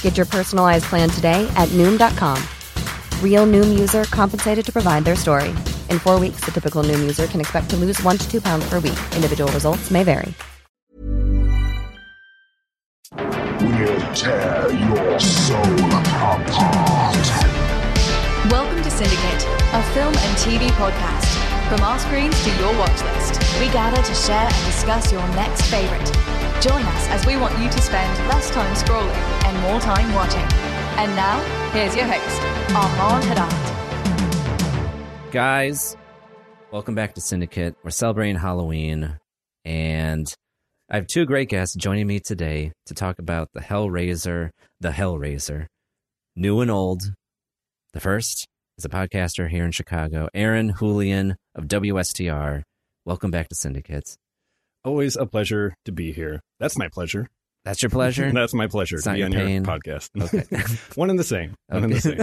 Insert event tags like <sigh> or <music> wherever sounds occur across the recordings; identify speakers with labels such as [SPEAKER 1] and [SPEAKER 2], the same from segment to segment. [SPEAKER 1] Get your personalized plan today at Noom.com. Real Noom user compensated to provide their story. In four weeks, the typical Noom user can expect to lose one to two pounds per week. Individual results may vary.
[SPEAKER 2] We'll tear your soul apart.
[SPEAKER 3] Welcome to Syndicate, a film and TV podcast. From our screens to your watch list, we gather to share and discuss your next favorite. Join us as we want you to spend less time scrolling and more time watching. And now, here's your host, Armand Haddad.
[SPEAKER 4] guys welcome back to syndicate we're celebrating halloween and i have two great guests joining me today to talk about the hellraiser the hellraiser new and old the first is a podcaster here in chicago aaron julian of wstr welcome back to syndicate
[SPEAKER 5] Always a pleasure to be here. That's my pleasure.
[SPEAKER 4] that's
[SPEAKER 6] <laughs>
[SPEAKER 4] your pleasure
[SPEAKER 5] <laughs> That's my pleasure
[SPEAKER 4] It's
[SPEAKER 5] to
[SPEAKER 4] not
[SPEAKER 5] be
[SPEAKER 4] your
[SPEAKER 5] on
[SPEAKER 4] pain.
[SPEAKER 5] your podcast.
[SPEAKER 4] Okay.
[SPEAKER 5] <laughs> One and the same. One and the
[SPEAKER 4] Okay.
[SPEAKER 5] same.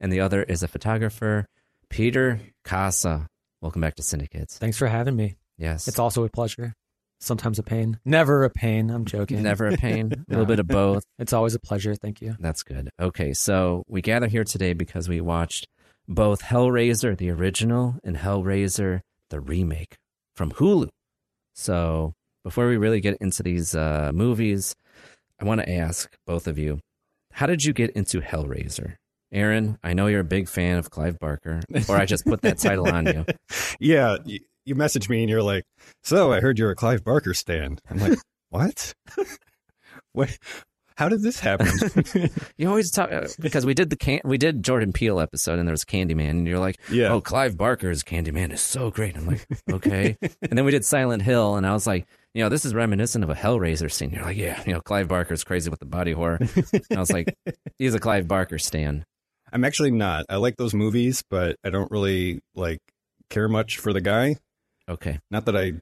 [SPEAKER 4] and the other is a photographer peter casa welcome back to syndicate
[SPEAKER 7] Thanks for having me.
[SPEAKER 4] yes
[SPEAKER 7] It's also a pleasure. Sometimes a pain. Never a pain. I'm joking.
[SPEAKER 4] never a pain a little bit of both
[SPEAKER 7] It's always a pleasure. Thank you.
[SPEAKER 4] That's good. Okay, so we gather here today because we watched both Hellraiser the original and Hellraiser the remake from Hulu. So before we really get into these uh, movies, I want to ask both of you, how did you get into Hellraiser? Aaron, I know you're a big fan of Clive Barker, or I just put that title on you.
[SPEAKER 5] Yeah. You, you message me and you're like, so I heard you're a Clive Barker stand.
[SPEAKER 7] <laughs>
[SPEAKER 5] I'm like, what? <laughs> what? How did this happen?
[SPEAKER 7] <laughs>
[SPEAKER 4] You always talk uh, because we did the can- we did Jordan Peele episode and there was Candyman and you're like,
[SPEAKER 5] Yeah.
[SPEAKER 4] oh, Clive Barker's Candyman is so great. I'm like, okay. and then we did Silent Hill and I was like, you know, this is reminiscent of a Hellraiser scene. You're like, yeah, you know, Clive Barker's crazy with the body horror. And I was
[SPEAKER 5] <laughs>
[SPEAKER 4] like, he's a Clive Barker stan.
[SPEAKER 5] I'm actually not. I like those movies, but I don't really like care much for the guy.
[SPEAKER 4] Okay,
[SPEAKER 5] not that I,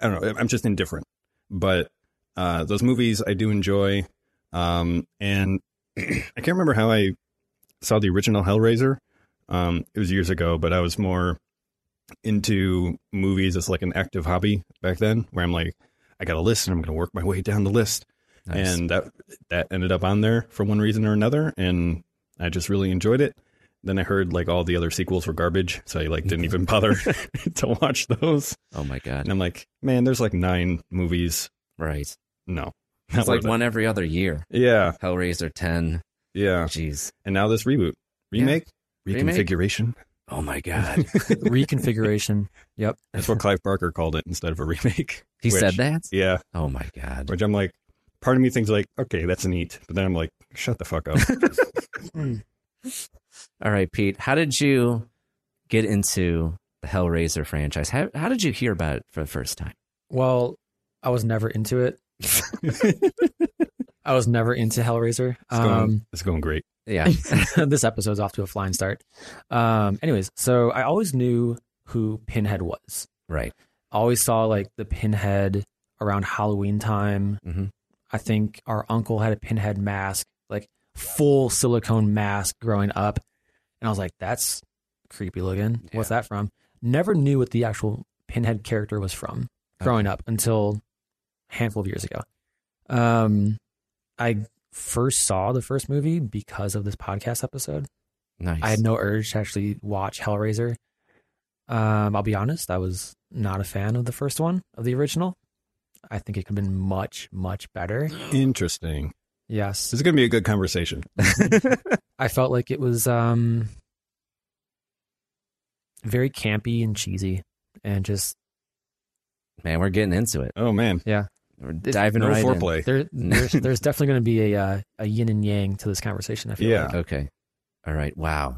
[SPEAKER 5] I don't know. I'm just indifferent. But uh, those movies I do enjoy, um, and <clears throat> I can't remember how I saw the original Hellraiser. Um, it was years ago, but I was more into movies as like an active hobby back then, where I'm like, I got a list and I'm going to work my way down the list,
[SPEAKER 4] nice.
[SPEAKER 5] and that that ended up on there for one reason or another, and I just really enjoyed it. Then I heard like all the other sequels were garbage, so I like didn't even bother <laughs> to watch those.
[SPEAKER 4] oh my god,
[SPEAKER 5] And I'm like, man, there's like nine movies. <laughs>
[SPEAKER 4] right?
[SPEAKER 5] No. not
[SPEAKER 4] It's like
[SPEAKER 5] worth it.
[SPEAKER 4] one every other year.
[SPEAKER 5] Yeah,
[SPEAKER 4] Hellraiser ten.
[SPEAKER 5] yeah.
[SPEAKER 4] Jeez,
[SPEAKER 5] And now this reboot. Remake?
[SPEAKER 4] Remake?
[SPEAKER 5] Reconfiguration.
[SPEAKER 4] oh my
[SPEAKER 5] <laughs>
[SPEAKER 7] <laughs>
[SPEAKER 4] god.
[SPEAKER 7] Reconfiguration. Yep.
[SPEAKER 5] That's what Clive Barker called it instead
[SPEAKER 7] <laughs>
[SPEAKER 5] of a remake.
[SPEAKER 4] He
[SPEAKER 5] Which-
[SPEAKER 4] said that.
[SPEAKER 5] Yeah.
[SPEAKER 4] Oh my god.
[SPEAKER 5] Which I'm like, part of me thinks like, okay, that's neat. But then I'm like, shut the fuck up.
[SPEAKER 4] All right, Pete, how did you get into the Hellraiser franchise? How, how did you hear about it for the first
[SPEAKER 5] <laughs>
[SPEAKER 4] time?
[SPEAKER 7] Well, I was never into it. I was never into Hellraiser. Um,
[SPEAKER 5] It's going, it's going great.
[SPEAKER 4] Yeah.
[SPEAKER 7] <laughs> this episode's off to a flying start. Um, anyways, so I always knew who Pinhead was.
[SPEAKER 4] right.
[SPEAKER 7] Always saw like the Pinhead around Halloween time.
[SPEAKER 4] Mhm.
[SPEAKER 7] I think our uncle had a Pinhead mask, like full silicone mask growing up, and I was like, "That's creepy looking. What's that from?" Never knew what the actual Pinhead character was from growing up until a handful of years ago. Um, I
[SPEAKER 5] first saw the first movie because of this podcast episode.
[SPEAKER 4] Nice.
[SPEAKER 5] I had no urge to actually watch Hellraiser. Um, I'll be honest, I was not a fan of the first one of the original. I think it could have been much, much better.
[SPEAKER 7] Interesting. This
[SPEAKER 5] Yes.
[SPEAKER 7] is going to be a good conversation.
[SPEAKER 5] I felt like it was um very campy and cheesy and just
[SPEAKER 4] Man, we're getting into it.
[SPEAKER 7] Oh man,
[SPEAKER 5] yeah.
[SPEAKER 4] We're diving
[SPEAKER 7] no
[SPEAKER 4] right in.
[SPEAKER 7] foreplay.
[SPEAKER 5] There there's, there's definitely gonna be a uh, a yin and yang to this conversation, I feel
[SPEAKER 7] Yeah.
[SPEAKER 5] like.
[SPEAKER 4] Okay. All right. Wow.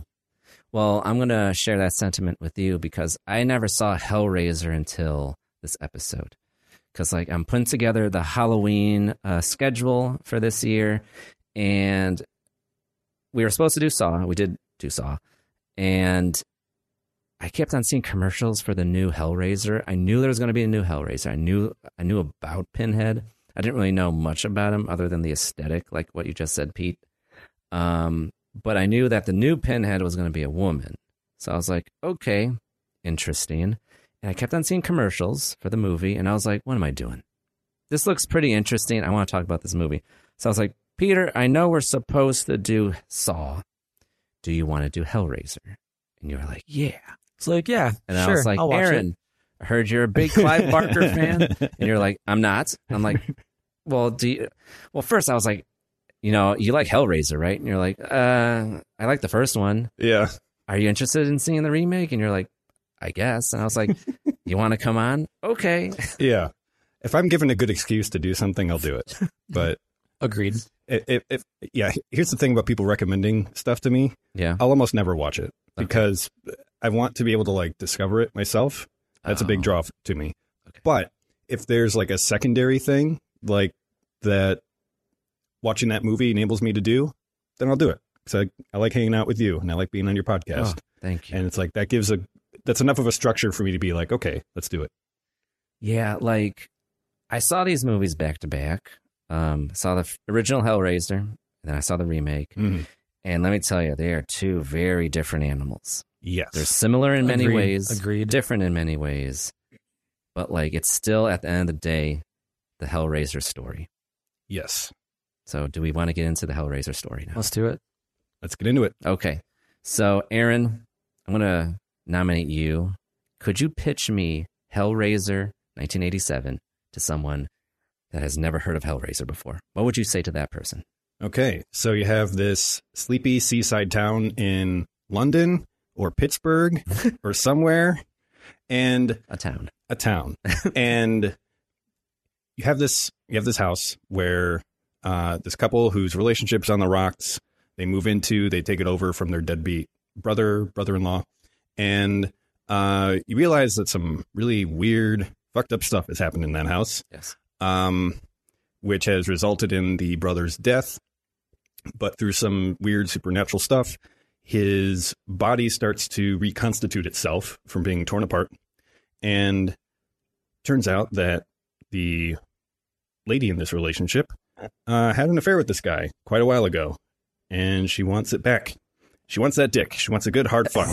[SPEAKER 4] Well, I'm going to share that sentiment with you because I never saw Hellraiser until this episode. Because, like, I'm putting together the Halloween uh, schedule for this year. And we were supposed to do Saw. We did do Saw. And I kept on seeing commercials for the new Hellraiser. I knew there was going to be a new Hellraiser. I knew I knew about Pinhead. I didn't really know much about him other than the aesthetic, like what you just said, Pete. Um, but I knew that the new Pinhead was going to be a woman. So I was like, okay, interesting. And I kept on seeing commercials for the movie, and I was like, what am I doing? This looks pretty interesting. I want to talk about this movie. So I was like, Peter, I know we're supposed to do Saw. Do you want to do Hellraiser? And you were like, yeah.
[SPEAKER 5] It's like, yeah,
[SPEAKER 4] And
[SPEAKER 5] sure,
[SPEAKER 4] I was like,
[SPEAKER 5] I'll watch it.
[SPEAKER 4] Aaron, I heard you're a big Clive
[SPEAKER 5] <laughs>
[SPEAKER 4] Barker fan. And you're like, I'm not. I'm like, well, do you? Well, first I was like, you know, you like Hellraiser, right? And you're like, uh, I like the first one.
[SPEAKER 7] Yeah.
[SPEAKER 4] Are you interested in seeing the remake? And you're like, I guess. And I was
[SPEAKER 5] <laughs>
[SPEAKER 4] like, you want to come on? Okay.
[SPEAKER 7] Yeah. If I'm given a good excuse to do something, I'll do it. But
[SPEAKER 5] Agreed.
[SPEAKER 7] if, if, if yeah, here's the thing about people recommending stuff to me.
[SPEAKER 4] Yeah.
[SPEAKER 7] I'll almost never watch it
[SPEAKER 4] Okay.
[SPEAKER 7] because I want to be able to like discover it myself. That's a big
[SPEAKER 4] Oh.
[SPEAKER 7] draw f- to me.
[SPEAKER 4] Okay.
[SPEAKER 7] But if there's like a secondary thing like that watching that movie enables me to do, then I'll do it. So I, I like hanging out with you and I like being on your podcast.
[SPEAKER 4] Oh, thank you.
[SPEAKER 7] And it's like that gives a that's enough of a structure for me to be like, okay, let's do it.
[SPEAKER 4] Yeah, like I saw these movies back to back. Um, saw the f- original Hellraiser, and then I saw the remake.
[SPEAKER 7] Mhm.
[SPEAKER 4] And let me tell you, they are two very different animals.
[SPEAKER 7] Yes.
[SPEAKER 4] They're similar in many
[SPEAKER 5] Agreed.
[SPEAKER 4] ways,
[SPEAKER 5] Agreed.
[SPEAKER 4] different in many ways, but like it's still at the end of the day, the Hellraiser story.
[SPEAKER 7] yes.
[SPEAKER 4] So, do we want to get into the Hellraiser story now?
[SPEAKER 5] Let's do it.
[SPEAKER 7] Let's get into it.
[SPEAKER 4] Okay. So, Aaron, I'm going to nominate you. Could you pitch me Hellraiser 1987 to someone that has never heard of Hellraiser before? What would you say to that person?
[SPEAKER 7] Okay, so you have this sleepy seaside town in London or Pittsburgh or somewhere, and
[SPEAKER 4] A town.
[SPEAKER 7] a town, and you have this you have this house where uh, this couple whose relationship's on the rocks. They move into, they take it over from their deadbeat brother, brother in law, and uh, you realize that some really weird, fucked up stuff has happened in that house
[SPEAKER 4] Yes.
[SPEAKER 7] um, which has resulted in the brother's death. But through some weird supernatural stuff, his body starts to reconstitute itself from being torn apart. And turns out that the lady in this relationship uh, had an affair with this guy quite a while ago, and she wants it back. She wants that dick. She wants a good hard fuck.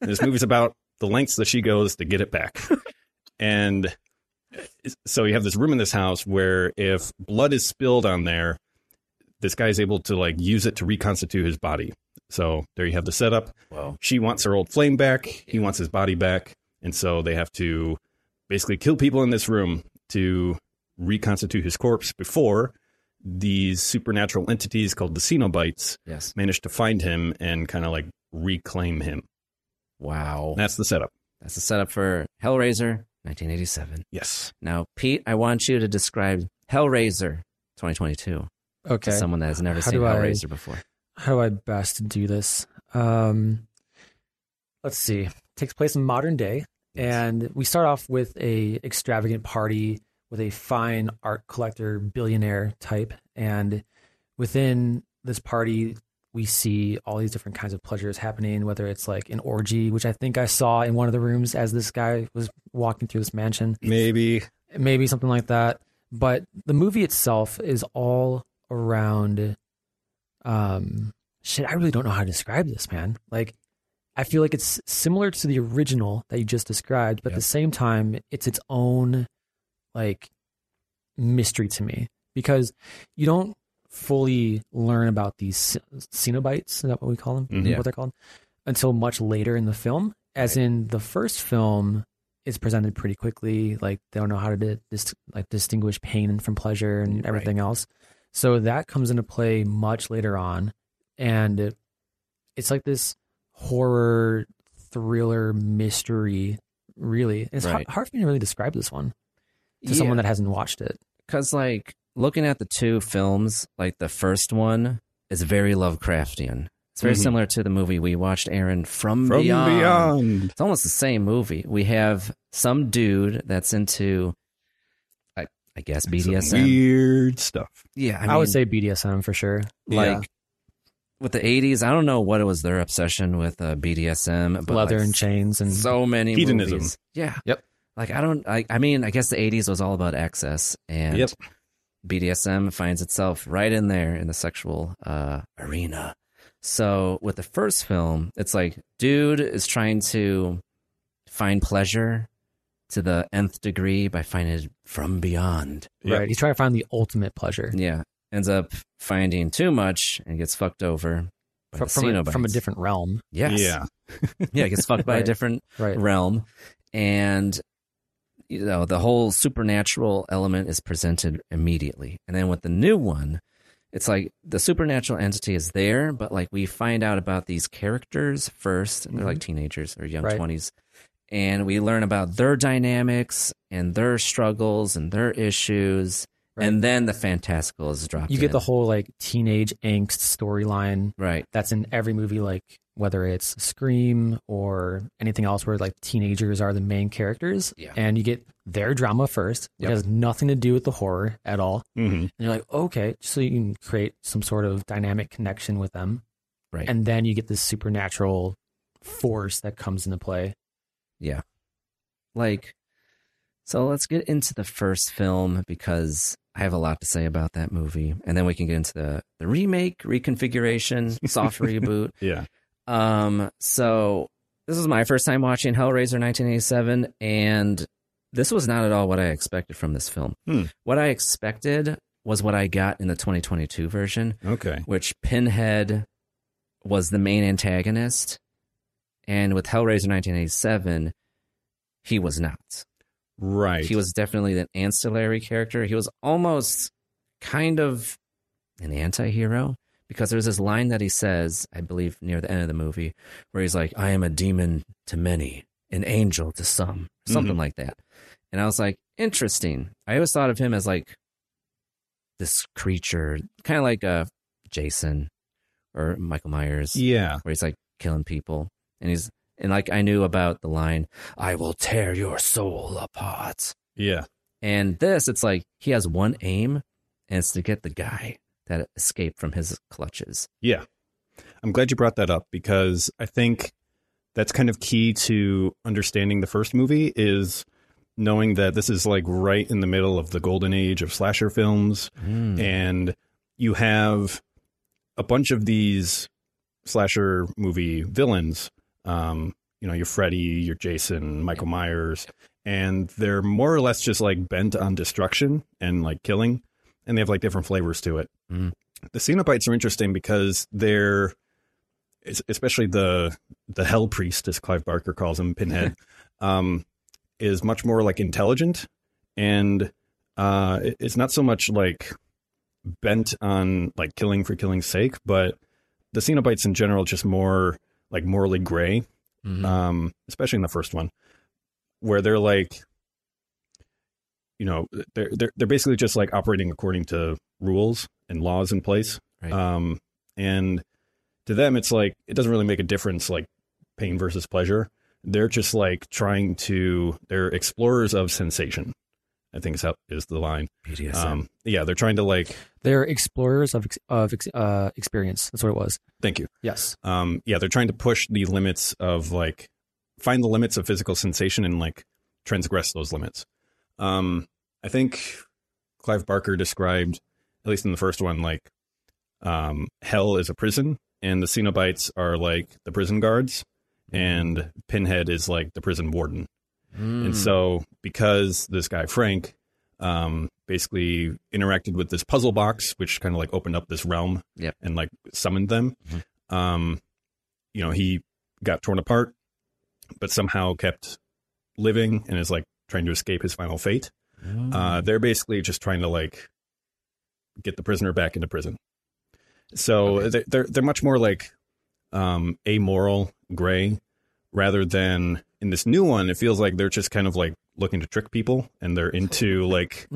[SPEAKER 7] And this movie's about the lengths that she goes to get it back. And so you have this room in this house where if blood is spilled on there, this guy's able to like use it to reconstitute his body. So there you have the setup.
[SPEAKER 4] Wow.
[SPEAKER 7] She wants her old flame back. He wants his body back. And so they have to basically kill people in this room to reconstitute his corpse before these supernatural entities called the Cenobites
[SPEAKER 4] Yes.
[SPEAKER 7] manage to find him and kind of like reclaim him.
[SPEAKER 4] Wow.
[SPEAKER 7] That's the setup.
[SPEAKER 4] That's the setup for Hellraiser 1987.
[SPEAKER 7] Yes.
[SPEAKER 4] Now, Pete, I want you to describe Hellraiser 2022
[SPEAKER 5] Okay.
[SPEAKER 4] to someone that has never
[SPEAKER 5] How
[SPEAKER 4] seen
[SPEAKER 5] do I-
[SPEAKER 4] Hellraiser before.
[SPEAKER 5] how do I best do this? Um, let's see. takes place in modern day,
[SPEAKER 4] Yes.
[SPEAKER 5] and we start off with a extravagant party with a fine art collector billionaire type, and within this party, we see all these different kinds of pleasures happening. Whether it's like an orgy, which I think I saw in one of the rooms as this guy was walking through this mansion,
[SPEAKER 7] Maybe.
[SPEAKER 5] maybe something like that. But the movie itself is all around um shit, I really don't know how to describe this, man. Like I feel like it's similar to the original that you just described, but at the same time, it's its own like mystery to me because you don't fully learn about these c- Cenobites. Is that what we call them?
[SPEAKER 6] Mhm.
[SPEAKER 4] Yeah.
[SPEAKER 5] What they're called? Until much later in the film. As in the first film, it's presented pretty quickly. Like they don't know how to di- dis- like distinguish pain from pleasure and everything else. So that comes into play much later on, and it, it's like this horror thriller mystery. Really, it's hard,
[SPEAKER 4] Right.
[SPEAKER 5] hard for me to really describe this one to someone that hasn't watched it.
[SPEAKER 4] because like looking at the two films, like the first one is very Lovecraftian. It's very
[SPEAKER 6] Mhm.
[SPEAKER 4] similar to the movie we watched, Aaron, From,
[SPEAKER 6] From
[SPEAKER 4] Beyond.
[SPEAKER 6] beyond.
[SPEAKER 4] It's almost the same movie. We have some dude that's into, I, I guess,
[SPEAKER 6] Some
[SPEAKER 4] BDSM.
[SPEAKER 6] weird stuff.
[SPEAKER 4] Yeah,
[SPEAKER 5] I, would say BDSM for sure.
[SPEAKER 4] like
[SPEAKER 6] Yeah.
[SPEAKER 4] with the 80s. I don't know what it was their obsession with uh, BDSM, but
[SPEAKER 5] Leather
[SPEAKER 4] like,
[SPEAKER 5] and chains and
[SPEAKER 4] so many
[SPEAKER 6] Hedonism.
[SPEAKER 4] movies. Yeah.
[SPEAKER 5] Yep.
[SPEAKER 4] Like I don't. I, I mean, I guess the '80s was all about access, and
[SPEAKER 6] Yep.
[SPEAKER 4] BDSM finds itself right in there in the sexual uh, arena. So with the first film, it's like dude is trying to find pleasure to the nth degree by finding it from beyond.
[SPEAKER 6] Yeah.
[SPEAKER 5] right. He's trying to find the ultimate pleasure
[SPEAKER 4] Yeah, ends up finding too much and gets fucked over by
[SPEAKER 5] fr-
[SPEAKER 4] the
[SPEAKER 5] from a, from a
[SPEAKER 4] Cenobites.
[SPEAKER 5] different realm.
[SPEAKER 4] Yes.
[SPEAKER 6] Yeah.
[SPEAKER 4] <laughs> yeah, gets fucked by a
[SPEAKER 5] <laughs> Right.
[SPEAKER 4] different
[SPEAKER 5] Right.
[SPEAKER 4] realm and you know the whole supernatural element is presented immediately and then with the new one it's like the supernatural entity is there but like we find out about these characters first and they're like teenagers or young
[SPEAKER 5] Mm-hmm. Right.
[SPEAKER 4] 20s and we learn about their dynamics and their struggles and their issues
[SPEAKER 5] Right.
[SPEAKER 4] and then the fantastical is dropped
[SPEAKER 5] You get the
[SPEAKER 4] in.
[SPEAKER 5] whole like teenage angst storyline
[SPEAKER 4] right
[SPEAKER 5] that's in every movie, like whether it's Scream or anything else where like teenagers are the main characters.
[SPEAKER 4] Yeah.
[SPEAKER 5] And you get their drama first.
[SPEAKER 4] Yep.
[SPEAKER 5] It has nothing to do with the horror at all.
[SPEAKER 6] hmm
[SPEAKER 5] And you're like, okay, so you can create some sort of dynamic connection with them.
[SPEAKER 4] right
[SPEAKER 5] And then you get this supernatural force that comes into play.
[SPEAKER 4] Yeah. Like, so let's get into the first film because I have a lot to say about that movie. And then we can get into the, the remake, reconfiguration, soft reboot.
[SPEAKER 6] Yeah.
[SPEAKER 4] Um, so this was my first time watching Hellraiser 1987, and this was not at all what I expected from this film.
[SPEAKER 6] Hmm.
[SPEAKER 4] What I expected was what I got in the 2022 version,
[SPEAKER 6] Okay.
[SPEAKER 4] which Pinhead was the main antagonist, and with Hellraiser 1987, he was not.
[SPEAKER 6] Right.
[SPEAKER 4] He was definitely an ancillary character. He was almost kind of an anti-hero because there's this line that he says, I believe near the end of the movie, where he's like, "I am a demon to many, an angel to some," something like that. And I was like, "Interesting." I always thought of him as like this creature, kind of like a Jason or Michael Myers
[SPEAKER 6] Yeah.
[SPEAKER 4] where he's like killing people and he's and like I knew about the line, I will tear your soul apart.
[SPEAKER 6] Yeah.
[SPEAKER 4] And this it's like he has one aim and it's to get the guy that escaped from his clutches.
[SPEAKER 6] Yeah. I'm glad you brought that up because I think that's kind of key to understanding the first movie is knowing that this is like right in the middle of the golden age of slasher films
[SPEAKER 4] Mm.
[SPEAKER 6] and you have a bunch of these slasher movie villains um you know your freddy your jason michael myers and they're more or less just like bent on destruction and like killing and they have like different flavors to it
[SPEAKER 4] Mm.
[SPEAKER 6] the cenobites are interesting because they're es- especially the the hell priest as clive barker calls him pinhead um is much more like intelligent and uh it- it's not so much like bent on like killing for killing's sake, but the Cenobites in general just more like morally gray,
[SPEAKER 4] Mhm.
[SPEAKER 6] um, especially in the first one, where they're like, you know, they're they're they're basically just like operating according to rules and laws in place,
[SPEAKER 4] Right.
[SPEAKER 6] um, and to them it's like it doesn't really make a difference like pain versus pleasure. They're just like trying to they're explorers of sensation. I think is how is the line.
[SPEAKER 4] BDSM.
[SPEAKER 6] Um, yeah, they're trying to like
[SPEAKER 5] They're explorers of ex- of ex- uh, experience. That's what it was.
[SPEAKER 6] thank you.
[SPEAKER 5] Yes.
[SPEAKER 6] um yeah they're trying to push the limits of like find the limits of physical sensation and like transgress those limits um i think clive barker described at least in the first one like um hell is a prison and the cenobites are like the prison guards and Mm.
[SPEAKER 5] Mm.
[SPEAKER 6] pinhead is like the prison warden and so because this guy frank um, basically interacted with this puzzle box, which kind of like opened up this realm
[SPEAKER 4] Yep.
[SPEAKER 6] and like summoned them. Um, you know, he got torn apart, but somehow kept living and is like trying to escape his final fate. Uh,
[SPEAKER 5] Mm.
[SPEAKER 6] they're basically just trying to like get the prisoner back into prison. So they- they're they're much more like um, amoral, gray, rather than in this new one. It feels like they're just kind of like looking to trick people, and they're into like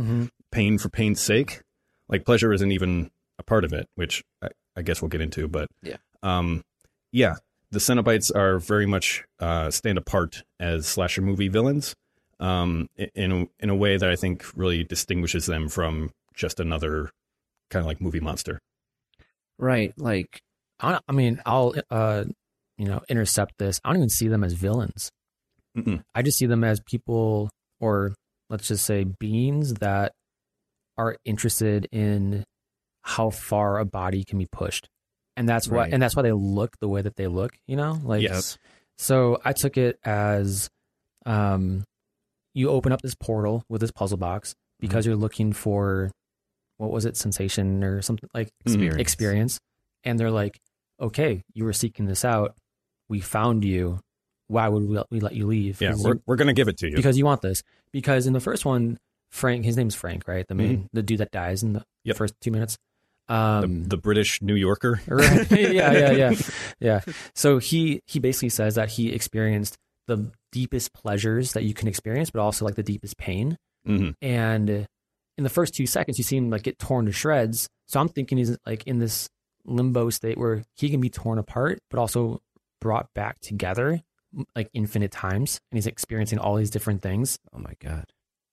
[SPEAKER 6] pain for pain's sake. Like pleasure isn't even a part of it, which I, I guess we'll get into. But
[SPEAKER 4] Yeah.
[SPEAKER 6] um, yeah, the Cenobites are very much uh, stand apart as slasher movie villains um, i- in a, in a way that I think really distinguishes them from just another kind of like movie monster.
[SPEAKER 4] Right. Like,
[SPEAKER 5] I, don't- I mean, I'll uh, you know intercept this. I don't even see them as villains.
[SPEAKER 6] Mm-mm.
[SPEAKER 5] I just see them as people, or let's just say beings that are interested in how far a body can be pushed, and that's why
[SPEAKER 4] Right.
[SPEAKER 5] and that's why they look the way that they look. You know, like
[SPEAKER 6] Yes.
[SPEAKER 5] So I took it as, um, you open up this portal with this puzzle box because
[SPEAKER 6] Mm-hmm.
[SPEAKER 5] you're looking for, what was it, sensation or something like
[SPEAKER 6] Mm-hmm.
[SPEAKER 4] Experience.
[SPEAKER 5] experience. and they're like, okay, you were seeking this out, we found you. Why would we, we let you leave?
[SPEAKER 6] Yeah,
[SPEAKER 5] Because you-
[SPEAKER 6] we're, we're gonna give it to you.
[SPEAKER 5] because you want this. Because in the first one, Frank, his name's Frank, right? The main, the dude that dies in the
[SPEAKER 6] Mm-hmm. Yep.
[SPEAKER 5] first two minutes.
[SPEAKER 6] the,
[SPEAKER 5] Um,
[SPEAKER 6] the British New Yorker.
[SPEAKER 5] right. yeah, yeah, yeah, <laughs> yeah. So he he basically says that he experienced the deepest pleasures that you can experience, but also like the deepest pain.
[SPEAKER 6] Mhm.
[SPEAKER 5] And in the first two seconds, you see him like get torn to shreds. So I'm thinking he's like in this limbo state where he can be torn apart, but also brought back together m- like infinite times, and he's experiencing all these different things.
[SPEAKER 4] oh my God.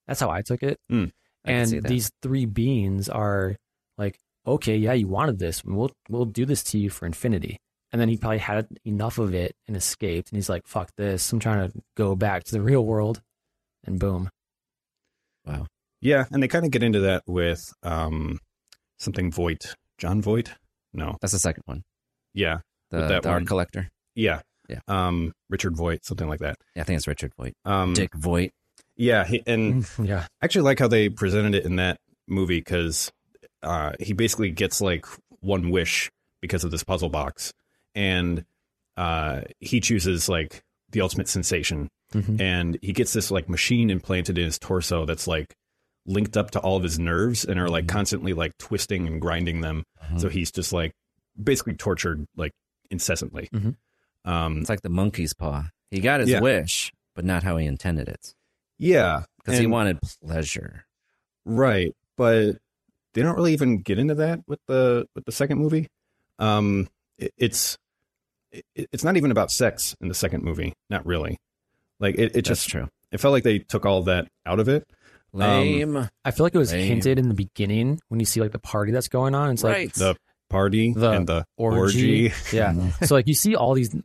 [SPEAKER 5] That's how I took it.
[SPEAKER 6] Mm.
[SPEAKER 4] I can
[SPEAKER 5] and
[SPEAKER 4] see that.
[SPEAKER 5] these three beings are like, okay, yeah, you wanted this. We'll we'll do this to you for infinity. And then he probably had enough of it and escaped. And he's like, fuck this. I'm trying to go back to the real world. And boom.
[SPEAKER 4] Wow.
[SPEAKER 6] Yeah, and they kind of get into that with um something Voight, John Voight. No,
[SPEAKER 4] That's the second one.
[SPEAKER 6] yeah,
[SPEAKER 4] The,
[SPEAKER 6] With that
[SPEAKER 4] the art
[SPEAKER 6] one.
[SPEAKER 4] collector.
[SPEAKER 6] yeah,
[SPEAKER 4] Yeah.
[SPEAKER 6] Um, Richard Voight, something like that.
[SPEAKER 4] Yeah, I think it's Richard Voigt.
[SPEAKER 6] Um,
[SPEAKER 4] Dick Voigt.
[SPEAKER 6] Yeah, he, and
[SPEAKER 5] yeah.
[SPEAKER 6] I actually like how they presented it in that movie because uh, he basically gets like one wish because of this puzzle box, and uh, he chooses like the ultimate sensation, and he gets this like machine implanted in his torso that's like linked up to all of his nerves and are like constantly like twisting and grinding them, so he's just like basically tortured like incessantly.
[SPEAKER 5] Mhm.
[SPEAKER 6] Um,
[SPEAKER 4] Mm-hmm. It's like the monkey's paw. He got his
[SPEAKER 6] Yeah.
[SPEAKER 4] wish, but not how he intended it.
[SPEAKER 6] yeah,
[SPEAKER 4] Because he
[SPEAKER 6] and-
[SPEAKER 4] wanted pleasure.
[SPEAKER 6] Right, but they don't really even get into that with the with the second movie. Um, it, it's it, it's not even about sex in the second movie, not really. Like it, it
[SPEAKER 4] That's
[SPEAKER 6] just um,
[SPEAKER 4] true.
[SPEAKER 6] it felt like they took all that out of it.
[SPEAKER 4] Lame.
[SPEAKER 5] I feel like it was
[SPEAKER 4] Lame.
[SPEAKER 5] hinted in the beginning when you see like the party that's going on. It's like
[SPEAKER 4] right.
[SPEAKER 6] The party
[SPEAKER 5] The
[SPEAKER 6] and the
[SPEAKER 5] orgy.
[SPEAKER 6] orgy. <laughs>
[SPEAKER 5] Yeah.
[SPEAKER 4] Mm-hmm.
[SPEAKER 5] so like you see all these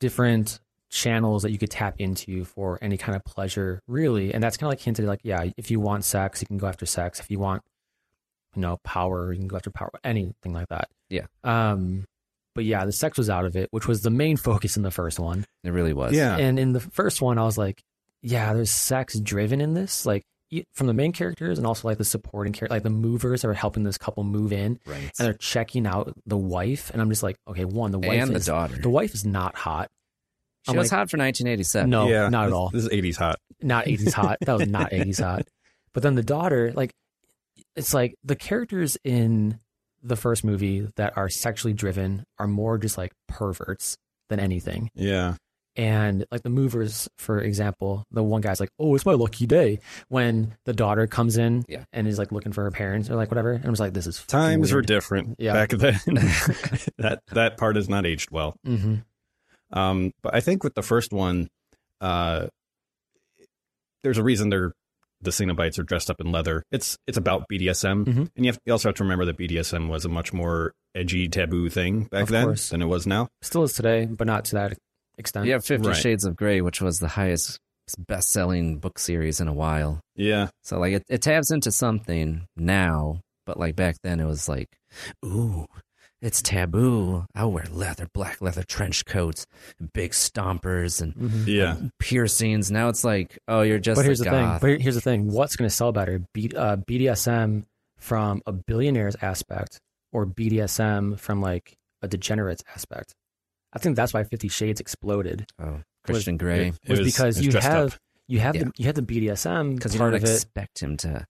[SPEAKER 5] different channels that you could tap into for any kind of pleasure, really. And that's kind of like hinted like, yeah, if you want sex, you can go after sex. If you want, you know, power, you can go after power, anything like that.
[SPEAKER 4] Yeah.
[SPEAKER 5] Um, but yeah, the sex was out of it, which was the main <laughs> focus in the first one.
[SPEAKER 4] it really was.
[SPEAKER 6] Yeah,
[SPEAKER 5] And in the first one, I was like, yeah, there's sex driven in this, like e- from the main characters and also like the supporting character, like the movers that are helping this couple move in
[SPEAKER 4] Right.
[SPEAKER 5] and they're checking out the wife, and I'm just like, okay, one, the wife
[SPEAKER 4] And the
[SPEAKER 5] is,
[SPEAKER 4] daughter.
[SPEAKER 5] The wife is not hot.
[SPEAKER 4] She
[SPEAKER 5] I'm
[SPEAKER 4] was
[SPEAKER 5] like,
[SPEAKER 4] hot for 1987.
[SPEAKER 5] No,
[SPEAKER 6] yeah.
[SPEAKER 5] Oh, not at
[SPEAKER 6] This-
[SPEAKER 5] all.
[SPEAKER 6] This is eighties hot.
[SPEAKER 5] Not 80s hot. That
[SPEAKER 6] <laughs>
[SPEAKER 5] was not 80s hot. But then the daughter, like, it's like the characters in the first movie that are sexually driven are more just like perverts than anything.
[SPEAKER 6] Yeah,
[SPEAKER 5] And like the movers, for example, the one guy's like, "Oh, it's my lucky day." When the daughter comes in
[SPEAKER 4] Yeah.
[SPEAKER 5] and is like looking for her parents or like whatever, and I was like, "This is
[SPEAKER 6] times were
[SPEAKER 5] weird.
[SPEAKER 6] different
[SPEAKER 5] Yeah.
[SPEAKER 6] back
[SPEAKER 5] <laughs>
[SPEAKER 6] then. that that part has not aged well.
[SPEAKER 5] hmm
[SPEAKER 6] Um, but I think with the first one, uh, there's a reason they're the Cenobites are dressed up in leather. It's it's about BDSM,
[SPEAKER 5] Mhm.
[SPEAKER 6] and you, have, you also have to remember that BDSM was a much more edgy, taboo thing back
[SPEAKER 5] Of
[SPEAKER 6] then
[SPEAKER 5] course.
[SPEAKER 6] than it was now.
[SPEAKER 5] Still is today, but not to that extent.
[SPEAKER 4] You have Fifty
[SPEAKER 6] Right.
[SPEAKER 4] Shades of Grey, which was the highest best selling book series in a while.
[SPEAKER 6] Yeah,
[SPEAKER 4] So, like, it, it taps into something now, but like back then it was like, ooh, It's taboo. I'll wear leather, black leather trench coats, big stompers, and
[SPEAKER 6] Yeah.
[SPEAKER 4] piercings. Now it's like, oh, you're just.
[SPEAKER 5] Mm-hmm.
[SPEAKER 4] a
[SPEAKER 5] but here's the thing.
[SPEAKER 4] goth.
[SPEAKER 5] But here's the thing. What's going to sell better, B, uh, BDSM from a billionaire's aspect, or BDSM from like a degenerate's aspect? I think that's why Fifty Shades exploded
[SPEAKER 4] oh, Christian Grey,
[SPEAKER 6] It
[SPEAKER 5] was,
[SPEAKER 6] was-
[SPEAKER 5] because
[SPEAKER 6] it was
[SPEAKER 5] you
[SPEAKER 6] dressed
[SPEAKER 5] have
[SPEAKER 6] up.
[SPEAKER 5] you have
[SPEAKER 4] Yeah.
[SPEAKER 5] the, you have the BDSM
[SPEAKER 4] because you
[SPEAKER 5] part
[SPEAKER 4] don't
[SPEAKER 5] of it.
[SPEAKER 4] expect him to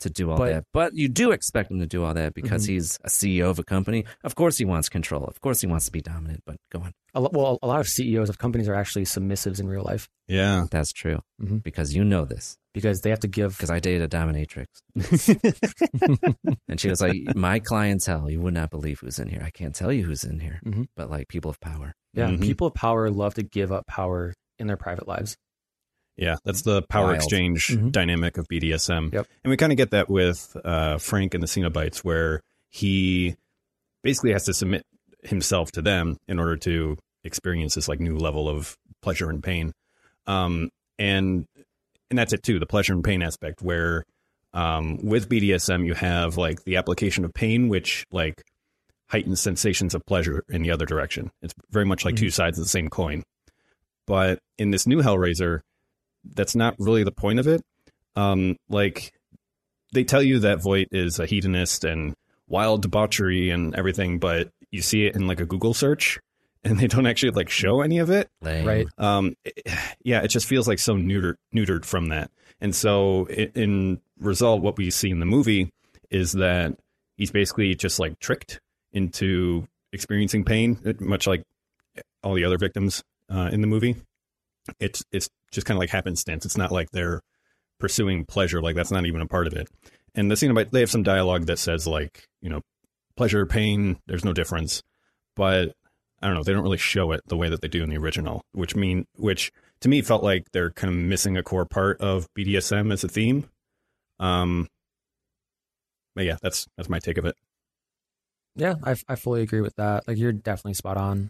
[SPEAKER 4] to do all
[SPEAKER 5] But-
[SPEAKER 4] that, but you do expect him to do all that because
[SPEAKER 5] Mhm.
[SPEAKER 4] he's a CEO of a company. Of course, he wants control. Of course, he wants to be dominant. But go on.
[SPEAKER 5] A lo- well, a lot of CEOs of companies are actually submissives in real life
[SPEAKER 6] Yeah.
[SPEAKER 4] That's true
[SPEAKER 5] Mhm.
[SPEAKER 4] because you know this.
[SPEAKER 5] because they have
[SPEAKER 4] <laughs>
[SPEAKER 5] to give.
[SPEAKER 4] Because I dated a dominatrix, and she was
[SPEAKER 5] <laughs>
[SPEAKER 4] like, "My clientele, you would not believe who's in here. I can't tell you who's in here,
[SPEAKER 5] Mhm.
[SPEAKER 4] but like people of power."
[SPEAKER 5] <laughs> yeah,
[SPEAKER 6] Mhm.
[SPEAKER 5] people of power love to give up power in their private lives.
[SPEAKER 6] Yeah, that's the power
[SPEAKER 4] Wild.
[SPEAKER 6] exchange
[SPEAKER 5] Mhm.
[SPEAKER 6] dynamic of BDSM.
[SPEAKER 5] Yep.
[SPEAKER 6] And we kind of get that with uh, Frank and the Cenobites, where he basically has to submit himself to them in order to experience this like new level of pleasure and pain. Um, and and that's it too, the pleasure and pain aspect where um, with BDSM you have like the application of pain, which like heightens sensations of pleasure in the other direction. It's very much like two sides of the same coin. But in this new Hellraiser, that's not really the point of it. Um, like they tell you that Voight is a hedonist and wild debauchery and everything, but you see it in like a Google search, and they don't actually like show any of it.
[SPEAKER 4] Lame.
[SPEAKER 5] Right.
[SPEAKER 6] Um, it- yeah, it just feels like so neutered, neutered from that. And so, i in result, what we see in the movie is that he's basically just like tricked into experiencing pain, much like all the other victims uh, in the movie. It's it's just kind of like happenstance. It's not like they're pursuing pleasure. Like that's not even a part of it. And the Cenobite, they have some dialogue that says like, you know, pleasure, pain. There's no difference, but I don't know. They don't really show it the way that they do in the original, which mean which to me felt like they're kind of missing a core part of BDSM as a theme. Um, but yeah, that's that's my take of it.
[SPEAKER 5] Yeah, I, I fully agree with that. Like you're definitely spot on.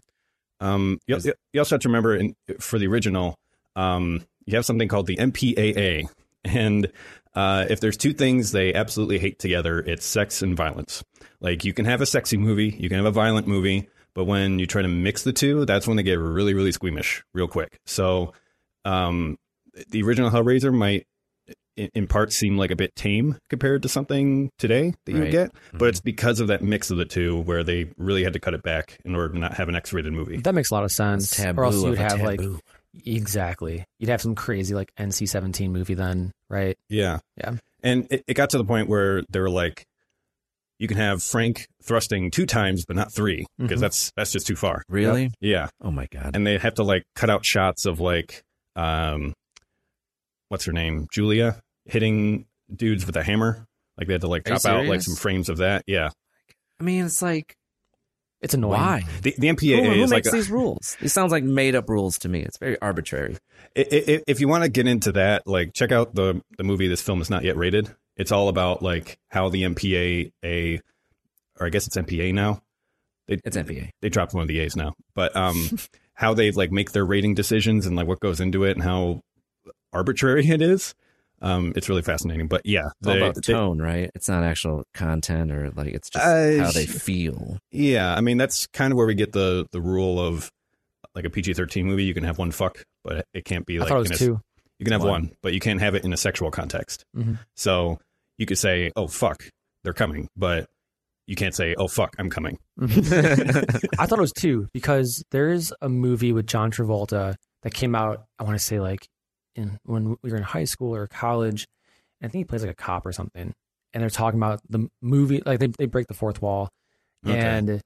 [SPEAKER 6] Um, you,
[SPEAKER 4] Is-
[SPEAKER 6] you- you also have to remember in, for the original, um, you have something called the MPAA, and uh, if there's two things they absolutely hate together, it's sex and violence. Like you can have a sexy movie, you can have a violent movie, but when you try to mix the two, that's when they get really, really squeamish real quick. So, um, the original Hellraiser might. i- In part, seem like a bit tame compared to something today that you
[SPEAKER 4] Right.
[SPEAKER 6] would get, but it's because of that mix of the two where they really had to cut it back in order to not have an X-rated movie.
[SPEAKER 5] That makes a lot of sense.
[SPEAKER 4] It's taboo
[SPEAKER 5] or else you
[SPEAKER 4] of
[SPEAKER 5] would
[SPEAKER 4] a
[SPEAKER 5] have like
[SPEAKER 4] taboo.
[SPEAKER 5] exactly, you'd have some crazy like NC-17 movie then, right?
[SPEAKER 6] Yeah.
[SPEAKER 5] Yeah.
[SPEAKER 6] And it, it got to the point where they were like, you can have Frank thrusting two times, but not three, because
[SPEAKER 5] Mhm.
[SPEAKER 6] that's that's just too far.
[SPEAKER 4] Mm-hmm. Really?
[SPEAKER 6] Yeah.
[SPEAKER 4] Oh my god.
[SPEAKER 6] And they have to like cut out shots of like, um, what's her name, Julia, hitting dudes with a hammer. Like they had to like
[SPEAKER 4] Are you
[SPEAKER 6] chop out like
[SPEAKER 4] serious?
[SPEAKER 6] some frames of that. Yeah.
[SPEAKER 4] I mean, it's like
[SPEAKER 5] It's annoying.
[SPEAKER 4] why?
[SPEAKER 6] The the
[SPEAKER 4] Who,
[SPEAKER 6] MPAA
[SPEAKER 4] who
[SPEAKER 6] is like
[SPEAKER 4] makes
[SPEAKER 6] a,
[SPEAKER 4] these rules? These sounds like made up rules to me. It's very arbitrary.
[SPEAKER 6] i- i- i- if you want to get into that, like check out the the movie. This film is not yet rated. It's all about like how the MPAA, or I guess it's MPA now. They,
[SPEAKER 4] It's MPA.
[SPEAKER 6] They dropped one of the A's now, but
[SPEAKER 4] <laughs>
[SPEAKER 6] um, how they like make their rating decisions and like what goes into it and how arbitrary it is. Um, it's really fascinating. But yeah,
[SPEAKER 4] It's all
[SPEAKER 6] they-
[SPEAKER 4] about
[SPEAKER 6] they-
[SPEAKER 4] tone, right? It's not actual content or like it's just
[SPEAKER 6] Uh,
[SPEAKER 4] how they feel.
[SPEAKER 6] yeah, I mean that's kind of where we get the the rule of like a PG thirteen movie. You can have one fuck, but it can't be
[SPEAKER 5] I
[SPEAKER 6] like
[SPEAKER 5] thought
[SPEAKER 6] in
[SPEAKER 5] it
[SPEAKER 6] a-
[SPEAKER 5] was two.
[SPEAKER 6] You can have
[SPEAKER 4] One.
[SPEAKER 6] one. Mm-hmm. but you can't have it in a sexual context.
[SPEAKER 5] Mhm.
[SPEAKER 6] So you could say, "Oh fuck, they're coming," but you can't say, "Oh fuck, I'm coming."
[SPEAKER 5] I thought it was two because there is a movie with John Travolta that came out. I want to say like in when we were in high school or college. And I think he plays like a cop or something. And they're talking about the movie, like they they break the fourth wall,
[SPEAKER 6] Okay.
[SPEAKER 5] and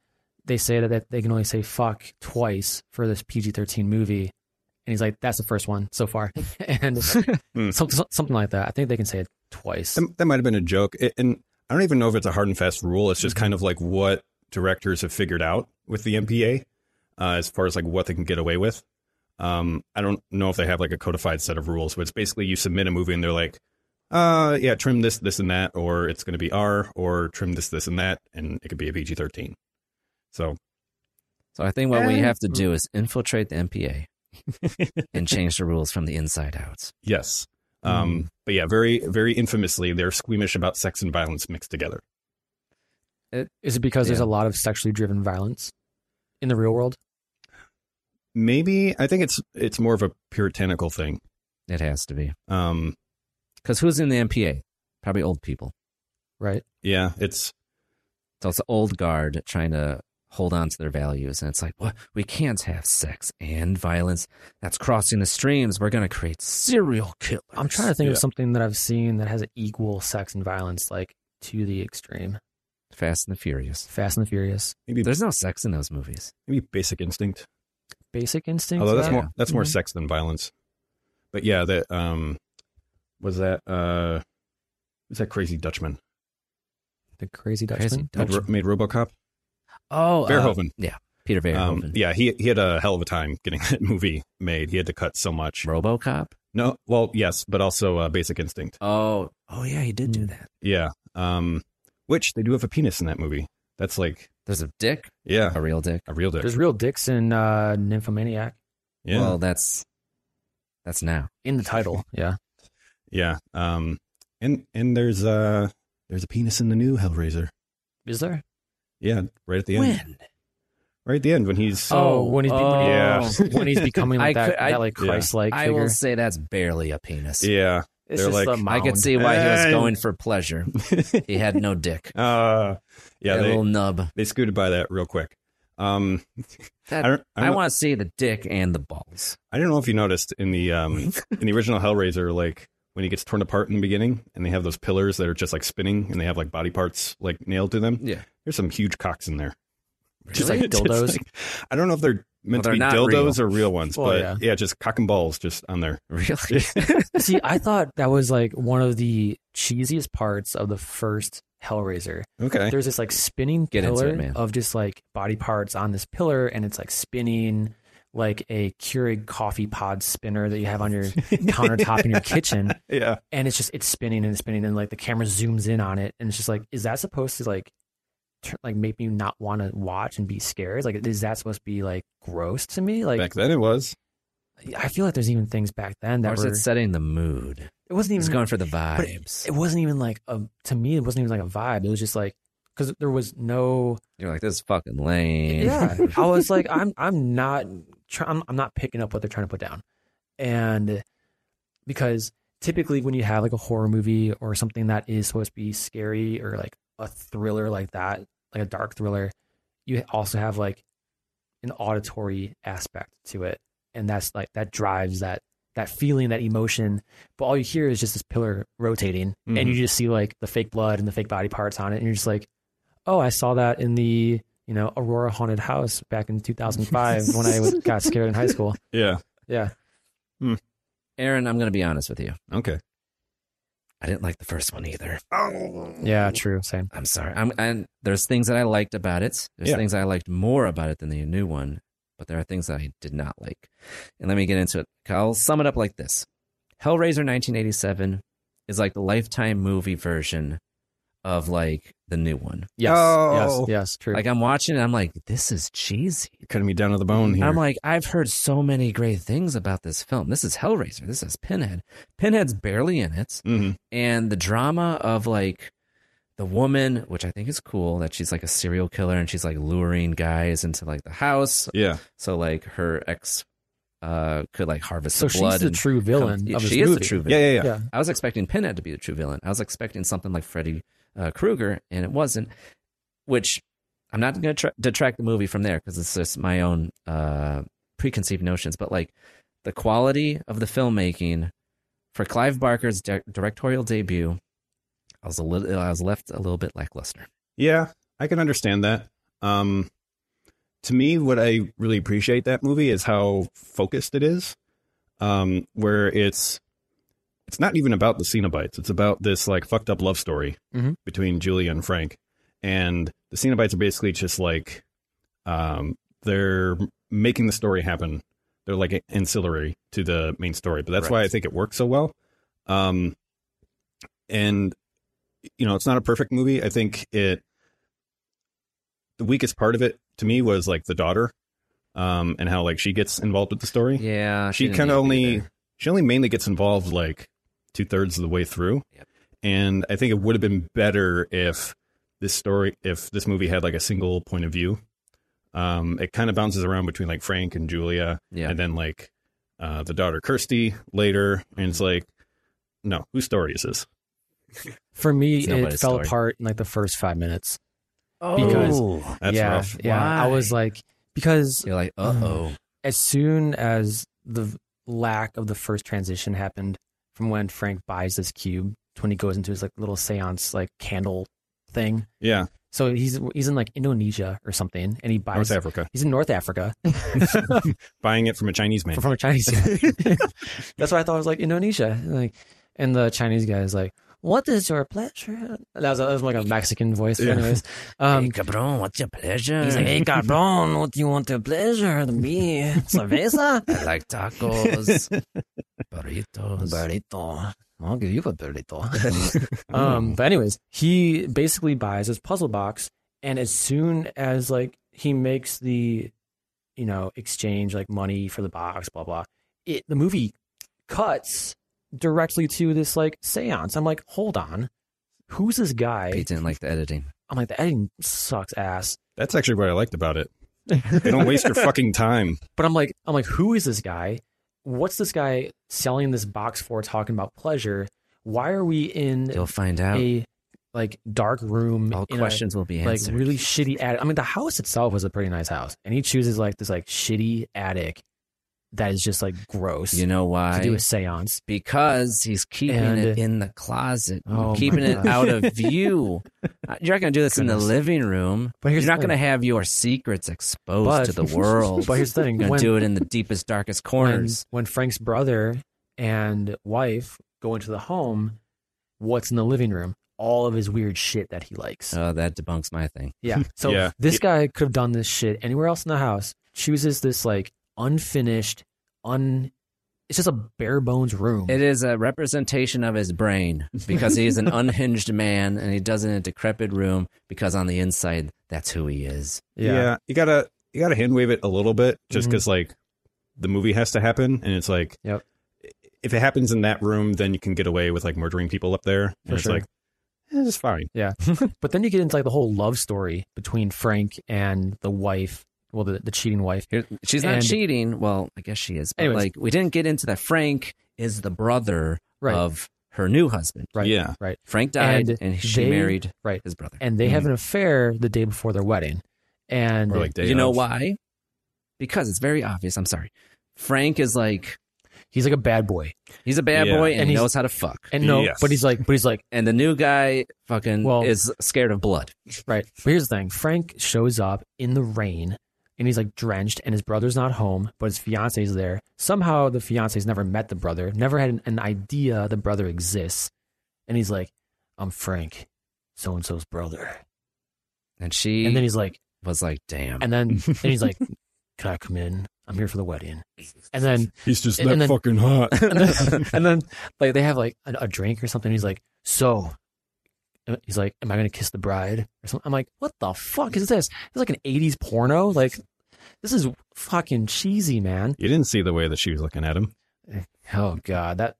[SPEAKER 5] they say that, that they can only say fuck twice for this PG thirteen movie. And he's like, "That's the first one so far," <laughs> and
[SPEAKER 6] Hmm.
[SPEAKER 5] some, something like that. I think they can say it twice.
[SPEAKER 6] That, that might have been a joke, It- and I don't even know if it's a hard and fast rule. It's just kind of like what directors have figured out with the MPA, uh, as far as like what they can get away with. Um, I don't know if they have like a codified set of rules, but it's basically you submit a movie and they're like, uh, yeah, trim this, this, and that, or it's going to be R, or trim this, this, and that, and it could be a PG thirteen. So
[SPEAKER 4] So I think what we have to do is infiltrate the MPA
[SPEAKER 5] <laughs>
[SPEAKER 4] and change the rules from the inside out.
[SPEAKER 6] Yes.
[SPEAKER 5] Hmm.
[SPEAKER 6] Um, But yeah, very, very infamously, they're squeamish about sex and violence mixed together.
[SPEAKER 4] It-
[SPEAKER 5] Is it because there's
[SPEAKER 4] yeah.
[SPEAKER 5] a lot of sexually driven violence in the real world?
[SPEAKER 7] Maybe I think it's it's more of a puritanical thing.
[SPEAKER 4] It has to be.
[SPEAKER 7] Um,
[SPEAKER 4] Because who's in the MPA? Probably old people.
[SPEAKER 5] Right.
[SPEAKER 7] yeah, it's
[SPEAKER 4] So it's the old guard trying to hold on to their values. And it's like, what? We can't have sex and violence. That's crossing the streams. We're going to create serial killers.
[SPEAKER 5] I'm trying to think of
[SPEAKER 7] Yeah.
[SPEAKER 5] something that I've seen that has equal sex and violence, like to the extreme.
[SPEAKER 4] Fast and the Furious.
[SPEAKER 5] Fast and the Furious,
[SPEAKER 7] maybe
[SPEAKER 4] There's no sex in those movies.
[SPEAKER 7] maybe Basic Instinct.
[SPEAKER 5] Basic Instinct.
[SPEAKER 7] Although
[SPEAKER 5] is
[SPEAKER 7] that's
[SPEAKER 5] that-
[SPEAKER 7] more that's more
[SPEAKER 5] Mhm.
[SPEAKER 7] sex than violence. But yeah, that um, was that uh, was that Crazy Dutchman,
[SPEAKER 5] The Crazy
[SPEAKER 4] Crazy
[SPEAKER 5] Dutchman.
[SPEAKER 7] Made, Ro- made RoboCop?
[SPEAKER 4] Oh, uh,
[SPEAKER 7] Verhoeven.
[SPEAKER 4] yeah. Peter
[SPEAKER 7] Um,
[SPEAKER 4] Verhoeven.
[SPEAKER 7] yeah, he he had a hell of a time
[SPEAKER 6] <laughs>
[SPEAKER 7] getting that movie made. He had to cut so much.
[SPEAKER 4] Robocop.
[SPEAKER 7] No, well, yes, but also uh, Basic Instinct.
[SPEAKER 4] Oh, oh yeah, he did do
[SPEAKER 5] Mm.
[SPEAKER 4] that.
[SPEAKER 7] Yeah, um, which they do have a penis in that movie. That's like
[SPEAKER 4] There's a dick,
[SPEAKER 7] yeah,
[SPEAKER 4] a real dick.
[SPEAKER 7] a real dick.
[SPEAKER 5] There's real dicks in uh, Nymphomaniac
[SPEAKER 7] Yeah,
[SPEAKER 4] Well, that's that's now.
[SPEAKER 5] in
[SPEAKER 4] <laughs>
[SPEAKER 5] the title. Yeah.
[SPEAKER 7] yeah. Um, and and there's uh there's a penis in the new Hellraiser.
[SPEAKER 5] Is there?
[SPEAKER 7] Yeah, right at the end. Right at the end when
[SPEAKER 4] <laughs>
[SPEAKER 7] he's
[SPEAKER 5] Oh,
[SPEAKER 4] Oh,
[SPEAKER 5] when he's be-
[SPEAKER 4] oh.
[SPEAKER 5] <laughs>
[SPEAKER 7] Yeah.
[SPEAKER 5] when
[SPEAKER 4] <laughs>
[SPEAKER 5] he's becoming like
[SPEAKER 4] I
[SPEAKER 5] that,
[SPEAKER 4] could- I-
[SPEAKER 5] that like
[SPEAKER 7] Yeah.
[SPEAKER 5] Christ-like
[SPEAKER 4] I
[SPEAKER 5] figure.
[SPEAKER 4] will say that's barely a penis.
[SPEAKER 7] yeah.
[SPEAKER 5] it's
[SPEAKER 7] they're
[SPEAKER 5] just
[SPEAKER 7] like-
[SPEAKER 5] a
[SPEAKER 4] I
[SPEAKER 5] mound.
[SPEAKER 6] <laughs>
[SPEAKER 4] could see why he was
[SPEAKER 7] Hey.
[SPEAKER 4] going
[SPEAKER 7] <laughs>
[SPEAKER 4] for pleasure. He had no dick.
[SPEAKER 7] Uh, yeah,
[SPEAKER 4] a
[SPEAKER 7] they,
[SPEAKER 4] little nub.
[SPEAKER 7] they scooted by that real quick. Um,
[SPEAKER 4] That,
[SPEAKER 7] I
[SPEAKER 4] I,
[SPEAKER 7] don't- I don't-
[SPEAKER 4] want to see the dick and the balls.
[SPEAKER 7] I don't know if you noticed in the um in the original Hellraiser, like when he gets torn apart in the beginning, and they have those pillars that are just like spinning, and they have like body parts like nailed to them.
[SPEAKER 4] Yeah.
[SPEAKER 7] There's some huge cocks in there. <laughs> Just
[SPEAKER 4] <laughs>
[SPEAKER 5] Really?
[SPEAKER 7] like
[SPEAKER 5] Dildos?
[SPEAKER 7] Just like, I don't know if they're meant to
[SPEAKER 4] Well,
[SPEAKER 7] be
[SPEAKER 4] they're not
[SPEAKER 7] dildos or real ones,
[SPEAKER 5] Well,
[SPEAKER 7] but
[SPEAKER 5] yeah.
[SPEAKER 7] yeah. just cock and balls just on there.
[SPEAKER 4] <laughs>
[SPEAKER 7] <laughs>
[SPEAKER 4] Really?
[SPEAKER 5] See, I thought that was like one of the cheesiest parts of the first Hellraiser.
[SPEAKER 7] Okay.
[SPEAKER 5] There's this like spinning
[SPEAKER 4] Get into
[SPEAKER 5] pillar
[SPEAKER 4] it, man.
[SPEAKER 5] of just like body parts on this pillar, and it's like spinning like a Keurig coffee pod spinner that you have
[SPEAKER 7] <laughs>
[SPEAKER 5] on your countertop in your kitchen.
[SPEAKER 7] Yeah.
[SPEAKER 5] And it's just it's spinning and spinning, and like the camera zooms in on it, and it's just like, is that supposed to like, turn, like make me not want to watch and be scared? Like, is that supposed to be like gross to me? Like,
[SPEAKER 7] Back then it was.
[SPEAKER 5] I feel like there's even things back
[SPEAKER 4] or
[SPEAKER 5] then that
[SPEAKER 4] is
[SPEAKER 5] were
[SPEAKER 4] it setting the mood?
[SPEAKER 5] it wasn't
[SPEAKER 4] He's
[SPEAKER 5] even
[SPEAKER 4] going for the
[SPEAKER 5] but it-
[SPEAKER 4] vibes.
[SPEAKER 5] It wasn't even like a to me. It wasn't even like a vibe. It was just like because there was no.
[SPEAKER 4] You're like, this is fucking lame.
[SPEAKER 5] <laughs> I was like, I'm I'm not try, I'm, I'm not picking up what they're trying to put down, and because typically when you have like a horror movie or something that is supposed to be scary or like a thriller like that, like a dark thriller, you also have like an auditory aspect to it, and that's like that drives that that feeling, that emotion. But all you hear is just this pillar rotating, and you just see like the fake blood and the fake body parts on it, and you're just like, oh, I saw that in the you know Aurora haunted house back in 2005 when I was, got scared in high school.
[SPEAKER 7] Yeah.
[SPEAKER 5] Yeah,
[SPEAKER 4] <laughs> Aaron, I'm going to be honest with you.
[SPEAKER 7] Okay.
[SPEAKER 4] I didn't like the first one either.
[SPEAKER 5] yeah, true, same.
[SPEAKER 4] I'm sorry. I'm and there's things that I liked about it. There's
[SPEAKER 7] Yeah.
[SPEAKER 4] things I liked more about it than the new one, but there are things that I did not like. And let me get into it. I'll sum it up like this: Hellraiser 1987 is like the lifetime movie version of like the new one.
[SPEAKER 5] Yes,
[SPEAKER 7] Oh.
[SPEAKER 5] yes, yes, true.
[SPEAKER 4] Like I'm watching it, I'm like, this is cheesy.
[SPEAKER 7] You're cutting me down to the bone here.
[SPEAKER 4] I'm like, I've heard so many great things about this film. This is Hellraiser. This is Pinhead. Pinhead's barely in it
[SPEAKER 7] Mhm.
[SPEAKER 4] and the drama of like the woman, which I think is cool, that she's like a serial killer and she's like luring guys into like the house.
[SPEAKER 7] Yeah.
[SPEAKER 4] So like her ex uh could like harvest
[SPEAKER 5] so
[SPEAKER 4] the blood.
[SPEAKER 5] she's the
[SPEAKER 4] and
[SPEAKER 5] true villain
[SPEAKER 4] come-
[SPEAKER 5] of
[SPEAKER 4] she
[SPEAKER 5] this
[SPEAKER 4] is
[SPEAKER 5] movie.
[SPEAKER 4] the true villain.
[SPEAKER 7] Yeah, yeah, yeah.
[SPEAKER 5] Yeah.
[SPEAKER 4] I was expecting Pinhead to be the true villain. I was expecting something like Freddy uh, Krueger, and it wasn't. Which I'm not going to tra- detract the movie from there because it's just my own uh, preconceived notions. But like the quality of the filmmaking for Clive Barker's di- directorial debut, I was a little, I was left a little bit lackluster.
[SPEAKER 7] Yeah, I can understand that. Um, to me, what I really appreciate that movie is how focused it is. Um, where it's it's not even about the Cenobites; it's about this like fucked up love story
[SPEAKER 5] Mhm.
[SPEAKER 7] between Julia and Frank. And the Cenobites are basically just like um, they're making the story happen. They're like ancillary to the main story, but that's why
[SPEAKER 4] Right.
[SPEAKER 7] I think it works so well. Um, and you know, it's not a perfect movie. I think it the weakest part of it to me was like the daughter, um, and how like she gets involved with the story.
[SPEAKER 4] Yeah,
[SPEAKER 7] she
[SPEAKER 4] didn't
[SPEAKER 7] kind
[SPEAKER 4] need
[SPEAKER 7] of
[SPEAKER 4] to be
[SPEAKER 7] only
[SPEAKER 4] there.
[SPEAKER 7] she only mainly gets involved like two thirds of the way through,
[SPEAKER 4] Yep.
[SPEAKER 7] and I think it would have been better if this story, if this movie had like a single point of view. Um, it kind of bounces around between like Frank and Julia,
[SPEAKER 4] Yeah.
[SPEAKER 7] and then like uh, the daughter Kirsty later, and it's like, no, whose story is this?
[SPEAKER 5] For me,
[SPEAKER 4] It's
[SPEAKER 5] it
[SPEAKER 4] nobody's
[SPEAKER 5] fell
[SPEAKER 4] story.
[SPEAKER 5] apart in like the first five minutes. Because-
[SPEAKER 7] Oh, That's
[SPEAKER 5] yeah,
[SPEAKER 7] rough.
[SPEAKER 5] yeah. I was like, because
[SPEAKER 7] <sighs>
[SPEAKER 4] you're like, uh oh,
[SPEAKER 5] as soon as the v- lack of the first transition happened from when Frank buys this cube to when he goes into his like little seance like candle thing.
[SPEAKER 7] Yeah,
[SPEAKER 5] So he's he's in like Indonesia or something, and he buys.
[SPEAKER 7] North Africa,
[SPEAKER 5] He's in North Africa
[SPEAKER 7] buying it from a Chinese man.
[SPEAKER 5] from, from a
[SPEAKER 7] <laughs>
[SPEAKER 5] Chinese. guy. That's what I thought was like Indonesia, like, and the Chinese guy is like, "What is your pleasure?" That was, that was like a Mexican voice,
[SPEAKER 7] Yeah.
[SPEAKER 5] anyways. Um,
[SPEAKER 4] hey, cabron, what's your pleasure?
[SPEAKER 5] he's like, "Hey, cabron, what do you want your pleasure
[SPEAKER 7] <laughs>
[SPEAKER 5] to be? Cerveza,
[SPEAKER 4] I like tacos, burritos.
[SPEAKER 5] burrito. I'll give you a <laughs> burrito. um, but anyways, he basically buys his puzzle box, and as soon as like he makes the, you know, exchange like money for the box, blah blah, it the movie cuts directly to this like seance. I'm like, hold on, who's this
[SPEAKER 4] He
[SPEAKER 5] guy?
[SPEAKER 4] didn't like the editing.
[SPEAKER 5] I'm like, the editing sucks ass.
[SPEAKER 7] That's actually what I liked about
[SPEAKER 5] <laughs>
[SPEAKER 7] it. They don't waste your fucking time.
[SPEAKER 5] But I'm like, I'm like, who is this guy? What's this guy selling this box for? Talking about pleasure. Why are we in
[SPEAKER 4] You'll find out.
[SPEAKER 5] a like dark room.
[SPEAKER 4] Oh. All
[SPEAKER 5] in a,
[SPEAKER 4] questions will be
[SPEAKER 5] like
[SPEAKER 4] answered.
[SPEAKER 5] really shitty attic. I mean, the house itself was a pretty nice house, and he chooses like this like shitty attic that is just like gross
[SPEAKER 4] you know why?
[SPEAKER 5] to do a seance.
[SPEAKER 4] because he's keeping
[SPEAKER 5] And-
[SPEAKER 4] it in the closet,
[SPEAKER 5] Oh,
[SPEAKER 4] keeping
[SPEAKER 5] my
[SPEAKER 4] it
[SPEAKER 5] God.
[SPEAKER 4] out of
[SPEAKER 5] <laughs>
[SPEAKER 4] view. Uh, You're not going to do this in the
[SPEAKER 5] Goodness.
[SPEAKER 4] living room.
[SPEAKER 5] But here's
[SPEAKER 4] You're not
[SPEAKER 5] the thing.
[SPEAKER 4] going to have your secrets exposed
[SPEAKER 5] But-
[SPEAKER 4] to
[SPEAKER 5] <laughs>
[SPEAKER 4] the world.
[SPEAKER 5] But here's the thing:
[SPEAKER 4] You're going
[SPEAKER 5] when,
[SPEAKER 4] to do it in the deepest, darkest
[SPEAKER 5] <laughs> when,
[SPEAKER 4] corners.
[SPEAKER 5] when Frank's brother and wife go into the home, what's in the living room? All of his weird shit that he likes.
[SPEAKER 4] oh, that debunks my thing. <laughs>
[SPEAKER 5] Yeah. So
[SPEAKER 7] Yeah.
[SPEAKER 5] this guy could have done this shit anywhere else in the house. Chooses this like unfinished, un. It's just a bare bones room.
[SPEAKER 4] It is a representation of his brain because he
[SPEAKER 5] <laughs>
[SPEAKER 4] is an unhinged man and he does it in a decrepit room because on the inside, that's who he is.
[SPEAKER 7] Yeah. you gotta you gotta hand wave it a little bit just
[SPEAKER 5] Mhm.
[SPEAKER 7] because like the movie has to happen, and it's like
[SPEAKER 5] Yep.
[SPEAKER 7] if it happens in that room, then you can get away with like murdering people up there.
[SPEAKER 5] For
[SPEAKER 7] and it's
[SPEAKER 5] sure.
[SPEAKER 7] like eh, it's fine.
[SPEAKER 5] Yeah. <laughs> but then you get into like the whole love story between Frank and the wife, well, the, the cheating wife.
[SPEAKER 4] Here, she's not
[SPEAKER 5] And-
[SPEAKER 4] cheating. Well, I guess she is. But
[SPEAKER 5] Anyways.
[SPEAKER 4] like, we didn't get into that. Frank is the brother
[SPEAKER 5] Right.
[SPEAKER 4] of her new husband.
[SPEAKER 5] Right.
[SPEAKER 7] Yeah.
[SPEAKER 5] Right.
[SPEAKER 4] Frank died
[SPEAKER 5] And
[SPEAKER 4] and, she
[SPEAKER 5] they-
[SPEAKER 4] married
[SPEAKER 5] Right.
[SPEAKER 4] his brother. Mm. Mm-hmm.
[SPEAKER 5] And they have an affair the day before their wedding. And
[SPEAKER 7] Or like day
[SPEAKER 4] you know
[SPEAKER 7] of.
[SPEAKER 4] why? Because it's very obvious. I'm sorry. Frank is like,
[SPEAKER 5] he's like a bad boy.
[SPEAKER 4] he's a bad
[SPEAKER 7] Yeah.
[SPEAKER 4] boy and,
[SPEAKER 5] And
[SPEAKER 4] he
[SPEAKER 5] he's-
[SPEAKER 4] knows how to fuck. And,
[SPEAKER 5] And no,
[SPEAKER 7] Yes.
[SPEAKER 5] but he's like, but he's like,
[SPEAKER 4] the new guy fucking
[SPEAKER 5] Well-
[SPEAKER 4] is scared of blood.
[SPEAKER 5] Right. But here's the thing Frank shows up in the rain and he's like drenched, and his brother's not home, but his fiance's there. Somehow the fiance's never met the brother, never had an, an idea the brother exists. And he's like, I'm Frank, so and so's brother.
[SPEAKER 4] And she
[SPEAKER 5] And then he's like,
[SPEAKER 4] was like, damn.
[SPEAKER 5] and then and he's like, Can I come in? I'm here for the wedding. And then,
[SPEAKER 7] He's just
[SPEAKER 5] And that then-
[SPEAKER 7] fucking hot.
[SPEAKER 5] <laughs> and then, and then, like, they have like a, a drink or something. He's like, So. He's like, "Am I gonna kiss the bride?" Or something. I'm like, "What the fuck is this? It's like an '80s porno. Like, this is fucking cheesy, man."
[SPEAKER 7] you didn't see the way that she was looking at him.
[SPEAKER 5] Oh god, that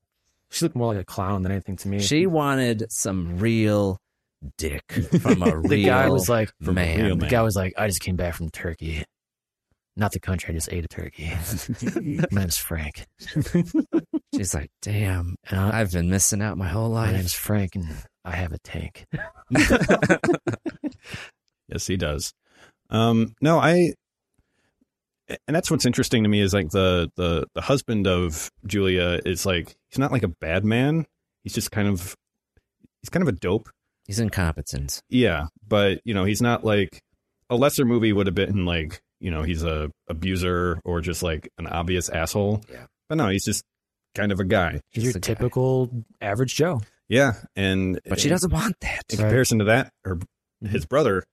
[SPEAKER 5] she looked more like a clown than anything to me.
[SPEAKER 4] she wanted some real
[SPEAKER 5] <laughs>
[SPEAKER 4] dick from a
[SPEAKER 5] the
[SPEAKER 4] real
[SPEAKER 5] guy was like,
[SPEAKER 7] From a
[SPEAKER 4] man.
[SPEAKER 7] real
[SPEAKER 5] the
[SPEAKER 7] man.
[SPEAKER 5] guy was like, "I just came back from Turkey, not the country. I just ate
[SPEAKER 7] <laughs>
[SPEAKER 5] a turkey." My name's Frank.
[SPEAKER 4] She's like, damn.
[SPEAKER 5] And I,
[SPEAKER 4] I've been missing out my whole
[SPEAKER 5] my
[SPEAKER 4] life.
[SPEAKER 5] name's Frank, and I have a tank.
[SPEAKER 7] Yes, he does. Um, no, I, and that's what's interesting to me is like the the the husband of Julia is like he's not like a bad man. He's just kind of he's kind of a dope.
[SPEAKER 4] He's incompetent.
[SPEAKER 7] Yeah, but you know he's not like a lesser movie would have been like you know he's a <laughs> abuser or just like an obvious asshole.
[SPEAKER 4] Yeah.
[SPEAKER 7] but no, he's just kind of a guy.
[SPEAKER 4] Just
[SPEAKER 5] He's your
[SPEAKER 4] a guy.
[SPEAKER 5] typical average Joe.
[SPEAKER 7] Yeah, and
[SPEAKER 4] But she doesn't want that.
[SPEAKER 7] in
[SPEAKER 5] Right.
[SPEAKER 7] comparison to that, her
[SPEAKER 5] Mm-hmm.
[SPEAKER 7] his brother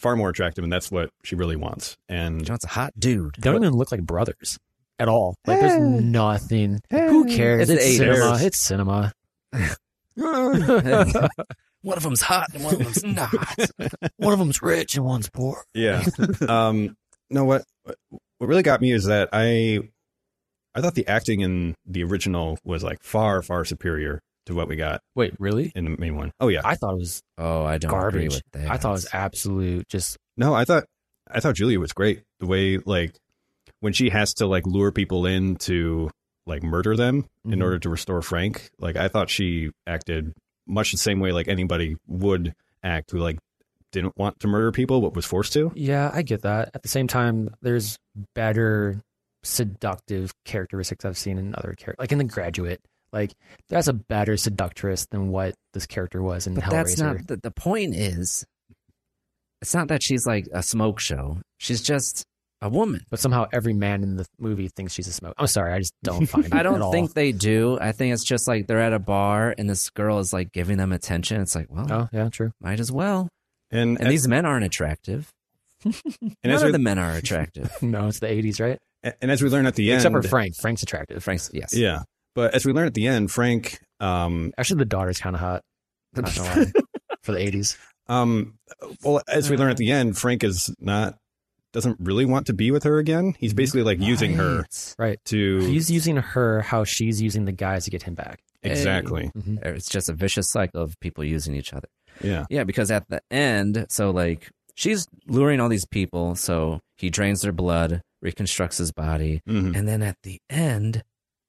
[SPEAKER 7] far more attractive, and that's what she really wants. And
[SPEAKER 4] She wants a hot dude.
[SPEAKER 5] They don't even look like brothers at all. Like there's nothing. Who cares?
[SPEAKER 4] It's
[SPEAKER 5] It's,
[SPEAKER 4] the 80s.
[SPEAKER 5] cinema. It's cinema.
[SPEAKER 4] <laughs> one of them's hot and one of them's not.
[SPEAKER 5] <laughs> One of them's rich and one's poor.
[SPEAKER 7] Yeah. um no what what really got me is that I I thought the acting in the original was like far far superior
[SPEAKER 5] to what we got
[SPEAKER 7] Wait, really?
[SPEAKER 5] in the main one. Oh yeah,
[SPEAKER 7] I thought it was
[SPEAKER 4] Oh, I don't agree
[SPEAKER 7] garbage.
[SPEAKER 4] with that.
[SPEAKER 7] I thought it was absolute. Just
[SPEAKER 5] No, I thought I thought Julia was great. The way like when she has to like lure people in to like murder them in
[SPEAKER 7] Mhm.
[SPEAKER 5] order to restore Frank, like I thought she acted much the same way like anybody would act who like didn't want to murder people but was forced to.
[SPEAKER 7] yeah, I get that. At the same time, there's better seductive characteristics I've seen in other characters, like in The Graduate. Like that's a better seductress than what this character was in
[SPEAKER 4] But
[SPEAKER 7] Hellraiser.
[SPEAKER 4] that's not the, the point. Is it's not that she's like a smoke show. She's just a woman.
[SPEAKER 7] but somehow every man in the movie thinks she's a smoke. I'm sorry, I just don't <laughs> find. it
[SPEAKER 4] I
[SPEAKER 7] at
[SPEAKER 4] don't
[SPEAKER 7] all.
[SPEAKER 4] think they do. I think it's just like they're at a bar and this girl is like giving them attention. It's like, well,
[SPEAKER 7] Oh yeah, true.
[SPEAKER 4] might as well.
[SPEAKER 5] And
[SPEAKER 4] And these men aren't attractive.
[SPEAKER 5] <laughs> and
[SPEAKER 4] None
[SPEAKER 5] as
[SPEAKER 4] of
[SPEAKER 5] we,
[SPEAKER 4] the men are attractive.
[SPEAKER 7] <laughs>
[SPEAKER 4] <laughs>
[SPEAKER 7] No, it's the 80s, right?
[SPEAKER 5] and as we learn at the end,
[SPEAKER 7] Except for Frank. Frank's attractive.
[SPEAKER 4] Frank's yes.
[SPEAKER 5] yeah, but as we learn at the end, Frank um
[SPEAKER 7] Actually, the daughter's kind of <laughs> hot. Not gonna lie. For the 80s.
[SPEAKER 5] Um, well, as we learn at the end, Frank is not doesn't really want to be with her again. He's basically like using her
[SPEAKER 4] Right.
[SPEAKER 7] Mm-hmm. Right.
[SPEAKER 5] to
[SPEAKER 7] He's using her how she's using the guys to get him back.
[SPEAKER 5] exactly,
[SPEAKER 7] Mhm.
[SPEAKER 4] Mm-hmm. It's just a vicious cycle of people using each other.
[SPEAKER 5] yeah,
[SPEAKER 4] Yeah, because at the end, so like she's luring all these people, so he drains their blood, reconstructs his body,
[SPEAKER 5] Mhm.
[SPEAKER 4] and then at the end,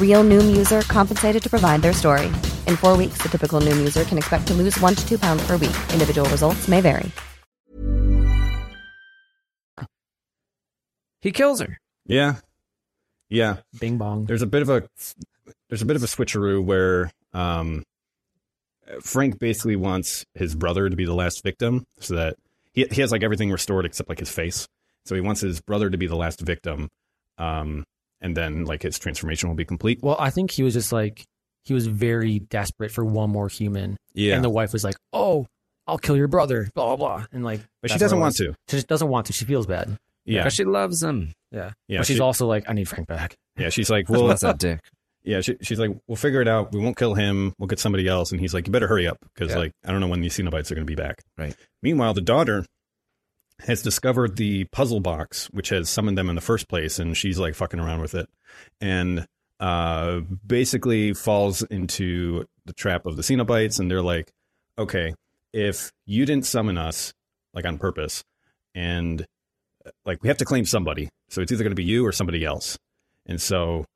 [SPEAKER 1] Real Noom user compensated to provide their story. In four weeks, the typical Noom user can expect to lose one to two pounds per week. Individual results may vary.
[SPEAKER 4] He kills her.
[SPEAKER 5] yeah, yeah.
[SPEAKER 7] Bing bong.
[SPEAKER 5] There's a bit of a there's a bit of a switcheroo where um, Frank basically wants his brother to be the last victim, so that he he has like everything restored except like his face. So he wants his brother to be the last victim, um, and then like his transformation will be complete.
[SPEAKER 7] Well, I think he was just like, he was very desperate for one more human.
[SPEAKER 5] Yeah.
[SPEAKER 7] And the wife was like, oh, I'll kill your brother, blah, blah, blah. And like,
[SPEAKER 5] But she
[SPEAKER 7] that's
[SPEAKER 5] doesn't
[SPEAKER 7] what it
[SPEAKER 5] want
[SPEAKER 7] was.
[SPEAKER 5] to.
[SPEAKER 7] She just doesn't want to. She feels bad.
[SPEAKER 5] Yeah,
[SPEAKER 4] Because she loves him.
[SPEAKER 7] Yeah.
[SPEAKER 5] Yeah,
[SPEAKER 7] But she's
[SPEAKER 5] she-
[SPEAKER 7] also like, I need Frank back.
[SPEAKER 5] yeah. She's like,
[SPEAKER 4] Well,
[SPEAKER 5] well, uh,
[SPEAKER 4] that's a dick.
[SPEAKER 5] Yeah, she, she's like, we'll figure it out. We won't kill him. We'll get somebody else. And he's like, you better hurry up because
[SPEAKER 4] Yeah.
[SPEAKER 5] like I don't know when these Cenobites are going to be back.
[SPEAKER 4] Right.
[SPEAKER 5] Meanwhile, the daughter has discovered the puzzle box which has summoned them in the first place, and she's like fucking around with it, and uh, basically falls into the trap of the Cenobites, and they're like, okay, if you didn't summon us like on purpose, and uh, like we have to claim somebody, so it's either going to be you or somebody else, and so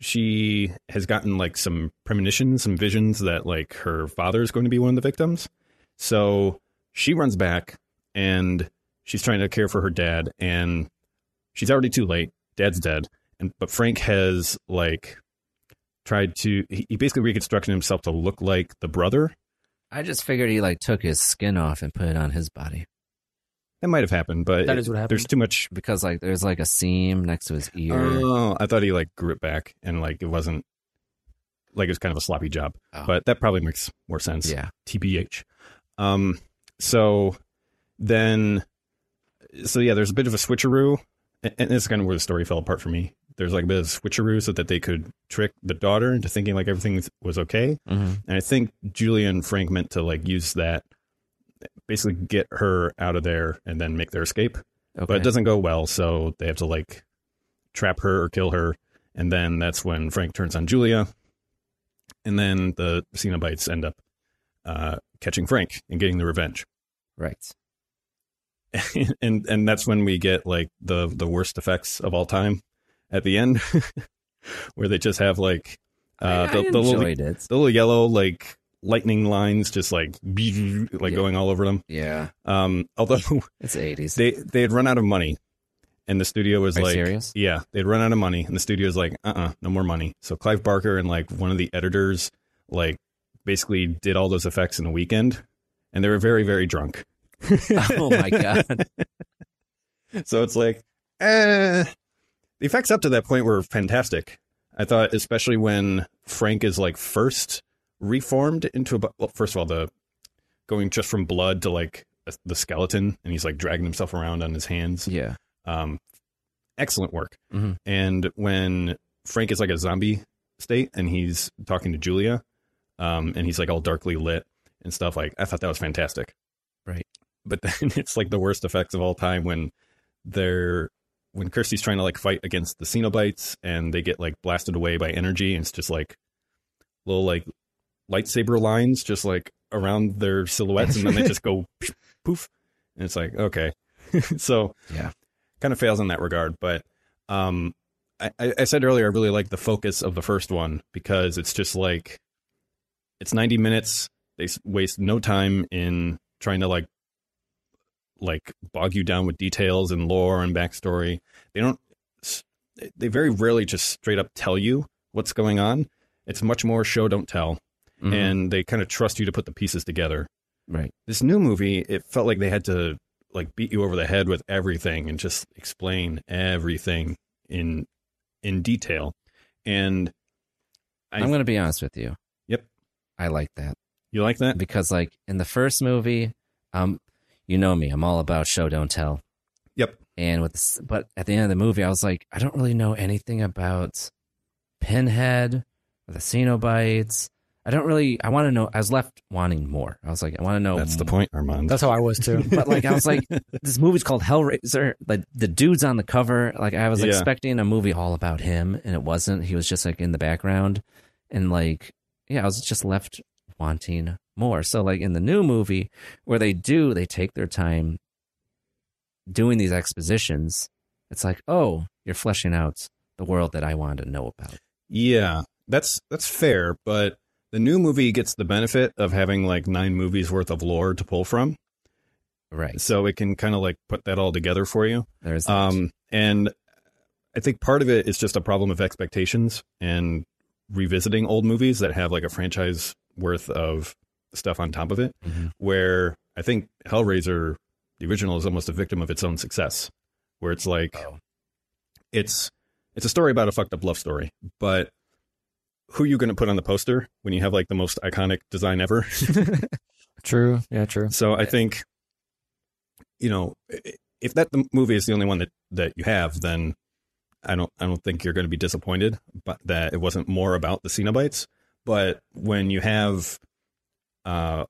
[SPEAKER 5] she has gotten like some premonitions, some visions that like her father is going to be one of the victims. So she runs back and she's trying to care for her dad and she's already too late. Dad's dead. And but Frank has like tried to he, he basically reconstructed himself to look like the brother.
[SPEAKER 4] I just figured he like took his skin off and put it on his body
[SPEAKER 5] That might have happened, but
[SPEAKER 7] That is what happened.
[SPEAKER 5] there's too much
[SPEAKER 4] because like there's like a seam next to his ear.
[SPEAKER 5] Oh, I thought he like grew it back and like it wasn't like it was kind of a sloppy job.
[SPEAKER 4] Oh.
[SPEAKER 5] But that probably makes more sense.
[SPEAKER 4] Yeah.
[SPEAKER 5] TBH. Um so then so yeah, there's a bit of a switcheroo a- and this is kind of where the story fell apart for me. There's like a bit of switcheroo so that they could trick the daughter into thinking like everything was- was okay.
[SPEAKER 4] Mhm.
[SPEAKER 5] And I think Julia and Frank meant to like use that basically get her out of there and then make their escape but
[SPEAKER 4] Okay.
[SPEAKER 5] it doesn't go well so they have to like trap her or kill her and then that's when frank turns on julia and then the cenobites end up uh, catching frank and getting the revenge <laughs>
[SPEAKER 4] right.
[SPEAKER 5] and and that's when we get like the the worst effects of all time at the end <laughs> where they just have like uh,
[SPEAKER 4] I-
[SPEAKER 5] the,
[SPEAKER 4] I
[SPEAKER 5] the little
[SPEAKER 4] enjoyed it.
[SPEAKER 5] the little yellow like lightning lines just like <laughs> like going all over them.
[SPEAKER 4] Yeah.
[SPEAKER 5] Um, although
[SPEAKER 4] It's 80s.
[SPEAKER 5] they they had run out of money, and the studio was
[SPEAKER 4] Are you
[SPEAKER 5] like,
[SPEAKER 4] serious?
[SPEAKER 5] yeah, they'd run out of money, and the studio was like, uh, uh no more money. So Clive Barker and like one of the editors like basically did all those effects in a weekend, and they were very very drunk.
[SPEAKER 4] <laughs> oh my god.
[SPEAKER 5] <laughs> So it's like, eh. The effects up to that point were fantastic. I thought, especially when Frank is like first reformed into a. bu- Well, first of all, the going just from blood to like a- the skeleton, and he's like dragging himself around on his hands.
[SPEAKER 4] Yeah.
[SPEAKER 5] Um, excellent work.
[SPEAKER 4] Mhm.
[SPEAKER 5] And when Frank is like a zombie state, and he's talking to Julia, um, and he's like all darkly lit and stuff. Like I thought that was fantastic but <laughs> then it's like the worst effects of all time when they're when Kirsty's trying to like fight against the Cenobites and they get like blasted away by energy and it's just like little like lightsaber lines just like around their silhouettes and then they just go poof and it's like okay <laughs> so
[SPEAKER 4] Yeah.
[SPEAKER 5] kind of fails in that regard but um I, I I said earlier I really like the focus of the first one because it's just like it's 90 minutes they s- waste no time in trying to like like bog you down with details and lore and backstory. They don't. They very rarely just straight up tell you what's going on. It's much more show don't tell,
[SPEAKER 4] Mhm.
[SPEAKER 5] and they kind of trust you to put the pieces together.
[SPEAKER 4] right.
[SPEAKER 5] This new movie, it felt like they had to like beat you over the head with everything and just explain everything in in detail. And I-
[SPEAKER 4] I, am going to be honest with you.
[SPEAKER 5] Yep.
[SPEAKER 4] I like that
[SPEAKER 5] you like that?
[SPEAKER 4] because like in the first movie, um you know me, I'm all about show don't tell.
[SPEAKER 5] Yep.
[SPEAKER 4] And with this, but at the end of the movie, I was like, I don't really know anything about Pinhead or the Cenobites. I don't really. I want to know. I was left wanting more. I was like, I want to know.
[SPEAKER 5] That's the point, Armand.
[SPEAKER 7] That's how I was too.
[SPEAKER 4] But like, I was <laughs> like, this movie's called Hellraiser. Like the dude's on the cover. Like I was
[SPEAKER 5] Yeah.
[SPEAKER 4] expecting a movie all about him, and it wasn't. He was just like in the background, and like, yeah, I was just left wanting more. So like in the new movie, where they do, they take their time doing these expositions. It's like, oh, you're fleshing out the world that I wanted to know about.
[SPEAKER 5] <laughs> Yeah, that's that's fair, but the new movie gets the benefit of having like nine movies worth of lore to pull from,
[SPEAKER 4] Right.
[SPEAKER 5] so it can kind of like put that all together for you.
[SPEAKER 4] There's that.
[SPEAKER 5] Um, and I think part of it is just a problem of expectations and revisiting old movies that have like a franchise worth of stuff on top of it.
[SPEAKER 4] Mhm.
[SPEAKER 5] Where I think Hellraiser, the original, is almost a victim of its own success, where it's like
[SPEAKER 4] Oh.
[SPEAKER 5] it's it's a story about a fucked up love story, but who are you going to put on the poster when you have like the most iconic design ever?
[SPEAKER 7] True. Yeah. True.
[SPEAKER 5] So I think, you know, i- if that the movie is the only one that that you have, then I don't I don't think you're going to be disappointed, but that it wasn't more about the Cenobites. But when you have uh,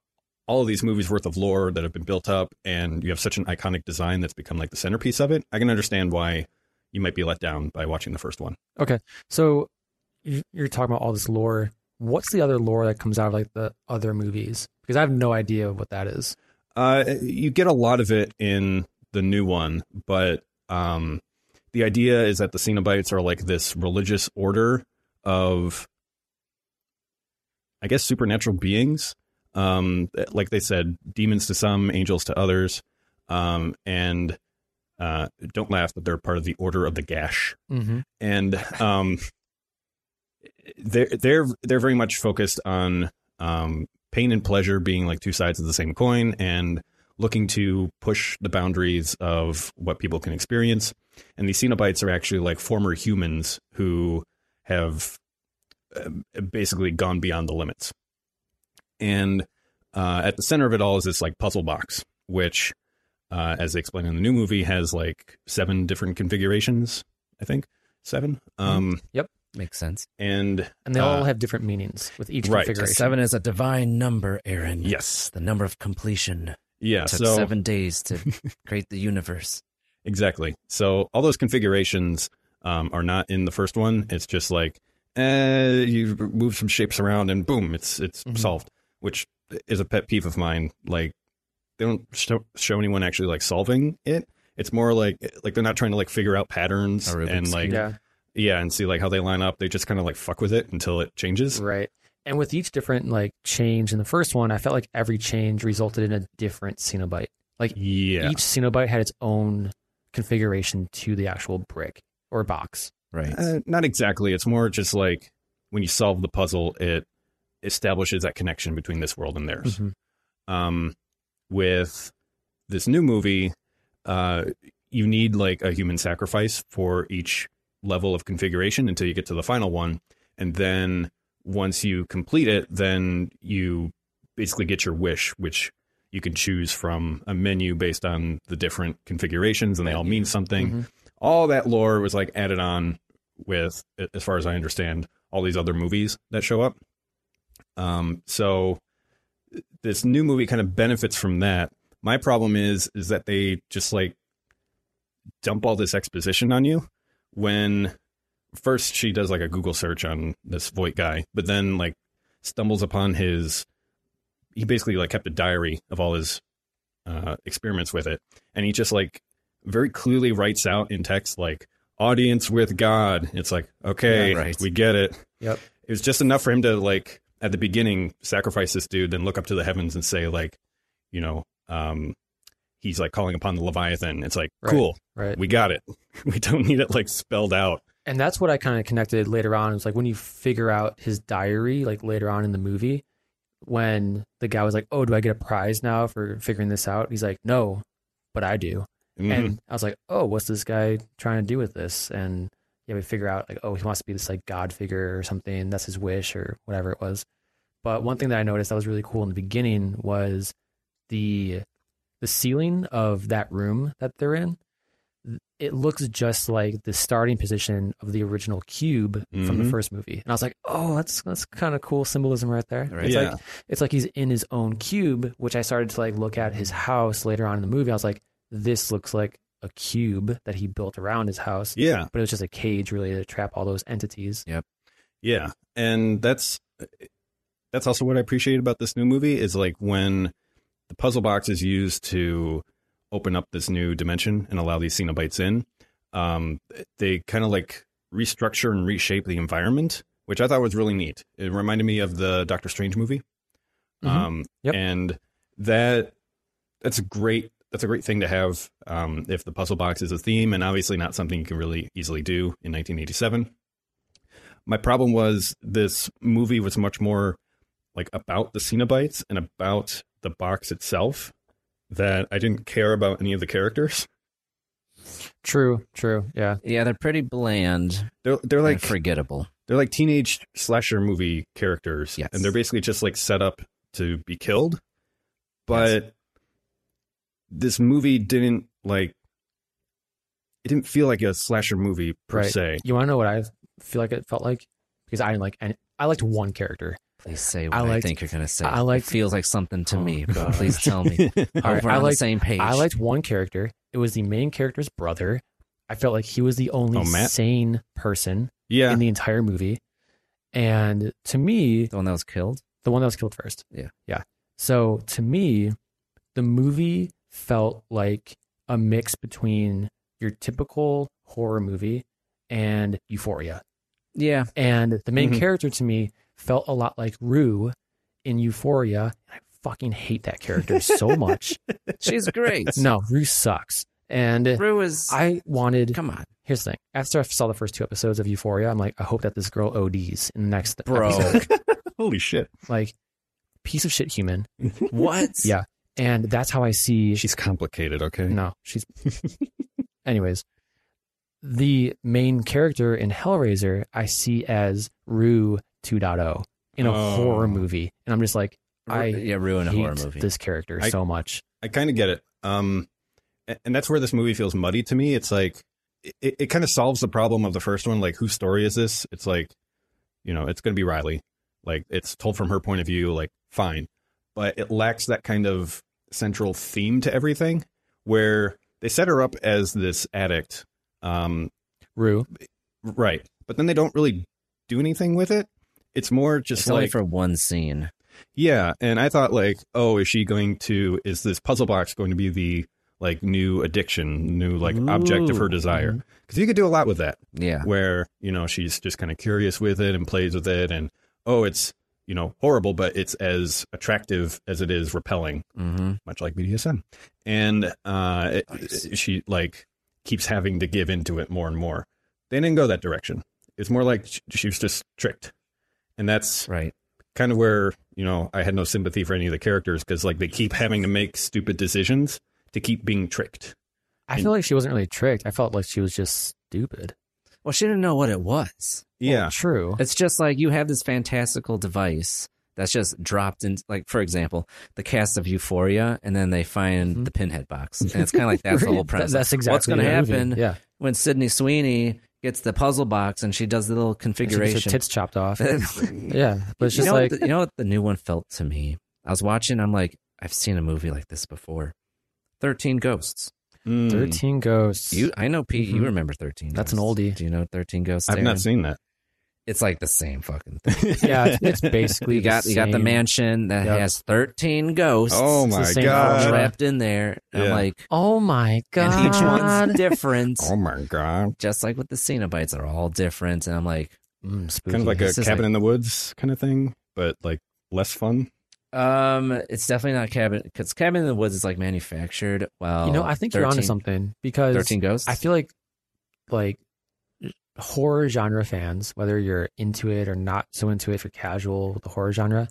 [SPEAKER 5] all of these movies worth of lore that have been built up, and you have such an iconic design that's become like the centerpiece of it, I can understand why you might be let down by watching the first one.
[SPEAKER 7] Okay. So you- you're talking about all this lore. What's the other lore that comes out of like the other movies? Because I have no idea what that is.
[SPEAKER 5] Uh, you get a lot of it in the new one, but um, the idea is that the Cenobites are like this religious order of, I guess, supernatural beings. Um, that- like they said, demons to some, angels to others, um, and uh, don't laugh, but they're part of the Order of the Gash
[SPEAKER 7] Mm-hmm.
[SPEAKER 5] and um, they're they're they're very much focused on um, pain and pleasure being like two sides of the same coin, and looking to push the boundaries of what people can experience. And these Cenobites are actually like former humans who have um, basically gone beyond the limits. And uh, at the center of it all is this like puzzle box, which, uh, as they explain in the new movie, has like seven different configurations. I think seven. Um,
[SPEAKER 7] Yep.
[SPEAKER 4] Makes sense.
[SPEAKER 5] and
[SPEAKER 7] And they
[SPEAKER 5] uh,
[SPEAKER 7] all have different meanings with each
[SPEAKER 5] right.
[SPEAKER 7] configuration.
[SPEAKER 4] Seven is a divine number, Aaron.
[SPEAKER 5] yes,
[SPEAKER 4] The number of completion.
[SPEAKER 5] yeah.
[SPEAKER 4] It took
[SPEAKER 5] So
[SPEAKER 4] seven days
[SPEAKER 5] <laughs>
[SPEAKER 4] to create the universe.
[SPEAKER 5] Exactly. So all those configurations um, are not in the first one. It's just like eh, you move some shapes around and boom, it's it's
[SPEAKER 7] Mhm.
[SPEAKER 5] solved, which is a pet peeve of mine. Like they don't show, show anyone actually like solving it. It's more like like they're not trying to like figure out patterns
[SPEAKER 7] Oh,
[SPEAKER 4] A Rubik's
[SPEAKER 5] and like
[SPEAKER 4] Cube.
[SPEAKER 5] yeah.
[SPEAKER 7] Yeah.
[SPEAKER 5] and see like how they line up. They just kind of like fuck with it until it changes.
[SPEAKER 7] Right. And with each different like change in the first one, I felt like every change resulted in a different Cenobite. Like
[SPEAKER 5] Yeah.
[SPEAKER 7] each Cenobite had its own configuration to the actual brick or box.
[SPEAKER 4] Right.
[SPEAKER 5] Uh, not exactly. It's more just like when you solve the puzzle, it establishes that connection between this world and theirs.
[SPEAKER 7] Mhm.
[SPEAKER 5] Um, with this new movie, uh, you need like a human sacrifice for each level of configuration until you get to the final one, and then once you complete it, then you basically get your wish, which you can choose from a menu based on the different configurations, and they all mean something. All that lore was like added on with, as far as I understand, all these other movies that show up. Um, so this new movie kind of benefits from that. My problem is is that they just like dump all this exposition on you when first she does like a Google search on this Voight guy, but then like stumbles upon his he basically like kept a diary of all his uh experiments with it and he just like very clearly writes out in text like audience with god it's like okay
[SPEAKER 4] Yeah, right.
[SPEAKER 5] we get it
[SPEAKER 7] Yep.
[SPEAKER 5] it was just enough for him to like at the beginning sacrifice this dude then look up to the heavens and say like you know um he's like calling upon the leviathan it's like
[SPEAKER 7] Right,
[SPEAKER 5] cool
[SPEAKER 7] Right.
[SPEAKER 5] we got it <laughs> we don't need it like spelled out
[SPEAKER 7] and that's what I kind of connected later on. It was like when you figure out his diary, like later on in the movie, when the guy was like, "Oh, do I get a prize now for figuring this out?" He's like, "No, but I do."
[SPEAKER 5] Mhm.
[SPEAKER 7] And I was like, "Oh, what's this guy trying to do with this?" And yeah, we figure out like, "Oh, he wants to be this like god figure or something. That's his wish or whatever it was." But one thing that I noticed that was really cool in the beginning was the the ceiling of that room that they're in it looks just like the starting position of the original cube from the
[SPEAKER 5] Mhm.
[SPEAKER 7] first movie. And I was like, oh, that's that's kind of cool symbolism right there.
[SPEAKER 4] Right.
[SPEAKER 7] It's
[SPEAKER 5] yeah
[SPEAKER 7] like it's like he's in his own cube, which I started to like look at his house later on in the movie. I was like, this looks like a cube that he built around his house.
[SPEAKER 5] yeah
[SPEAKER 7] But it was just a cage really to trap all those entities.
[SPEAKER 5] Yeah, and that's that's also what I appreciate about this new movie is like when the puzzle box is used to open up this new dimension and allow these Cenobites in. Um, they kind of like restructure and reshape the environment, which I thought was really neat. It reminded me of the Doctor Strange movie,
[SPEAKER 7] Mhm.
[SPEAKER 5] um,
[SPEAKER 7] Yep.
[SPEAKER 5] and that that's a great that's a great thing to have um, if the puzzle box is a theme, and obviously not something you can really easily do in 1987 my problem was this movie was much more like about the Cenobites and about the box itself that I didn't care about any of the characters. <laughs>
[SPEAKER 7] True, true. Yeah.
[SPEAKER 4] Yeah, they're pretty bland.
[SPEAKER 5] They're they're
[SPEAKER 4] Like
[SPEAKER 5] like
[SPEAKER 4] forgettable.
[SPEAKER 5] they're like teenage slasher movie characters,
[SPEAKER 4] Yes.
[SPEAKER 5] and they're basically just like set up to be killed. But this movie didn't like it didn't feel like a slasher movie per
[SPEAKER 7] right.
[SPEAKER 5] se.
[SPEAKER 7] You wanna know what I feel like it felt like? Because I didn't like any I liked one character.
[SPEAKER 4] Please say what
[SPEAKER 7] I
[SPEAKER 4] I,
[SPEAKER 7] liked-
[SPEAKER 4] think you're going to say.
[SPEAKER 7] I
[SPEAKER 4] I
[SPEAKER 7] liked-
[SPEAKER 4] it feels like something to
[SPEAKER 7] Oh,
[SPEAKER 4] me,
[SPEAKER 7] God.
[SPEAKER 4] but please tell me.
[SPEAKER 7] <laughs> All
[SPEAKER 4] Over
[SPEAKER 7] right,
[SPEAKER 4] on
[SPEAKER 7] I
[SPEAKER 4] the
[SPEAKER 7] liked-
[SPEAKER 4] same page.
[SPEAKER 7] I liked one character. It was the main character's brother. I felt like he was the only
[SPEAKER 5] Oh, Matt?
[SPEAKER 7] sane person
[SPEAKER 5] yeah, <laughs>
[SPEAKER 7] in the entire movie. And to me,
[SPEAKER 4] the one that was killed.
[SPEAKER 7] the one that was killed first.
[SPEAKER 4] Yeah.
[SPEAKER 7] Yeah. So to me, the movie felt like a mix between your typical horror movie and Euphoria.
[SPEAKER 4] Yeah,
[SPEAKER 7] And the main
[SPEAKER 5] Mhm.
[SPEAKER 7] character to me felt a lot like Rue in Euphoria. I fucking hate that character so much.
[SPEAKER 4] she's
[SPEAKER 7] <laughs>
[SPEAKER 4] great.
[SPEAKER 7] No, Rue sucks. And
[SPEAKER 4] Rue is.
[SPEAKER 7] I wanted.
[SPEAKER 4] come on,
[SPEAKER 7] Here's the thing. After I saw the first two episodes of Euphoria, I'm like, I hope that this girl ODs in the next
[SPEAKER 4] bro.
[SPEAKER 7] episode.
[SPEAKER 5] <laughs> holy shit!
[SPEAKER 7] Like, piece of shit human.
[SPEAKER 4] what?
[SPEAKER 7] Yeah. And that's how I see.
[SPEAKER 5] She's complicated. Okay,
[SPEAKER 7] no,
[SPEAKER 5] <laughs>
[SPEAKER 7] she's. Anyways, the main character in Hellraiser, I see as Rue 2.0 in a
[SPEAKER 5] Oh.
[SPEAKER 7] horror movie, and I'm just like,
[SPEAKER 4] Ru-
[SPEAKER 7] I
[SPEAKER 4] yeah, ruin a horror
[SPEAKER 7] hate
[SPEAKER 4] movie.
[SPEAKER 7] this character
[SPEAKER 5] I-
[SPEAKER 7] so much.
[SPEAKER 5] I kind of get it. Um, a- and that's where this movie feels muddy to me. It's like it, it kind of solves the problem of the first one. Like, whose story is this? It's like, you know, it's going to be Riley. Like, it's told from her point of view. Like, fine, but it lacks that kind of central theme to everything. Where they set her up as this addict, um,
[SPEAKER 7] Rue,
[SPEAKER 5] right? But then they don't really do anything with it. It's more just
[SPEAKER 4] It's only
[SPEAKER 5] like
[SPEAKER 4] for one scene.
[SPEAKER 5] yeah, and I thought like, oh, is she going to? Is this puzzle box going to be the like new addiction, new like object of her
[SPEAKER 4] Ooh. Mm-hmm.
[SPEAKER 5] desire? Because you could do a lot with that,
[SPEAKER 4] Yeah,
[SPEAKER 5] where you know she's just kind of curious with it and plays with it, and oh, it's you know, horrible, but it's as attractive as it is repelling,
[SPEAKER 4] Mm-hmm.
[SPEAKER 5] much like BDSM. And uh, it- it- she like keeps having to give into it more and more. They didn't go that direction. It's more like she, she was just tricked, and that's
[SPEAKER 4] right.
[SPEAKER 5] Kind of where you know I had no sympathy for any of the characters because like they keep having to make stupid decisions to keep being tricked.
[SPEAKER 7] I feel like she wasn't really tricked. I felt like she was just stupid.
[SPEAKER 4] Well, she didn't know what it was.
[SPEAKER 5] Yeah,
[SPEAKER 7] True.
[SPEAKER 4] It's just like you have this fantastical device that's just dropped in, like, for example, the cast of Euphoria, and then they find the pinhead box. And it's kind of like
[SPEAKER 7] <laughs>
[SPEAKER 4] that's the whole
[SPEAKER 7] Mm-hmm. That-
[SPEAKER 4] premise.
[SPEAKER 7] that's exactly
[SPEAKER 4] What's going to
[SPEAKER 7] the movie.
[SPEAKER 4] happen
[SPEAKER 7] Yeah.
[SPEAKER 4] when Sydney Sweeney gets the puzzle box and she does the little
[SPEAKER 7] She gets her
[SPEAKER 4] configuration?
[SPEAKER 7] tits chopped off. <laughs> yeah, but
[SPEAKER 4] <laughs>
[SPEAKER 7] it's
[SPEAKER 4] you
[SPEAKER 7] just
[SPEAKER 4] know,
[SPEAKER 7] like
[SPEAKER 4] what the, you know what the new one felt to me. I was watching. I'm like, I've seen a movie like this before. Thirteen Ghosts.
[SPEAKER 7] Hmm.
[SPEAKER 5] Mm.
[SPEAKER 7] thirteen ghosts. <laughs>
[SPEAKER 4] You, I know, Pete. You
[SPEAKER 7] Mhm.
[SPEAKER 4] remember Thirteen?
[SPEAKER 7] That's an
[SPEAKER 4] Ghosts.
[SPEAKER 7] oldie.
[SPEAKER 4] Do you know Thirteen Ghosts?
[SPEAKER 5] I've
[SPEAKER 4] Aaron?
[SPEAKER 5] not seen that.
[SPEAKER 4] It's like the same fucking thing.
[SPEAKER 7] <laughs> yeah, it's, it's
[SPEAKER 5] <laughs>
[SPEAKER 7] basically
[SPEAKER 4] You got
[SPEAKER 7] the
[SPEAKER 4] you got the
[SPEAKER 7] same.
[SPEAKER 4] mansion that
[SPEAKER 7] Yep.
[SPEAKER 4] has thirteen ghosts.
[SPEAKER 5] Oh
[SPEAKER 7] It's the
[SPEAKER 5] my
[SPEAKER 7] same
[SPEAKER 5] god!
[SPEAKER 7] formula.
[SPEAKER 4] trapped in there. And I'm
[SPEAKER 5] Yeah.
[SPEAKER 4] like,
[SPEAKER 7] Oh my god!
[SPEAKER 4] and each one's different.
[SPEAKER 5] <laughs> Oh my god!
[SPEAKER 4] Just like with the Cenobites, they're all different. And I'm like,
[SPEAKER 7] Mm, spooky.
[SPEAKER 5] Kind of like a
[SPEAKER 4] This is
[SPEAKER 5] cabin
[SPEAKER 4] like-
[SPEAKER 5] in the woods kind of thing, but like less fun.
[SPEAKER 4] um, it's definitely not cabin because cabin in the woods is like manufactured. Well,
[SPEAKER 7] you know, I think you're onto something because
[SPEAKER 4] Thirteen ghosts.
[SPEAKER 7] I feel like like horror genre fans, whether you're into it or not so into it, if you're casual with the horror genre,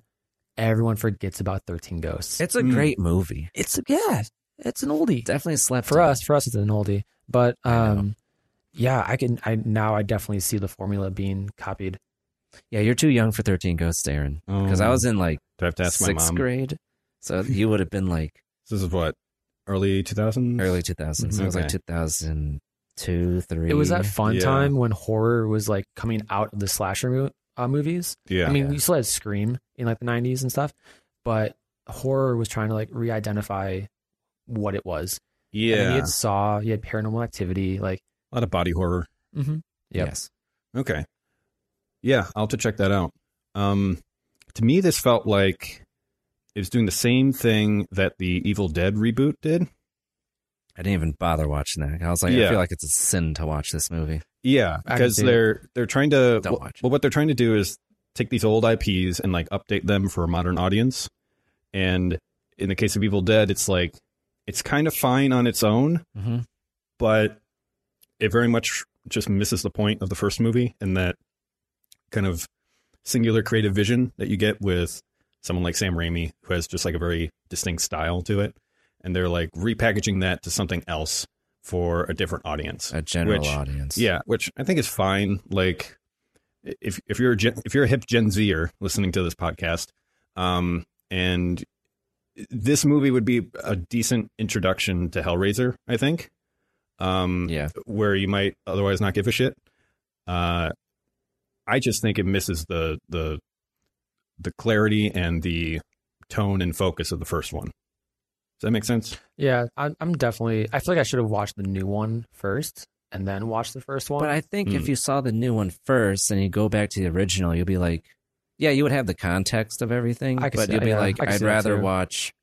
[SPEAKER 7] everyone forgets about Thirteen Ghosts.
[SPEAKER 4] it's a
[SPEAKER 5] Mm.
[SPEAKER 4] great movie.
[SPEAKER 7] it's yeah, it's an oldie
[SPEAKER 4] Definitely slept
[SPEAKER 7] for
[SPEAKER 4] on.
[SPEAKER 7] us. For us, it's an oldie, but
[SPEAKER 4] I know.
[SPEAKER 7] um, yeah, I can. I now I definitely see the formula being copied.
[SPEAKER 4] Yeah, you're too young for Thirteen Ghosts, Aaron. Because I
[SPEAKER 5] Oh.
[SPEAKER 4] was in like
[SPEAKER 5] Do I have to ask my
[SPEAKER 4] sixth
[SPEAKER 5] mom?
[SPEAKER 4] grade, <laughs> so you would have been like
[SPEAKER 5] This is what early 2000s.
[SPEAKER 4] early 2000s. It was like
[SPEAKER 5] Okay.
[SPEAKER 4] 2002, three.
[SPEAKER 7] It was that fun
[SPEAKER 5] Yeah.
[SPEAKER 7] time when horror was like coming out of the slasher mo- uh, movies.
[SPEAKER 5] Yeah.
[SPEAKER 7] I mean,
[SPEAKER 4] Yeah.
[SPEAKER 7] you still had Scream in like the '90s and stuff, but horror was trying to like re-identify what it was. I mean,
[SPEAKER 5] yeah.
[SPEAKER 7] you had Saw, you had Paranormal Activity, like
[SPEAKER 5] a lot of body horror.
[SPEAKER 7] Yep.
[SPEAKER 4] Yes.
[SPEAKER 5] Okay. Yeah, I'll have to check that out. Um, to me, this felt like it was doing the same thing that the Evil Dead reboot did.
[SPEAKER 4] I didn't even bother watching that. I was like, I
[SPEAKER 5] Yeah.
[SPEAKER 4] feel like it's a sin to watch this movie.
[SPEAKER 5] Yeah,
[SPEAKER 7] I can
[SPEAKER 5] because
[SPEAKER 7] see it.
[SPEAKER 5] they're they're trying to.
[SPEAKER 4] Don't
[SPEAKER 5] well-
[SPEAKER 4] watch it.
[SPEAKER 5] Well, what they're trying to do is take these old IPs and like update them for a modern audience. And in the case of Evil Dead, it's like it's kind of fine on its own,
[SPEAKER 4] Mm-hmm.
[SPEAKER 5] but it very much just misses the point of the first movie and that kind of singular creative vision that you get with someone like Sam Raimi, who has just like a very distinct style to it. And they're like repackaging that to something else for a different audience.
[SPEAKER 4] A general
[SPEAKER 5] which-
[SPEAKER 4] audience.
[SPEAKER 5] Yeah, which I think is fine. Like, if if you're a gen, if you're a hip Gen Zer listening to this podcast, um, and this movie would be a decent introduction to Hellraiser, I think. Um,
[SPEAKER 4] Yeah.
[SPEAKER 5] where you might otherwise not give a shit. Uh, I just think it misses the the the clarity and the tone and focus of the first one. Does that make sense?
[SPEAKER 7] yeah, I'm, I'm definitely. I feel like I should have watched the new one first and then watched the first one.
[SPEAKER 4] But I think if you saw the new one first and you go back to the original, you'll be like, yeah, you would have the context of everything,
[SPEAKER 7] I could
[SPEAKER 4] but
[SPEAKER 7] see
[SPEAKER 4] you'll
[SPEAKER 7] that,
[SPEAKER 4] be
[SPEAKER 7] yeah.
[SPEAKER 4] like,
[SPEAKER 7] I could
[SPEAKER 4] I'd
[SPEAKER 7] see that
[SPEAKER 4] rather
[SPEAKER 7] too.
[SPEAKER 4] watch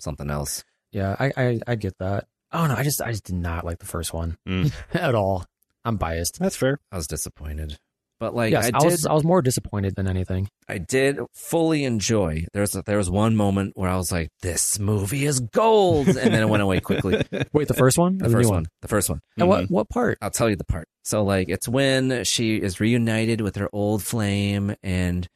[SPEAKER 4] something else.
[SPEAKER 7] yeah, I, I I get that. Oh no, I just I just did not like the first one
[SPEAKER 5] Mm.
[SPEAKER 7] <laughs> at all. I'm biased.
[SPEAKER 5] That's fair.
[SPEAKER 4] I was disappointed. But like,
[SPEAKER 7] yes,
[SPEAKER 4] I,
[SPEAKER 7] I,
[SPEAKER 4] did,
[SPEAKER 7] was I was more disappointed than anything.
[SPEAKER 4] I did fully enjoy. There was there was one moment where I was like, "This movie is gold," and then it went away quickly.
[SPEAKER 7] <laughs> Wait, the first one,
[SPEAKER 4] The
[SPEAKER 7] or the
[SPEAKER 4] first
[SPEAKER 7] new
[SPEAKER 4] one, the first one.
[SPEAKER 7] And
[SPEAKER 5] Mm-hmm.
[SPEAKER 7] what what part?
[SPEAKER 4] I'll tell you the part. So like it's when she is reunited with her old flame and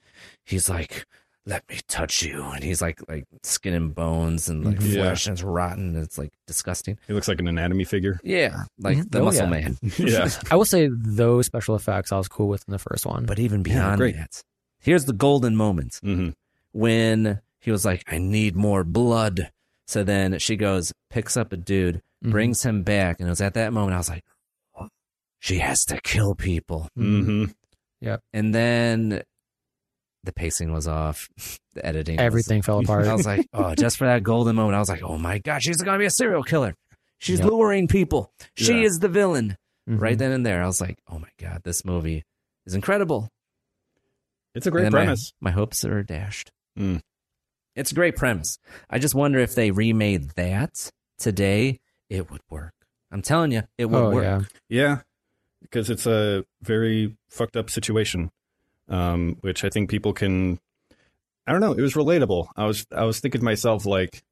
[SPEAKER 4] he's like, Let me touch you and he's like like skin and bones and like
[SPEAKER 5] Mhm. Yeah.
[SPEAKER 4] flesh and it's rotten and it's like disgusting.
[SPEAKER 5] He looks like an
[SPEAKER 7] <laughs>
[SPEAKER 5] anatomy figure.
[SPEAKER 4] Yeah. Like
[SPEAKER 7] Mhm.
[SPEAKER 4] the
[SPEAKER 7] Oh,
[SPEAKER 4] muscle
[SPEAKER 7] yeah.
[SPEAKER 4] man.
[SPEAKER 5] yeah.
[SPEAKER 7] I will say those special effects I was cool with in the first one.
[SPEAKER 4] But even beyond
[SPEAKER 5] great.
[SPEAKER 4] that, here's the golden moment
[SPEAKER 5] hmm
[SPEAKER 4] when he was like, I need more blood. So then she goes, picks up a dude,
[SPEAKER 7] Mhm.
[SPEAKER 4] brings him back, and it was at that moment I was like, She has to kill people.
[SPEAKER 5] hmm
[SPEAKER 4] and then the pacing was off, <laughs> the editing, was- <laughs>
[SPEAKER 7] everything fell apart.
[SPEAKER 4] I was like, oh, just for that golden moment, I was like, oh my god, she's gonna be a serial killer. She's
[SPEAKER 7] Yep.
[SPEAKER 4] luring people. She
[SPEAKER 5] Yeah.
[SPEAKER 4] is the villain.
[SPEAKER 7] Mhm.
[SPEAKER 4] Right then and there, I was like, oh my god, this movie is incredible.
[SPEAKER 5] It's a
[SPEAKER 4] And
[SPEAKER 5] great
[SPEAKER 4] then my-
[SPEAKER 5] premise.
[SPEAKER 4] My, hopes are dashed.
[SPEAKER 5] Mm.
[SPEAKER 4] It's a great premise. I just wonder if they remade that today, it would work. I'm telling you, it would
[SPEAKER 7] oh
[SPEAKER 4] work.
[SPEAKER 7] yeah,
[SPEAKER 5] Yeah, because it's a very fucked up situation, um, which I think people can I don't know. It was relatable. I was I was thinking to myself like,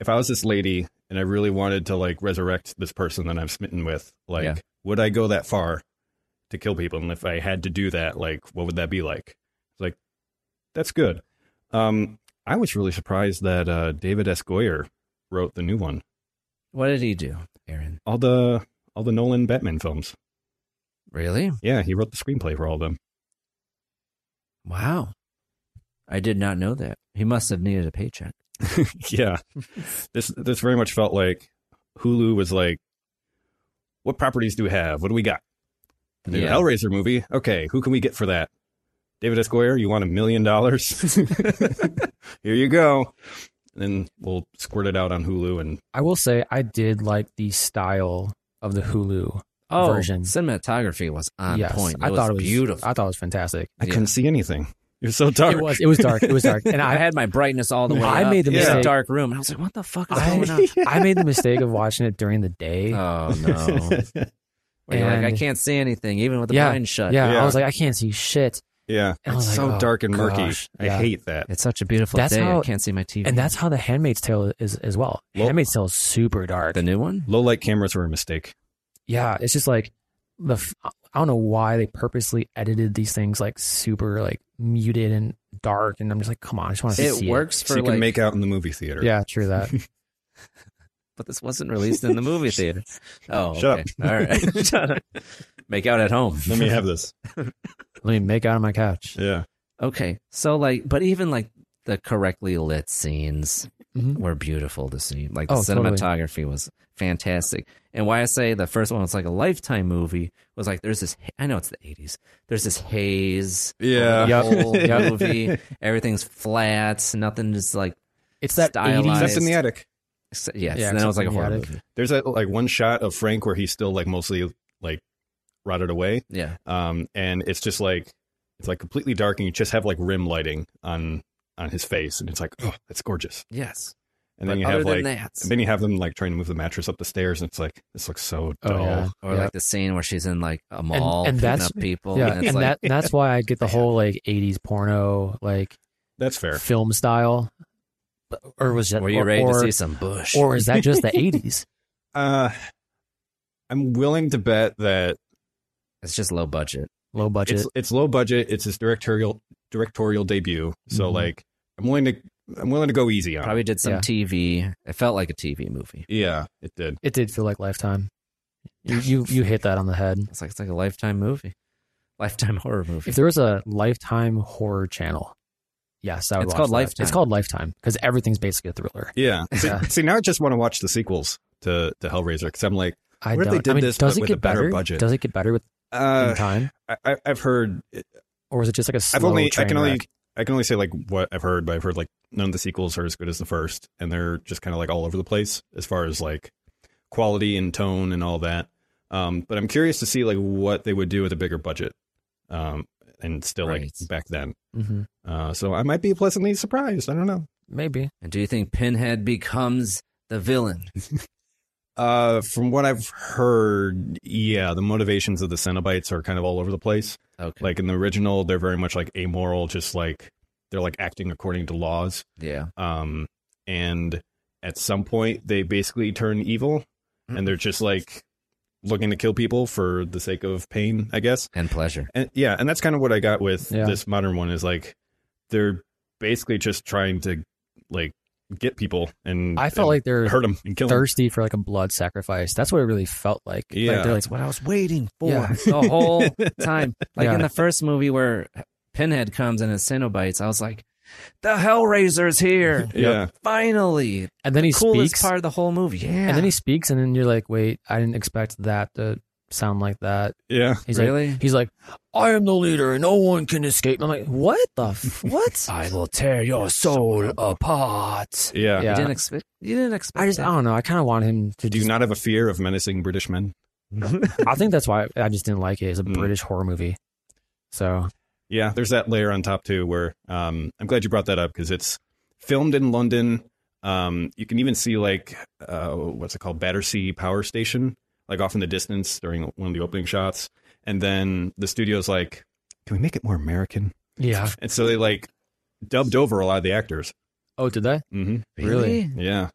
[SPEAKER 5] if I was this lady and I really wanted to like resurrect this person that I'm smitten with, like,
[SPEAKER 4] Yeah.
[SPEAKER 5] would I go that far to kill people? And if I had to do that, like, what would that be like? It's Like, that's good. Um, I was really surprised that uh, David S. Goyer wrote the new one.
[SPEAKER 4] What did he do, Aaron?
[SPEAKER 5] All the all the Nolan Batman films.
[SPEAKER 4] Really?
[SPEAKER 5] Yeah, he wrote the screenplay for all of them. <laughs>
[SPEAKER 4] Wow. I did not know that. He must have needed a paycheck.
[SPEAKER 7] <laughs>
[SPEAKER 5] yeah this this very much felt like hulu was like what properties do we have what do we got the
[SPEAKER 4] Yeah.
[SPEAKER 5] hellraiser movie okay who can we get for that david s goyer you want a
[SPEAKER 7] <laughs>
[SPEAKER 5] million dollars <laughs> here you go and we'll squirt it out on hulu and
[SPEAKER 7] I will say I did like the style of the Hulu
[SPEAKER 4] Oh,
[SPEAKER 7] version.
[SPEAKER 4] cinematography was on
[SPEAKER 7] Yes,
[SPEAKER 4] point. It
[SPEAKER 7] I
[SPEAKER 4] was
[SPEAKER 7] thought it was
[SPEAKER 4] <laughs> beautiful.
[SPEAKER 7] I thought it was fantastic.
[SPEAKER 5] i
[SPEAKER 4] Yeah.
[SPEAKER 5] couldn't see anything you're so dark
[SPEAKER 7] It was it was dark. It was dark. And <laughs>
[SPEAKER 4] I
[SPEAKER 7] I
[SPEAKER 4] had my brightness all the way.
[SPEAKER 7] I
[SPEAKER 4] up.
[SPEAKER 7] made the
[SPEAKER 4] It was a
[SPEAKER 7] mistake.
[SPEAKER 4] dark room, and I was like, "What the fuck is
[SPEAKER 7] <laughs>
[SPEAKER 4] going on?"
[SPEAKER 7] I, I made the mistake of watching it during the day.
[SPEAKER 4] <laughs> Oh
[SPEAKER 7] <laughs>
[SPEAKER 4] no! Where you're
[SPEAKER 7] And-
[SPEAKER 4] like, I can't see anything, even with the
[SPEAKER 7] yeah,
[SPEAKER 4] blind shut.
[SPEAKER 7] yeah,
[SPEAKER 5] Yeah.
[SPEAKER 7] I was like, I can't see shit.
[SPEAKER 5] yeah
[SPEAKER 7] I
[SPEAKER 5] it's
[SPEAKER 7] was like,
[SPEAKER 5] so
[SPEAKER 7] oh,
[SPEAKER 5] dark and murky
[SPEAKER 7] gosh.
[SPEAKER 5] i
[SPEAKER 7] Yeah.
[SPEAKER 5] hate that
[SPEAKER 4] It's such a beautiful
[SPEAKER 7] That's
[SPEAKER 4] day.
[SPEAKER 7] how-
[SPEAKER 4] I can't see my TV.
[SPEAKER 7] And that's how the Handmaid's Tale is as well.
[SPEAKER 5] Well-
[SPEAKER 7] Handmaid's Tale is super dark.
[SPEAKER 4] the new one.
[SPEAKER 5] low light cameras were a mistake
[SPEAKER 7] yeah, it's just like the f- I don't know why they purposely edited these things like super like muted and dark. And I'm just like, come on, I just want to
[SPEAKER 4] It
[SPEAKER 7] see
[SPEAKER 4] works for
[SPEAKER 5] so you
[SPEAKER 4] like,
[SPEAKER 5] can make out in the movie theater
[SPEAKER 7] It. Yeah, true that.
[SPEAKER 4] but this wasn't released in
[SPEAKER 7] <laughs>
[SPEAKER 4] the movie theater. Oh,
[SPEAKER 5] Shut
[SPEAKER 4] okay. All right, <laughs> Shut up. Make out at home.
[SPEAKER 5] <laughs>
[SPEAKER 7] <laughs>
[SPEAKER 5] let me have this
[SPEAKER 7] Let me make out on my couch.
[SPEAKER 5] yeah
[SPEAKER 4] Okay, so like, but even like the correctly lit scenes
[SPEAKER 7] Mhm.
[SPEAKER 4] were beautiful to see. Like the
[SPEAKER 7] Oh, totally.
[SPEAKER 4] cinematography was fantastic. And why I say the first one was like a lifetime movie was like there's this. I know it's the '80s. There's this haze.
[SPEAKER 5] Yeah.
[SPEAKER 4] over the
[SPEAKER 7] Yep. <laughs>
[SPEAKER 4] whole
[SPEAKER 7] Yep.
[SPEAKER 4] movie. Everything's flat. Nothing is like
[SPEAKER 7] It's that
[SPEAKER 4] Stylized.
[SPEAKER 5] except
[SPEAKER 7] eighties.
[SPEAKER 5] in the attic
[SPEAKER 4] yes. Yeah,
[SPEAKER 7] Yeah,
[SPEAKER 4] and then it was like a
[SPEAKER 7] except
[SPEAKER 4] horror
[SPEAKER 7] for the attic.
[SPEAKER 4] movie.
[SPEAKER 5] there's that like one shot of Frank where he's still like mostly like rotted away.
[SPEAKER 4] Yeah.
[SPEAKER 5] Um, and it's just like it's like completely dark, and you just have like rim lighting on on his face, and it's like, oh, that's gorgeous.
[SPEAKER 4] Yes.
[SPEAKER 5] And
[SPEAKER 4] But
[SPEAKER 5] then you
[SPEAKER 4] other
[SPEAKER 5] have
[SPEAKER 4] than
[SPEAKER 5] like,
[SPEAKER 4] that-
[SPEAKER 5] and then you have them like trying to move the mattress up the stairs, and it's like this looks so
[SPEAKER 7] Oh,
[SPEAKER 5] dull.
[SPEAKER 7] yeah.
[SPEAKER 4] Or like the scene where she's in like a mall
[SPEAKER 7] and
[SPEAKER 4] picking
[SPEAKER 7] that's-
[SPEAKER 4] up people.
[SPEAKER 7] Yeah,
[SPEAKER 4] and,
[SPEAKER 7] and,
[SPEAKER 5] <laughs>
[SPEAKER 4] it's like,
[SPEAKER 7] that that's why I get the whole like eighties porno like
[SPEAKER 5] That's fair.
[SPEAKER 7] film style. But- Or was that
[SPEAKER 4] were you
[SPEAKER 7] or,
[SPEAKER 4] ready to
[SPEAKER 7] or-
[SPEAKER 4] see some
[SPEAKER 7] <laughs>
[SPEAKER 4] bush?
[SPEAKER 7] or is that just the eighties?
[SPEAKER 5] <laughs> Uh, I'm willing to bet that
[SPEAKER 4] <laughs> it's just low budget.
[SPEAKER 7] Low budget.
[SPEAKER 5] it's it's low budget. It's his directorial directorial debut, so
[SPEAKER 7] Mhm.
[SPEAKER 5] like I'm willing to I'm willing to go easy on. it.
[SPEAKER 4] Probably did some
[SPEAKER 7] Yeah.
[SPEAKER 4] TV. It felt like a TV movie.
[SPEAKER 5] Yeah, it did.
[SPEAKER 7] It did feel like lifetime. You you, you hit that on the head.
[SPEAKER 4] It's like it's like a lifetime movie, <laughs> lifetime horror movie.
[SPEAKER 7] If there was a Lifetime horror channel, yes, I would.
[SPEAKER 4] It's
[SPEAKER 7] watch
[SPEAKER 4] called
[SPEAKER 7] that.
[SPEAKER 4] Lifetime.
[SPEAKER 7] It's called Lifetime because everything's basically a thriller. <laughs>
[SPEAKER 5] Yeah. See,
[SPEAKER 7] Yeah.
[SPEAKER 5] see, now I just want to watch the sequels to, to Hellraiser because I'm like,
[SPEAKER 7] I
[SPEAKER 5] What if
[SPEAKER 7] don't.
[SPEAKER 5] they did
[SPEAKER 7] I mean,
[SPEAKER 5] this,
[SPEAKER 7] does
[SPEAKER 5] but
[SPEAKER 7] it
[SPEAKER 5] with
[SPEAKER 7] get
[SPEAKER 5] a better
[SPEAKER 7] better?
[SPEAKER 5] budget?
[SPEAKER 7] Does it get better with in
[SPEAKER 5] uh,
[SPEAKER 7] time,
[SPEAKER 5] I, I, I've heard,
[SPEAKER 7] or is it just like a slow
[SPEAKER 5] I've only, I
[SPEAKER 7] train
[SPEAKER 5] can only,
[SPEAKER 7] wreck?
[SPEAKER 5] I can only say like what I've heard, but I've heard like none of the sequels are as good as the first, and they're just kind of like all over the place as far as like quality and tone and all that. Um, but I'm curious to see like what they would do with a bigger budget, um, and still
[SPEAKER 4] Right.
[SPEAKER 5] like back then.
[SPEAKER 7] Mhm.
[SPEAKER 5] Uh, so I might be pleasantly surprised. I don't know.
[SPEAKER 7] Maybe.
[SPEAKER 4] and do you think Pinhead becomes the villain?
[SPEAKER 5] <laughs> Uh, from what I've heard, yeah, the motivations of the Cenobites are kind of all over the place.
[SPEAKER 4] Okay.
[SPEAKER 5] Like in the original, they're very much like amoral, just like they're like acting according to laws.
[SPEAKER 4] yeah.
[SPEAKER 5] Um, and at some point, they basically turn evil,
[SPEAKER 7] Hmm.
[SPEAKER 5] and they're just like looking to kill people for the sake of pain, I guess.
[SPEAKER 4] And pleasure.
[SPEAKER 5] And yeah, and that's kind of what I got with
[SPEAKER 7] Yeah.
[SPEAKER 5] this modern one is like they're basically just trying to like get people and
[SPEAKER 7] I felt
[SPEAKER 5] and
[SPEAKER 7] like they're
[SPEAKER 5] hurt them and kill them.
[SPEAKER 7] thirsty for like a blood sacrifice. That's what it really felt like. Like,
[SPEAKER 5] Yeah.
[SPEAKER 7] they're like,
[SPEAKER 4] It's what I was waiting
[SPEAKER 7] <laughs>
[SPEAKER 4] for
[SPEAKER 7] Yeah.
[SPEAKER 4] the whole time. Like
[SPEAKER 7] Yeah.
[SPEAKER 4] in the first movie where Pinhead comes and his Cenobites, I was like, the Hellraiser's here.
[SPEAKER 5] <laughs> Yeah.
[SPEAKER 4] Finally.
[SPEAKER 7] and then he
[SPEAKER 4] Coolest
[SPEAKER 7] speaks,
[SPEAKER 4] part of the whole movie. Yeah.
[SPEAKER 7] and then he speaks, and then you're like, wait, I didn't expect that to sound like that.
[SPEAKER 5] Yeah.
[SPEAKER 7] He's
[SPEAKER 4] Really?
[SPEAKER 7] Like, he's like, I am the leader, and no one can escape. I'm like, what the
[SPEAKER 4] <laughs>
[SPEAKER 7] f- what?
[SPEAKER 4] I will tear your soul apart.
[SPEAKER 5] Yeah.
[SPEAKER 7] Yeah.
[SPEAKER 4] You didn't expect. You didn't expect.
[SPEAKER 7] I just, I
[SPEAKER 4] that.
[SPEAKER 7] don't know. I kind of want him to
[SPEAKER 5] Do
[SPEAKER 7] do.
[SPEAKER 5] you not have a fear of menacing British men?
[SPEAKER 7] I think that's why I just didn't like it. It's a
[SPEAKER 5] Mm.
[SPEAKER 7] British horror movie, so
[SPEAKER 5] Yeah, there's that layer on top too. Where um, I'm glad you brought that up because it's filmed in London. Um, you can even see like uh, what's it called, Battersea Power Station, like off in the distance during one of the opening shots. And then the studio's like, "Can we make it more American?"
[SPEAKER 7] yeah.
[SPEAKER 5] And so they like dubbed over a lot of the actors.
[SPEAKER 7] Oh, did they?
[SPEAKER 5] hmm
[SPEAKER 7] Really?
[SPEAKER 5] Yeah.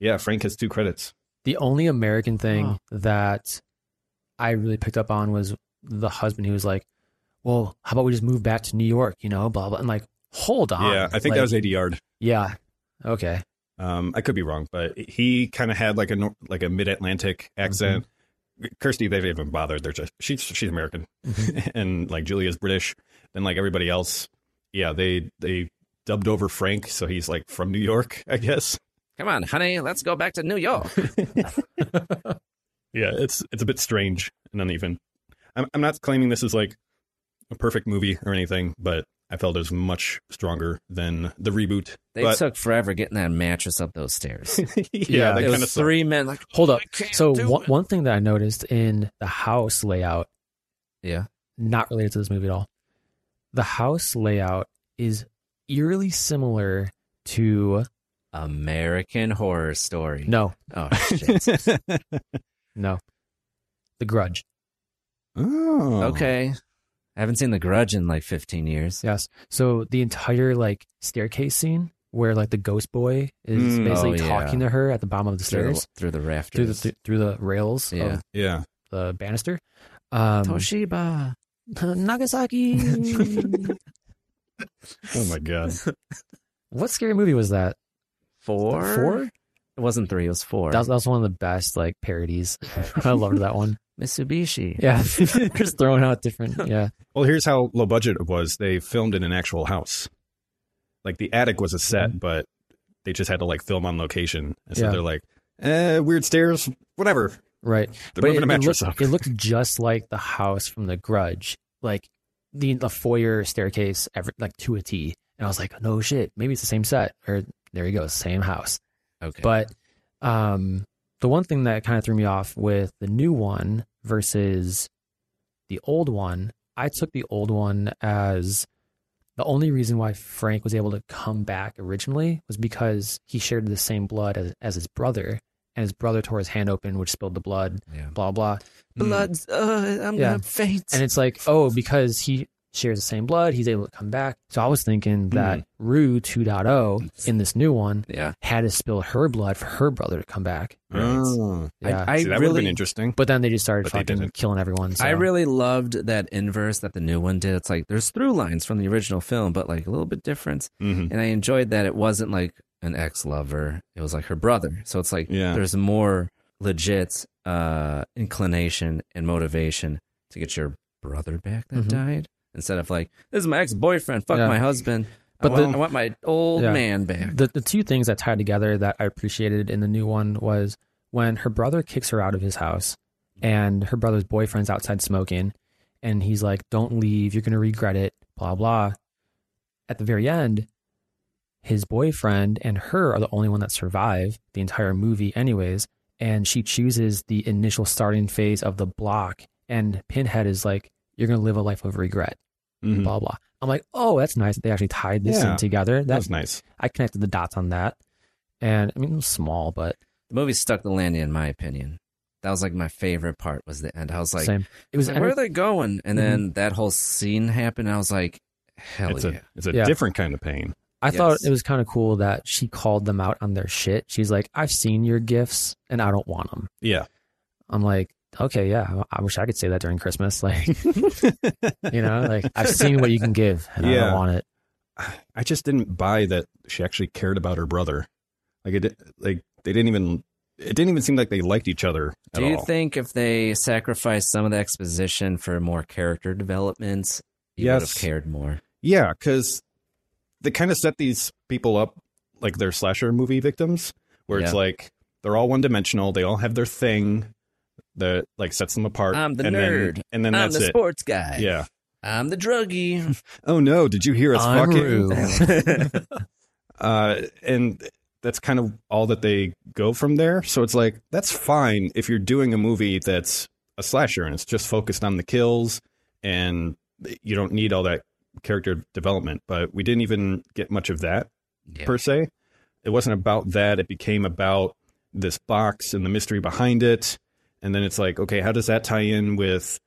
[SPEAKER 5] Yeah. Frank has two credits.
[SPEAKER 7] The only American thing that I really picked up on was the husband who was like, "Well, how about we just move back to New York?" You know, blah blah. And like, hold on.
[SPEAKER 5] Yeah. I think
[SPEAKER 7] Like,
[SPEAKER 5] that was AD Yard.
[SPEAKER 7] Yeah. Okay.
[SPEAKER 5] Um, I could be wrong, but he kind of had like a nor- like a mid Atlantic
[SPEAKER 4] Mm-hmm.
[SPEAKER 5] accent. Kirsty, they haven't bothered. They're just she's she's American,
[SPEAKER 4] Mm-hmm.
[SPEAKER 5] <laughs> and like Julia's British, and like everybody else, yeah, they they dubbed over Frank, so he's like from New York, I guess.
[SPEAKER 4] Come on, honey, let's go back to New
[SPEAKER 5] <laughs>
[SPEAKER 4] York.
[SPEAKER 5] Yeah, it's it's a bit strange and uneven. I'm I'm not claiming this is like a perfect movie or anything, but I felt it was much stronger than the reboot.
[SPEAKER 4] They
[SPEAKER 5] but,
[SPEAKER 4] took forever getting that mattress up those stairs.
[SPEAKER 5] <laughs> yeah,
[SPEAKER 7] <laughs> Yeah,
[SPEAKER 5] that
[SPEAKER 4] it
[SPEAKER 5] kind of
[SPEAKER 4] was three men. Like,
[SPEAKER 7] Hold up.
[SPEAKER 4] I can't
[SPEAKER 7] So
[SPEAKER 4] do
[SPEAKER 7] one,
[SPEAKER 4] it.
[SPEAKER 7] one thing that I noticed in the house layout,
[SPEAKER 4] yeah,
[SPEAKER 7] not related to this movie at all, the house layout is eerily similar to
[SPEAKER 4] American Horror Story.
[SPEAKER 7] no,
[SPEAKER 4] oh shit.
[SPEAKER 5] <laughs>
[SPEAKER 7] no, The Grudge.
[SPEAKER 5] Oh,
[SPEAKER 7] Um,
[SPEAKER 4] okay, I haven't seen The Grudge in like 15 years.
[SPEAKER 7] Yes. So the entire like staircase scene where like the ghost boy is
[SPEAKER 5] Mm.
[SPEAKER 7] basically
[SPEAKER 4] Oh, yeah.
[SPEAKER 7] talking to her at the bottom of the
[SPEAKER 4] Through,
[SPEAKER 7] stairs
[SPEAKER 4] the, through the
[SPEAKER 7] Hmm. through
[SPEAKER 4] rafters.
[SPEAKER 7] the through the rails
[SPEAKER 4] Yeah.
[SPEAKER 7] of
[SPEAKER 5] Yeah,
[SPEAKER 7] the banister. Um,
[SPEAKER 4] Toshiba.
[SPEAKER 7] <laughs> Nagasaki.
[SPEAKER 5] oh my
[SPEAKER 7] <laughs>
[SPEAKER 5] god.
[SPEAKER 7] what scary movie was that?
[SPEAKER 4] Four?
[SPEAKER 7] Four?
[SPEAKER 4] It wasn't three, it was four.
[SPEAKER 7] That was, that was one of the best like parodies. <laughs> I loved that one.
[SPEAKER 4] Mitsubishi. <laughs>
[SPEAKER 7] Yeah, <laughs> just throwing out different. Yeah,
[SPEAKER 5] Well, here's how low budget it was. They filmed in an actual house. Like the attic was a set, but they just had to like film on location. And
[SPEAKER 7] Mm-hmm.
[SPEAKER 5] so
[SPEAKER 7] Yeah.
[SPEAKER 5] they're like, eh, weird stairs, whatever.
[SPEAKER 7] right.
[SPEAKER 5] moving a
[SPEAKER 7] it,
[SPEAKER 5] mattress
[SPEAKER 7] looked,
[SPEAKER 5] up.
[SPEAKER 7] it looked just like the house from The Grudge, like the the foyer staircase, every, like to a T. And I was like, no shit, maybe it's the same set, or there you go, same house.
[SPEAKER 4] Okay.
[SPEAKER 7] But um, the one thing that kind of threw me off with the new one versus the old one, I took the old one as the only reason why Frank was able to come back originally was because he shared the same blood as, as his brother, and his brother tore his hand open, which spilled the blood,
[SPEAKER 4] Yeah.
[SPEAKER 7] blah, blah. Mm.
[SPEAKER 4] Blood's, uh, I'm
[SPEAKER 7] Yeah.
[SPEAKER 4] gonna faint.
[SPEAKER 7] And it's like, oh, because he shares the same blood, he's able to come back. So I was thinking that Rue 2.0 in this new one
[SPEAKER 4] Mm. yeah.
[SPEAKER 7] had to spill her blood for her brother to come back.
[SPEAKER 5] Oh.
[SPEAKER 7] Yeah.
[SPEAKER 4] I, I
[SPEAKER 5] See, that would have
[SPEAKER 4] really,
[SPEAKER 5] been interesting.
[SPEAKER 7] But then they just started
[SPEAKER 5] But they
[SPEAKER 7] fucking
[SPEAKER 5] didn't.
[SPEAKER 7] killing everyone. So.
[SPEAKER 4] I really loved that inverse that the new one did. It's like there's through lines from the original film, but like a little bit different.
[SPEAKER 7] Mm-hmm.
[SPEAKER 5] Mhm.
[SPEAKER 4] And I enjoyed that it wasn't like an ex lover; it was like her brother. So it's like
[SPEAKER 5] Yeah.
[SPEAKER 4] there's more legit uh, inclination and motivation to get your brother back that
[SPEAKER 7] Mhm.
[SPEAKER 4] died instead of like this is my ex boyfriend, fuck
[SPEAKER 7] Yeah.
[SPEAKER 4] my husband.
[SPEAKER 7] But
[SPEAKER 4] But I, want,
[SPEAKER 7] the-
[SPEAKER 4] I want my old
[SPEAKER 7] Yeah.
[SPEAKER 4] man back.
[SPEAKER 7] the the two things that tied together that I appreciated in the new one was when her brother kicks her out of his house, and her brother's boyfriend's outside smoking, and he's like, "Don't leave, you're gonna regret it." Blah blah. At the very end, his boyfriend and her are the only one that survive the entire movie, anyways. And she chooses the initial starting phase of the block, and Pinhead is like, "You're gonna live a life of regret."
[SPEAKER 5] Mhm.
[SPEAKER 7] Blah blah. I'm like, "Oh, that's nice. that They actually tied this
[SPEAKER 5] Yeah.
[SPEAKER 7] in together.
[SPEAKER 5] That
[SPEAKER 7] That's
[SPEAKER 5] was nice.
[SPEAKER 7] I connected the dots on that. And I mean, it was small, but
[SPEAKER 4] The movie stuck the landing, in my opinion. That was like my favorite part was the end. I was like,
[SPEAKER 7] same. It was
[SPEAKER 4] Like, where are they going? And then that whole scene happened. And I was like, hell
[SPEAKER 5] Mm-hmm. it's
[SPEAKER 4] yeah.
[SPEAKER 5] a it's a
[SPEAKER 7] Yeah.
[SPEAKER 5] different kind of pain.
[SPEAKER 7] I thought
[SPEAKER 4] Yes.
[SPEAKER 7] it was kind of cool that she called them out on their shit. She's like, "I've seen your gifts, and I don't want them."
[SPEAKER 5] Yeah.
[SPEAKER 7] I'm like, "Okay, yeah, I wish I could say that during Christmas." <laughs> Like, you know, like I've seen what you can give, and I
[SPEAKER 5] Yeah.
[SPEAKER 7] don't want it.
[SPEAKER 5] I just didn't buy that she actually cared about her brother. Like it di- like they didn't even it didn't even seem like they liked each other at
[SPEAKER 4] Do you
[SPEAKER 5] all.
[SPEAKER 4] think if they sacrificed some of the exposition for more character development, you would have
[SPEAKER 5] Yes.
[SPEAKER 4] cared more?
[SPEAKER 5] Yeah, because they kind of set these people up like they're slasher movie victims, where it's
[SPEAKER 4] Yeah.
[SPEAKER 5] like they're all one dimensional. They all have their thing that like sets them apart.
[SPEAKER 4] I'm the
[SPEAKER 5] and then-
[SPEAKER 4] nerd.
[SPEAKER 5] and then
[SPEAKER 4] I'm
[SPEAKER 5] that's
[SPEAKER 4] the
[SPEAKER 5] it.
[SPEAKER 4] sports guy.
[SPEAKER 5] Yeah.
[SPEAKER 4] I'm the druggie. <laughs>
[SPEAKER 5] Oh no! Did you hear us
[SPEAKER 7] I'm
[SPEAKER 5] fucking? <laughs> uh, and that's kind of all that they go from there. So it's like that's fine if you're doing a movie that's a slasher and it's just focused on the kills, and you don't need all that character development. But we didn't even get much of that
[SPEAKER 4] Yeah.
[SPEAKER 5] per se. It wasn't about that. It became about this box and the mystery behind it. And then it's like, okay, how does that tie in with,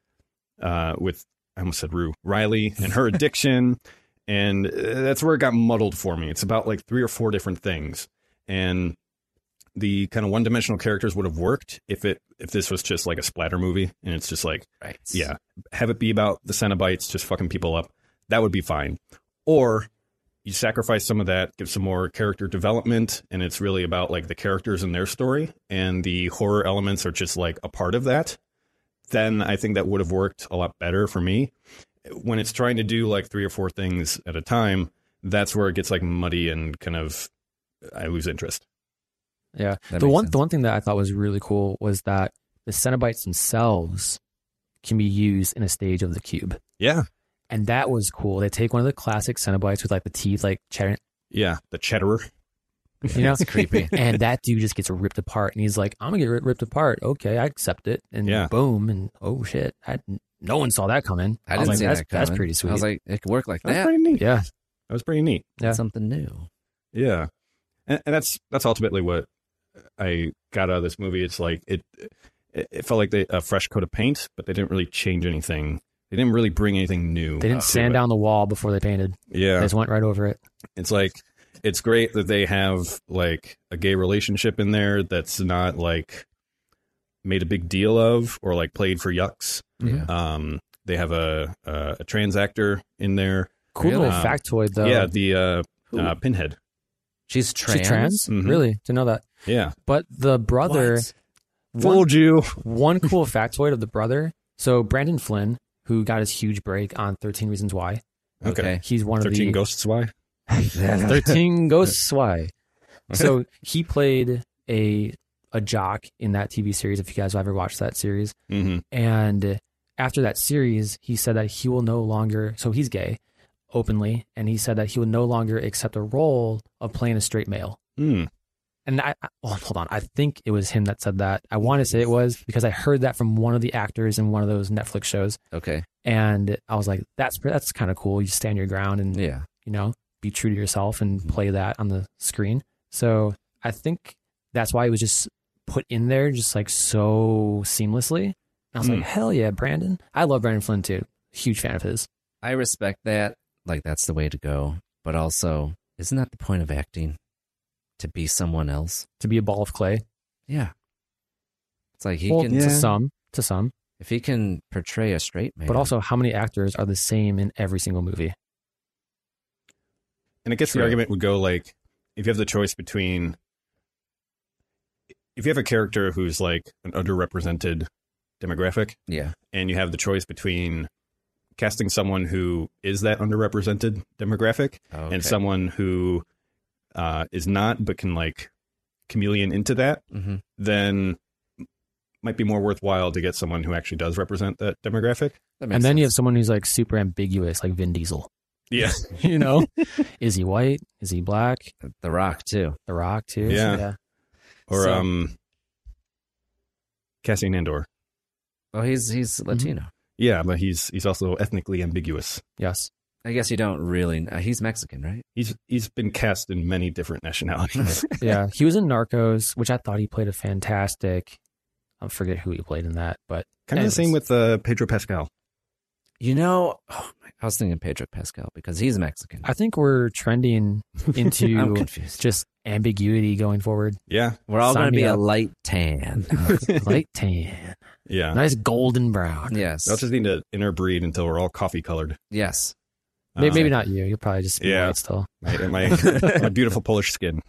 [SPEAKER 5] uh, with I almost said Rue Riley and her addiction, and uh, that's where it got muddled for me. It's about like three or four different things, and the kind of one-dimensional characters would have worked if it if this was just like a splatter movie, and it's just like,
[SPEAKER 4] Right.
[SPEAKER 5] yeah, have it be about the Cenobites just fucking people up. That would be fine, or you sacrifice some of that, give some more character development, and it's really about like the characters and their story, and the horror elements are just like a part of that. Then I think that would have worked a lot better for me when it's trying to do like three or four things at a time, that's where it gets like muddy and kind of I lose interest.
[SPEAKER 7] Yeah.
[SPEAKER 4] That
[SPEAKER 7] the
[SPEAKER 4] makes
[SPEAKER 7] one
[SPEAKER 4] sense.
[SPEAKER 7] the one thing that I thought was really cool was that the Cenobites themselves can be used in a stage of the cube.
[SPEAKER 5] Yeah.
[SPEAKER 7] And that was cool. They take one of the classic Cenobites with like the teeth like chattering,
[SPEAKER 5] Yeah. The chatterer.
[SPEAKER 7] you know,
[SPEAKER 4] <laughs> It's creepy.
[SPEAKER 7] and that dude just gets ripped apart and he's like, I'm gonna get ri- ripped apart. Okay, I accept it. And
[SPEAKER 5] Yeah.
[SPEAKER 7] boom, and oh shit. I, no one saw that coming.
[SPEAKER 4] I
[SPEAKER 7] was
[SPEAKER 4] didn't
[SPEAKER 7] like,
[SPEAKER 4] see
[SPEAKER 7] that's,
[SPEAKER 4] that.
[SPEAKER 7] That's
[SPEAKER 4] coming.
[SPEAKER 7] pretty sweet.
[SPEAKER 4] I was like, it could work like
[SPEAKER 5] That was
[SPEAKER 4] that.
[SPEAKER 5] pretty neat.
[SPEAKER 7] Yeah.
[SPEAKER 5] That was pretty neat.
[SPEAKER 7] Yeah.
[SPEAKER 4] Something new.
[SPEAKER 5] Yeah. And, and that's that's ultimately what I got out of this movie. It's like it it, it felt like they, a fresh coat of paint, but they didn't really change anything. They didn't really bring anything new. uh,
[SPEAKER 7] They didn't
[SPEAKER 5] to
[SPEAKER 7] sand
[SPEAKER 5] it.
[SPEAKER 7] down the wall before they painted.
[SPEAKER 5] Yeah.
[SPEAKER 7] They just went right over it.
[SPEAKER 5] It's like it's great that they have like a gay relationship in there that's not like made a big deal of or like played for yucks.
[SPEAKER 4] Yeah.
[SPEAKER 5] Um, they have a uh, a trans actor in there.
[SPEAKER 7] Cool
[SPEAKER 4] Really?
[SPEAKER 7] little
[SPEAKER 5] Um,
[SPEAKER 7] factoid though.
[SPEAKER 5] yeah, the uh,
[SPEAKER 4] Who?
[SPEAKER 5] uh, pinhead.
[SPEAKER 4] She's
[SPEAKER 7] She
[SPEAKER 4] trans. Mm-hmm.
[SPEAKER 7] trans?
[SPEAKER 5] Mhm.
[SPEAKER 7] Really? To know that.
[SPEAKER 5] Yeah,
[SPEAKER 7] But the brother
[SPEAKER 4] What?
[SPEAKER 7] one-
[SPEAKER 5] you.
[SPEAKER 7] <laughs> one cool factoid of the brother. So Brandon Flynn, who got his huge break on Thirteen Reasons Why,
[SPEAKER 5] Okay.
[SPEAKER 4] Okay.
[SPEAKER 7] he's one of
[SPEAKER 5] Thirteen
[SPEAKER 7] the <laughs>
[SPEAKER 5] ghosts. Why? Hmm.
[SPEAKER 7] Thirteen Ghosts Why. So he played a a jock in that TV series. If you guys have ever watched that series,
[SPEAKER 5] Mm-hmm.
[SPEAKER 7] and after that series, he said that he will no longer. So he's gay, openly, and he said that he will no longer accept a role of playing a straight male.
[SPEAKER 5] Mm.
[SPEAKER 7] and I, I oh, hold on, I think it was him that said that. I want to say it was because I heard that from one of the actors in one of those Netflix shows,
[SPEAKER 4] Okay.
[SPEAKER 7] and I was like, that's pre- that's kind of cool. You stand your ground and
[SPEAKER 4] Yeah. Mm-hmm.
[SPEAKER 7] you know be true to yourself and play that on the screen. So I think that's why it was just put in there just like so seamlessly. And I was
[SPEAKER 5] Hmm.
[SPEAKER 4] Mm.
[SPEAKER 7] like, hell yeah, Brandon! I love Brandon Flynn too. Huge fan of his.
[SPEAKER 4] I respect that. Like that's the way to go. But also, isn't that the point of acting? To be someone else?
[SPEAKER 7] To be a ball of clay,
[SPEAKER 4] Yeah. It's like he
[SPEAKER 7] well,
[SPEAKER 4] can
[SPEAKER 7] to some, to some,
[SPEAKER 4] if he can portray a straight man.
[SPEAKER 7] but also how many actors are the same in every single movie?
[SPEAKER 5] And I guess
[SPEAKER 4] True.
[SPEAKER 5] the argument would go like, if you have the choice between, if you have a character who's like an underrepresented demographic,
[SPEAKER 4] Yeah.
[SPEAKER 5] and you have the choice between casting someone who is that underrepresented demographic
[SPEAKER 4] Okay.
[SPEAKER 5] and someone who uh, is not but can like chameleon into that,
[SPEAKER 4] hmm
[SPEAKER 5] then might be more worthwhile to get someone who actually does represent that demographic.
[SPEAKER 7] and then you have someone who's like super ambiguous, like Vin Diesel.
[SPEAKER 5] Yeah,
[SPEAKER 7] <laughs> You know, is he white? Is he black?
[SPEAKER 4] have The Rock too.
[SPEAKER 7] The Rock too.
[SPEAKER 5] Yeah. or
[SPEAKER 4] So-
[SPEAKER 5] um, Cassian Andor.
[SPEAKER 4] Oh, he's he's
[SPEAKER 7] Mm-hmm.
[SPEAKER 4] Latino.
[SPEAKER 5] Yeah, but he's he's also ethnically ambiguous.
[SPEAKER 7] Yes.
[SPEAKER 4] I guess you don't really. Uh, he's Mexican, right?
[SPEAKER 5] He's he's been cast in many different nationalities.
[SPEAKER 7] <laughs> Yeah. He was in Narcos, which I thought he played a fantastic. I forget who he played in that, but
[SPEAKER 5] kind of
[SPEAKER 7] anyways.
[SPEAKER 5] the same with uh, Pedro Pascal.
[SPEAKER 4] You know, oh my, I was thinking Pedro Pascal because he's Mexican.
[SPEAKER 7] I think we're trending into
[SPEAKER 4] <laughs> I'm confused.
[SPEAKER 7] just ambiguity going forward.
[SPEAKER 5] Yeah,
[SPEAKER 4] We're all
[SPEAKER 7] Sign
[SPEAKER 4] going to
[SPEAKER 7] me
[SPEAKER 4] be a
[SPEAKER 7] up.
[SPEAKER 4] light tan.
[SPEAKER 7] <laughs>
[SPEAKER 4] <laughs>
[SPEAKER 7] Light tan,
[SPEAKER 5] yeah.
[SPEAKER 7] nice golden brown.
[SPEAKER 4] yes.
[SPEAKER 5] I'll just need to interbreed until we're all coffee colored. Uh,
[SPEAKER 4] yes.
[SPEAKER 7] Maybe, maybe not you. You'll probably just be
[SPEAKER 5] Yeah.
[SPEAKER 7] white still.
[SPEAKER 5] <laughs>
[SPEAKER 7] <laughs>
[SPEAKER 5] My, my, my beautiful Polish skin.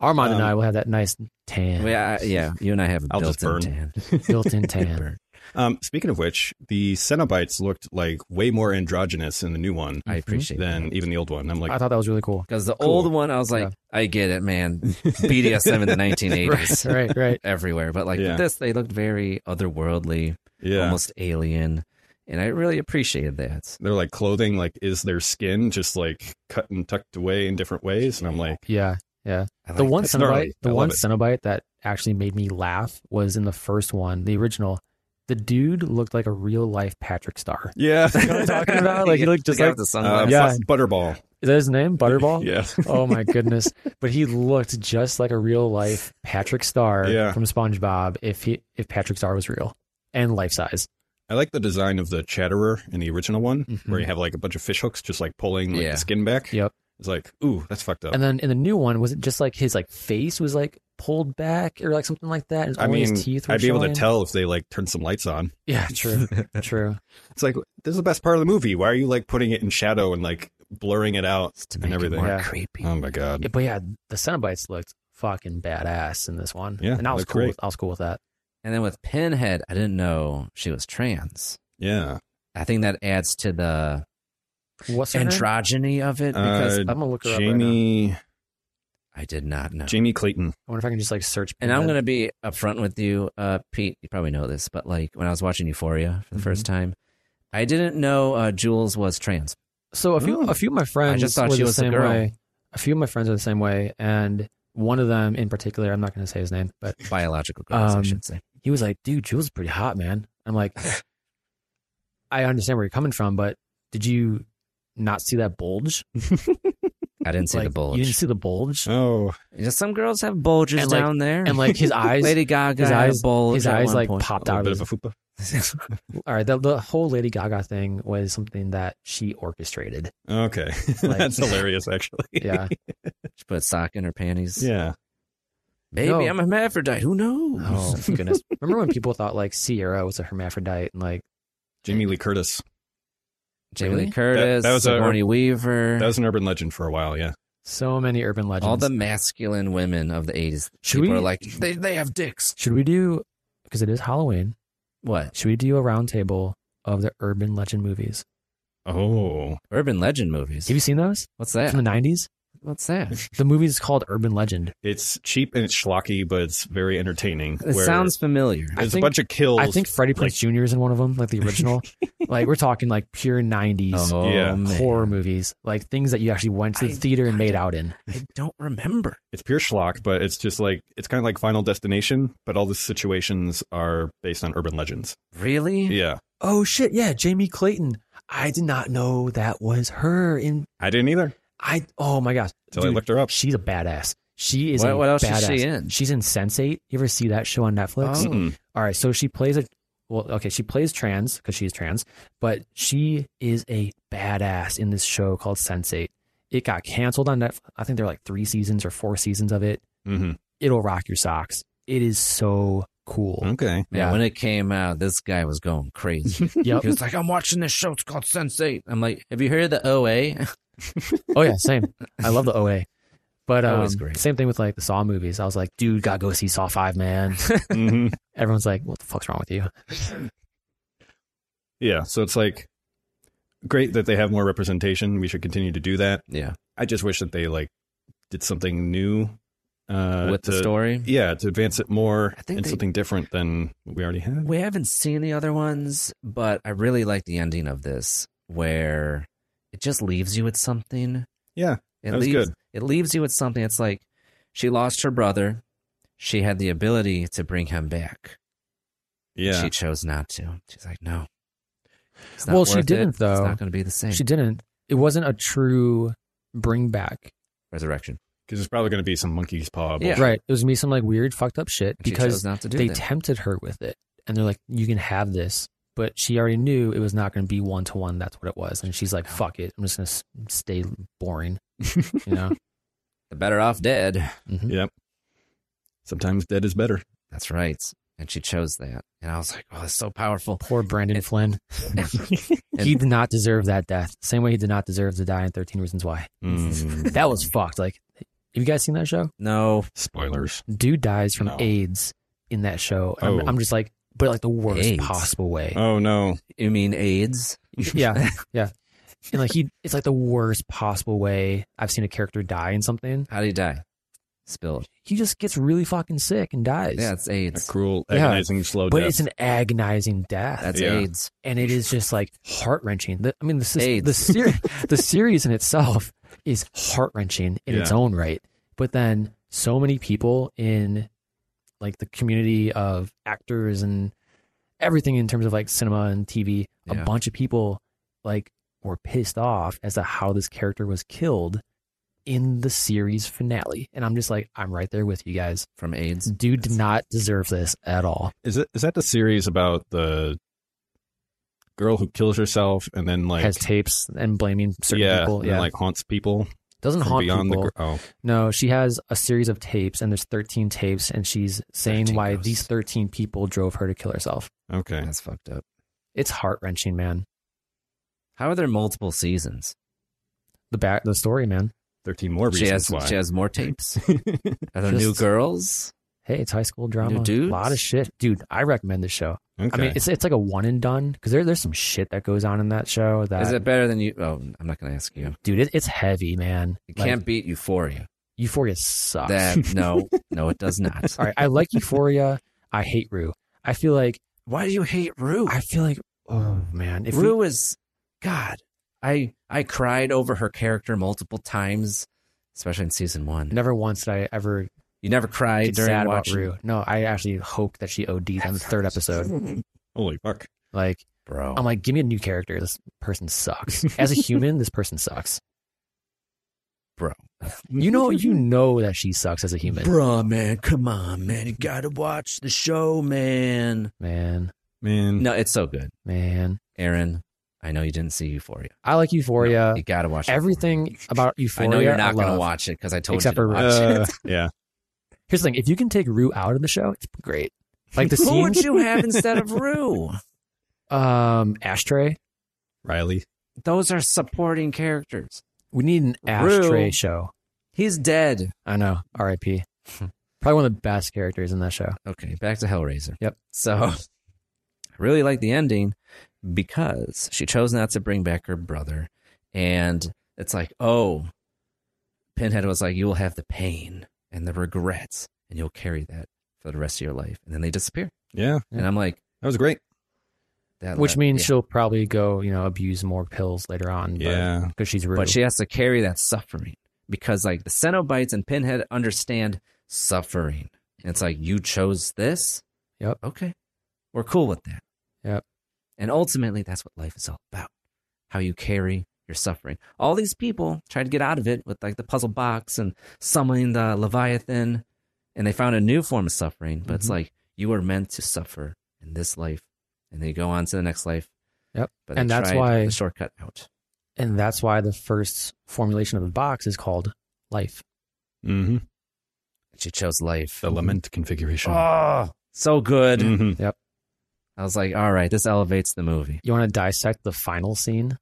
[SPEAKER 7] Armand and
[SPEAKER 5] Um,
[SPEAKER 7] I will have that nice tan,
[SPEAKER 4] We, I, yeah. You and I have a
[SPEAKER 5] I'll just
[SPEAKER 4] built-in tan.
[SPEAKER 7] built-in tan.
[SPEAKER 4] Burn.
[SPEAKER 5] Um, speaking of which, the Cenobites looked like way more androgynous in the new one
[SPEAKER 4] I appreciate
[SPEAKER 5] than even the old one. I'm like,
[SPEAKER 7] I thought that was really cool.
[SPEAKER 4] Because the
[SPEAKER 5] Cool.
[SPEAKER 4] old one, I was like, I get it,
[SPEAKER 7] <laughs>
[SPEAKER 4] man. BDSM in the 1980s.
[SPEAKER 7] Right, right.
[SPEAKER 4] <laughs> Everywhere. But like
[SPEAKER 5] Yeah.
[SPEAKER 4] this, they looked very otherworldly,
[SPEAKER 5] yeah.
[SPEAKER 4] almost alien. And I really appreciated that.
[SPEAKER 5] They're like clothing, like is their skin just like cut and tucked away in different ways? And I'm like,
[SPEAKER 7] Yeah, yeah.
[SPEAKER 4] I
[SPEAKER 7] the
[SPEAKER 4] like
[SPEAKER 7] one
[SPEAKER 5] that.
[SPEAKER 7] Cenobite,
[SPEAKER 5] Gnarly. I
[SPEAKER 7] the
[SPEAKER 5] love
[SPEAKER 7] one
[SPEAKER 5] it.
[SPEAKER 7] Cenobite that actually made me laugh was in the first one, the original. The dude looked like a real life Patrick Star.
[SPEAKER 5] yeah,
[SPEAKER 7] <laughs> I'm talking about? Like, he looked just
[SPEAKER 4] the guy
[SPEAKER 7] like-
[SPEAKER 4] with the
[SPEAKER 5] uh,
[SPEAKER 4] sunglasses.
[SPEAKER 7] Yeah.
[SPEAKER 5] Butterball.
[SPEAKER 7] Is that his name? Butterball?
[SPEAKER 5] <laughs> Yeah,
[SPEAKER 7] Oh my goodness. But he looked just like a real life Patrick Star
[SPEAKER 5] Yeah.
[SPEAKER 7] from SpongeBob if he if Patrick Star was real and life size.
[SPEAKER 5] I like the design of the chatterer in the original one, where
[SPEAKER 7] Mhm.
[SPEAKER 5] you have like a bunch of fish hooks just like pulling like,
[SPEAKER 4] Yeah.
[SPEAKER 5] the skin back.
[SPEAKER 7] Yep.
[SPEAKER 5] It's like, ooh, that's fucked up.
[SPEAKER 7] And then in the new one, was it just like his like face was like pulled back or like something like that? And
[SPEAKER 5] I
[SPEAKER 7] only
[SPEAKER 5] mean,
[SPEAKER 7] his teeth were
[SPEAKER 5] I'd be able to
[SPEAKER 7] showing?
[SPEAKER 5] tell if they like turned some lights on.
[SPEAKER 7] Yeah,
[SPEAKER 5] <laughs>
[SPEAKER 7] true, true.
[SPEAKER 5] It's like this is the best part of the movie. Why are you like putting it in shadow and like blurring it out
[SPEAKER 4] It's to make
[SPEAKER 5] and everything?
[SPEAKER 4] it more
[SPEAKER 7] Yeah.
[SPEAKER 4] creepy.
[SPEAKER 5] Oh my god.
[SPEAKER 7] Yeah, but yeah, the Cenobites looked fucking badass in this one.
[SPEAKER 5] Yeah,
[SPEAKER 7] and I was
[SPEAKER 5] looked
[SPEAKER 7] cool.
[SPEAKER 5] great.
[SPEAKER 7] With, I was cool with that.
[SPEAKER 4] And then with Pinhead, I didn't know she was trans.
[SPEAKER 5] Yeah.
[SPEAKER 4] I think that adds to the
[SPEAKER 7] What's her name?
[SPEAKER 4] androgyny of it because
[SPEAKER 5] Uh,
[SPEAKER 7] I'm gonna look her up right
[SPEAKER 5] Jamie
[SPEAKER 4] I did not know.
[SPEAKER 5] Jamie Clayton.
[SPEAKER 7] I wonder if I can just like search.
[SPEAKER 4] And I'm
[SPEAKER 7] Pinhead.
[SPEAKER 4] going to be upfront with you, uh, Pete. You probably know this, but like when I was watching Euphoria for the first
[SPEAKER 7] Mm-hmm.
[SPEAKER 4] time, I didn't know uh, Jules was trans.
[SPEAKER 7] So a few
[SPEAKER 5] Oh.
[SPEAKER 7] a few of my friends
[SPEAKER 4] just thought
[SPEAKER 7] were
[SPEAKER 4] she
[SPEAKER 7] the
[SPEAKER 4] was a
[SPEAKER 7] same
[SPEAKER 4] girl.
[SPEAKER 7] way. A few of my friends are the same way, and one of them in particular, I'm not going to say his name, but
[SPEAKER 4] Biological girls, I
[SPEAKER 7] Um,
[SPEAKER 4] should say.
[SPEAKER 7] he was like, "Dude, Jules is pretty hot, man." I'm like, I understand where you're coming from, but did you not see that bulge?
[SPEAKER 4] I didn't see
[SPEAKER 7] Like,
[SPEAKER 4] the bulge.
[SPEAKER 7] You didn't see the bulge,
[SPEAKER 5] Oh,
[SPEAKER 4] Just some girls have bulges
[SPEAKER 7] And, like-
[SPEAKER 4] down there.
[SPEAKER 7] and like
[SPEAKER 4] <laughs>
[SPEAKER 7] his eyes,
[SPEAKER 4] Lady Gaga
[SPEAKER 7] his
[SPEAKER 4] had
[SPEAKER 7] eyes,
[SPEAKER 4] a bulge.
[SPEAKER 7] his
[SPEAKER 4] at
[SPEAKER 7] eyes
[SPEAKER 4] one
[SPEAKER 7] like
[SPEAKER 4] point.
[SPEAKER 5] a
[SPEAKER 7] popped
[SPEAKER 5] little
[SPEAKER 7] out.
[SPEAKER 5] bit
[SPEAKER 7] Of
[SPEAKER 5] of a
[SPEAKER 7] his,
[SPEAKER 5] fupa.
[SPEAKER 7] <laughs> all right, the, the whole Lady Gaga thing was something that she orchestrated.
[SPEAKER 5] Okay, <laughs>
[SPEAKER 7] Like-
[SPEAKER 5] that's hilarious. Actually,
[SPEAKER 7] <laughs> Yeah,
[SPEAKER 4] She put a sock in her panties.
[SPEAKER 5] <laughs> yeah.
[SPEAKER 4] Baby,
[SPEAKER 7] No.
[SPEAKER 4] I'm a hermaphrodite. Who knows?
[SPEAKER 7] oh
[SPEAKER 4] <laughs>
[SPEAKER 7] goodness. Remember when people thought like Sierra was a hermaphrodite and like
[SPEAKER 5] Jamie Lee Curtis.
[SPEAKER 4] Jamie
[SPEAKER 7] Really?
[SPEAKER 4] Lee Curtis,
[SPEAKER 5] That- that was a-
[SPEAKER 4] Sigourney Weaver,
[SPEAKER 5] That was an urban legend for a while. Yeah.
[SPEAKER 7] so many urban legends?
[SPEAKER 4] all the masculine women of the 80s.
[SPEAKER 7] Should
[SPEAKER 4] People
[SPEAKER 7] we-
[SPEAKER 4] are like, they, they have dicks.
[SPEAKER 7] Should we do because it is Halloween?
[SPEAKER 4] What?
[SPEAKER 7] Should we do a roundtable of the urban legend movies?
[SPEAKER 5] Oh,
[SPEAKER 4] Urban legend movies.
[SPEAKER 7] Have you seen those
[SPEAKER 4] What's that?
[SPEAKER 7] from the nineties?
[SPEAKER 4] What's that?
[SPEAKER 7] The movie is called Urban Legend.
[SPEAKER 5] it's cheap and it's schlocky, but it's very entertaining.
[SPEAKER 4] It
[SPEAKER 5] where
[SPEAKER 4] sounds familiar.
[SPEAKER 7] I
[SPEAKER 5] There's
[SPEAKER 7] think-
[SPEAKER 5] a bunch of kills.
[SPEAKER 7] I think Freddie Prinze Jr. is in one of them, like the original. like we're talking like pure nineties
[SPEAKER 4] Oh,
[SPEAKER 5] Yeah.
[SPEAKER 4] man.
[SPEAKER 7] horror movies, like things that you actually went to the
[SPEAKER 4] I-
[SPEAKER 7] theater and
[SPEAKER 4] I
[SPEAKER 7] made
[SPEAKER 4] don't-
[SPEAKER 7] out in.
[SPEAKER 4] I don't remember.
[SPEAKER 5] it's pure schlock, but it's just like it's kind of like Final Destination, but all the situations are based on urban legends.
[SPEAKER 4] Really?
[SPEAKER 5] Yeah,
[SPEAKER 7] <laughs> Oh shit! Yeah, Jamie Clayton. I did not know that was her. In
[SPEAKER 5] I didn't either.
[SPEAKER 7] I oh my gosh,
[SPEAKER 5] Till I looked her up.
[SPEAKER 7] She's a badass. She is
[SPEAKER 4] What-
[SPEAKER 7] a
[SPEAKER 4] what else is
[SPEAKER 7] badass.
[SPEAKER 4] she in?
[SPEAKER 7] She's in Sense8. You ever see that show on Netflix?
[SPEAKER 4] Oh.
[SPEAKER 5] Mm-mm.
[SPEAKER 7] All right, so she plays a well, okay, she plays trans because she's trans, but she is a badass in this show called Sense8. It got canceled on Netflix. I think there were like three seasons or four seasons of it.
[SPEAKER 5] Mhm.
[SPEAKER 7] It'll rock your socks. It is so cool.
[SPEAKER 5] Okay.
[SPEAKER 4] Man,
[SPEAKER 7] Yeah.
[SPEAKER 4] when it came out, this guy was going <laughs> crazy.
[SPEAKER 7] Yep.
[SPEAKER 4] He was like, I'm watching this show. It's called Sense8. I'm like, have you heard of the <laughs> OA?
[SPEAKER 7] oh yeah, same. I love the OA. But
[SPEAKER 4] That
[SPEAKER 7] um,
[SPEAKER 4] was great.
[SPEAKER 7] same thing with like the Saw movies. I was like, dude, gotta go see Saw Five, man.
[SPEAKER 5] Mhm.
[SPEAKER 7] <laughs> Everyone's like, what the fuck's wrong with you?
[SPEAKER 5] <laughs> Yeah. So it's like great that they have more representation. We should continue to do that.
[SPEAKER 4] Yeah.
[SPEAKER 5] I just wish that they like did something new uh,
[SPEAKER 4] With the
[SPEAKER 5] to-
[SPEAKER 4] story.
[SPEAKER 5] Yeah, to advance it more
[SPEAKER 4] I think
[SPEAKER 5] and
[SPEAKER 4] they-
[SPEAKER 5] something different than what we already have.
[SPEAKER 4] We haven't seen the other ones, but I really like the ending of this where it just leaves you with something.
[SPEAKER 5] Yeah,
[SPEAKER 4] It
[SPEAKER 5] that was
[SPEAKER 4] leaves
[SPEAKER 5] good.
[SPEAKER 4] it leaves you with something. It's like she lost her brother. She had the ability to bring him back.
[SPEAKER 5] yeah.
[SPEAKER 4] She chose not to. She's like, no. It's
[SPEAKER 7] Well, she
[SPEAKER 4] worth it.
[SPEAKER 7] didn't,
[SPEAKER 4] It's
[SPEAKER 7] though.
[SPEAKER 4] not going to be the same.
[SPEAKER 7] She didn't. It wasn't a true bring back.
[SPEAKER 4] Resurrection.
[SPEAKER 5] Because there's probably going to be some monkey's paw.
[SPEAKER 4] Yeah.
[SPEAKER 5] bullshit.
[SPEAKER 7] Right. It was gonna be some like weird fucked up shit
[SPEAKER 4] And she chose
[SPEAKER 7] because
[SPEAKER 4] not to do
[SPEAKER 7] they
[SPEAKER 4] that.
[SPEAKER 7] tempted her with it. And they're like, You can have this. But she already knew it was not gonna be one to one, that's what it was. And she's like, Fuck it. I'm just gonna s- stay boring. You know?
[SPEAKER 4] <laughs> The better off dead.
[SPEAKER 7] Mhm.
[SPEAKER 5] Mm-hmm. Yep. Sometimes dead is better.
[SPEAKER 4] That's right. And she chose that. And I was like, oh, that's so powerful.
[SPEAKER 7] Poor Brandon
[SPEAKER 4] And-
[SPEAKER 7] Flynn. he did not deserve that death. Same way he did not deserve to die in thirteen reasons why.
[SPEAKER 5] Mm.
[SPEAKER 7] That was fucked. Like have you guys seen that show?
[SPEAKER 4] No.
[SPEAKER 5] Spoilers.
[SPEAKER 7] Dude dies from
[SPEAKER 5] No.
[SPEAKER 7] AIDS in that show. And
[SPEAKER 5] Oh.
[SPEAKER 7] I'm, I'm just like but like the worst
[SPEAKER 4] AIDS.
[SPEAKER 7] possible way.
[SPEAKER 5] Oh no.
[SPEAKER 4] You mean AIDS?
[SPEAKER 7] yeah,
[SPEAKER 4] <laughs>
[SPEAKER 7] yeah. And like he, it's like the worst possible way I've seen a character die in something.
[SPEAKER 4] How do you die? Spilled.
[SPEAKER 7] He just gets really fucking sick and dies.
[SPEAKER 4] Yeah, it's
[SPEAKER 5] A
[SPEAKER 4] AIDS.
[SPEAKER 5] cruel,
[SPEAKER 7] Yeah.
[SPEAKER 5] agonizing, slow
[SPEAKER 7] but
[SPEAKER 5] death.
[SPEAKER 7] it's an agonizing death,
[SPEAKER 4] That's
[SPEAKER 5] Yeah.
[SPEAKER 4] AIDS.
[SPEAKER 7] and it is just like heart wrenching. The- I mean, the sis-
[SPEAKER 4] AIDS.
[SPEAKER 7] the ser- the series in itself is heart wrenching in its
[SPEAKER 5] Yeah.
[SPEAKER 7] own right. But then so many people in like the community of actors and everything in terms of like cinema and TV,
[SPEAKER 4] Yeah.
[SPEAKER 7] a bunch of people like were pissed off as to how this character was killed in the series finale. And I'm just like, I'm right there with you guys.
[SPEAKER 4] From AIDS.
[SPEAKER 7] Dude did not deserve this at all.
[SPEAKER 5] is it is that the series about the girl who kills herself and then like
[SPEAKER 7] has tapes and blaming certain
[SPEAKER 5] yeah,
[SPEAKER 7] people.
[SPEAKER 5] and
[SPEAKER 7] Yeah,
[SPEAKER 5] then, like haunts people.
[SPEAKER 7] doesn't
[SPEAKER 5] from
[SPEAKER 7] haunt
[SPEAKER 5] beyond
[SPEAKER 7] people.
[SPEAKER 5] The, gr- oh,
[SPEAKER 7] No, she has a series of tapes, and there's 13 tapes, and she's saying
[SPEAKER 4] 13
[SPEAKER 7] why
[SPEAKER 4] ghosts.
[SPEAKER 7] these 13 people drove her to kill herself.
[SPEAKER 5] okay.
[SPEAKER 4] That's fucked up.
[SPEAKER 7] It's heart wrenching, man.
[SPEAKER 4] How are there multiple seasons?
[SPEAKER 7] The back, the story, man.
[SPEAKER 5] Thirteen more
[SPEAKER 4] She
[SPEAKER 5] reasons
[SPEAKER 4] has,
[SPEAKER 5] why.
[SPEAKER 4] she has more
[SPEAKER 5] <laughs>
[SPEAKER 4] tapes. Are there new
[SPEAKER 7] Just-
[SPEAKER 4] girls?
[SPEAKER 7] Hey, it's high school drama. A
[SPEAKER 4] dudes?
[SPEAKER 7] lot of shit, dude. I recommend this show.
[SPEAKER 5] okay.
[SPEAKER 7] I mean, it's it's like a one and done because there there's some shit that goes on in that show that
[SPEAKER 4] Is it better than you? Oh, I'm not going to ask you.
[SPEAKER 7] dude, it, it's heavy, man.
[SPEAKER 4] It
[SPEAKER 7] Like,
[SPEAKER 4] can't beat Euphoria.
[SPEAKER 7] Euphoria sucks. <laughs>
[SPEAKER 4] That no, no, it does not.
[SPEAKER 7] All right, I like Euphoria. I hate Rue. I feel like
[SPEAKER 4] Why do you hate Rue?
[SPEAKER 7] I feel like oh man, if
[SPEAKER 4] Rue
[SPEAKER 7] we,
[SPEAKER 4] is God. I I cried over her character multiple times, especially in season one.
[SPEAKER 7] never once did I ever
[SPEAKER 4] You never cried
[SPEAKER 7] get
[SPEAKER 4] during
[SPEAKER 7] sad about
[SPEAKER 4] watching.
[SPEAKER 7] Rue. No, I actually hoped that she OD'd on the third episode.
[SPEAKER 5] <sighs> Holy fuck!
[SPEAKER 7] Like
[SPEAKER 4] Bro,
[SPEAKER 7] I'm like, give me a new character. This person sucks. As a human, this person sucks.
[SPEAKER 4] bro,
[SPEAKER 7] You know, you know that she sucks as a human,
[SPEAKER 4] bro, man, come on, man, you gotta watch the show, man.
[SPEAKER 7] man,
[SPEAKER 5] Man,
[SPEAKER 4] Mm. No, it's so good,
[SPEAKER 7] man.
[SPEAKER 4] Aaron. I know you didn't see Euphoria.
[SPEAKER 7] I like
[SPEAKER 4] No,
[SPEAKER 7] Euphoria.
[SPEAKER 4] you gotta watch
[SPEAKER 7] Everything
[SPEAKER 4] Euphoria.
[SPEAKER 7] about Euphoria.
[SPEAKER 4] I know you're
[SPEAKER 7] I
[SPEAKER 4] not gonna
[SPEAKER 7] love.
[SPEAKER 4] watch it because I told
[SPEAKER 7] Except
[SPEAKER 4] you.
[SPEAKER 7] for <laughs>
[SPEAKER 4] To
[SPEAKER 7] Rue.
[SPEAKER 4] watch it.
[SPEAKER 5] uh, yeah.
[SPEAKER 7] Here's the thing: if you can take Rue out of the show, it's great. Like the
[SPEAKER 4] Who would
[SPEAKER 7] scenes,
[SPEAKER 4] you have instead
[SPEAKER 7] <laughs>
[SPEAKER 4] of Rue?
[SPEAKER 7] um, ashtray.
[SPEAKER 5] Riley.
[SPEAKER 4] Those are supporting characters.
[SPEAKER 7] We need an
[SPEAKER 4] Rue.
[SPEAKER 7] ashtray show.
[SPEAKER 4] He's dead.
[SPEAKER 7] I know.
[SPEAKER 4] <laughs>
[SPEAKER 7] R.I.P. Probably one of the best characters in that show.
[SPEAKER 4] Okay, back to Hellraiser.
[SPEAKER 7] Yep.
[SPEAKER 4] So <laughs> I really like the ending because she chose not to bring back her brother. And it's like, oh, Pinhead was like, you will have the pain and the regrets, and you'll carry that for the rest of your life. And then they disappear.
[SPEAKER 5] Yeah,
[SPEAKER 4] And I'm like,
[SPEAKER 5] that was great.
[SPEAKER 4] that
[SPEAKER 7] Which
[SPEAKER 4] left-
[SPEAKER 7] means
[SPEAKER 4] yeah.
[SPEAKER 7] she'll probably go, you know, abuse more pills later on.
[SPEAKER 5] Yeah.
[SPEAKER 7] because she's Rue.
[SPEAKER 4] But she has to carry that suffering because, like, the Cenobites and Pinhead understand suffering. And it's like, you chose this?
[SPEAKER 7] Yep.
[SPEAKER 4] Okay. We're cool with that.
[SPEAKER 7] Yep.
[SPEAKER 4] And ultimately, that's what life is all about how you carry your suffering. All these people tried to get out of it with, like, the puzzle box and summoning the Leviathan, and they found a new form of suffering. But it's
[SPEAKER 7] Mhm.
[SPEAKER 4] like, you were meant to suffer in this life, and they go on to the next life.
[SPEAKER 7] Yep.
[SPEAKER 4] But they
[SPEAKER 7] And that's
[SPEAKER 4] tried
[SPEAKER 7] why-
[SPEAKER 4] the shortcut out.
[SPEAKER 7] and that's why the first formulation of the box is called life.
[SPEAKER 5] Mm-hmm.
[SPEAKER 4] She chose life.
[SPEAKER 5] The lament configuration.
[SPEAKER 4] Oh, so good.
[SPEAKER 7] Mm-hmm.
[SPEAKER 5] Mhm.
[SPEAKER 4] I was like, all right, this elevates the movie.
[SPEAKER 7] You want to dissect the final scene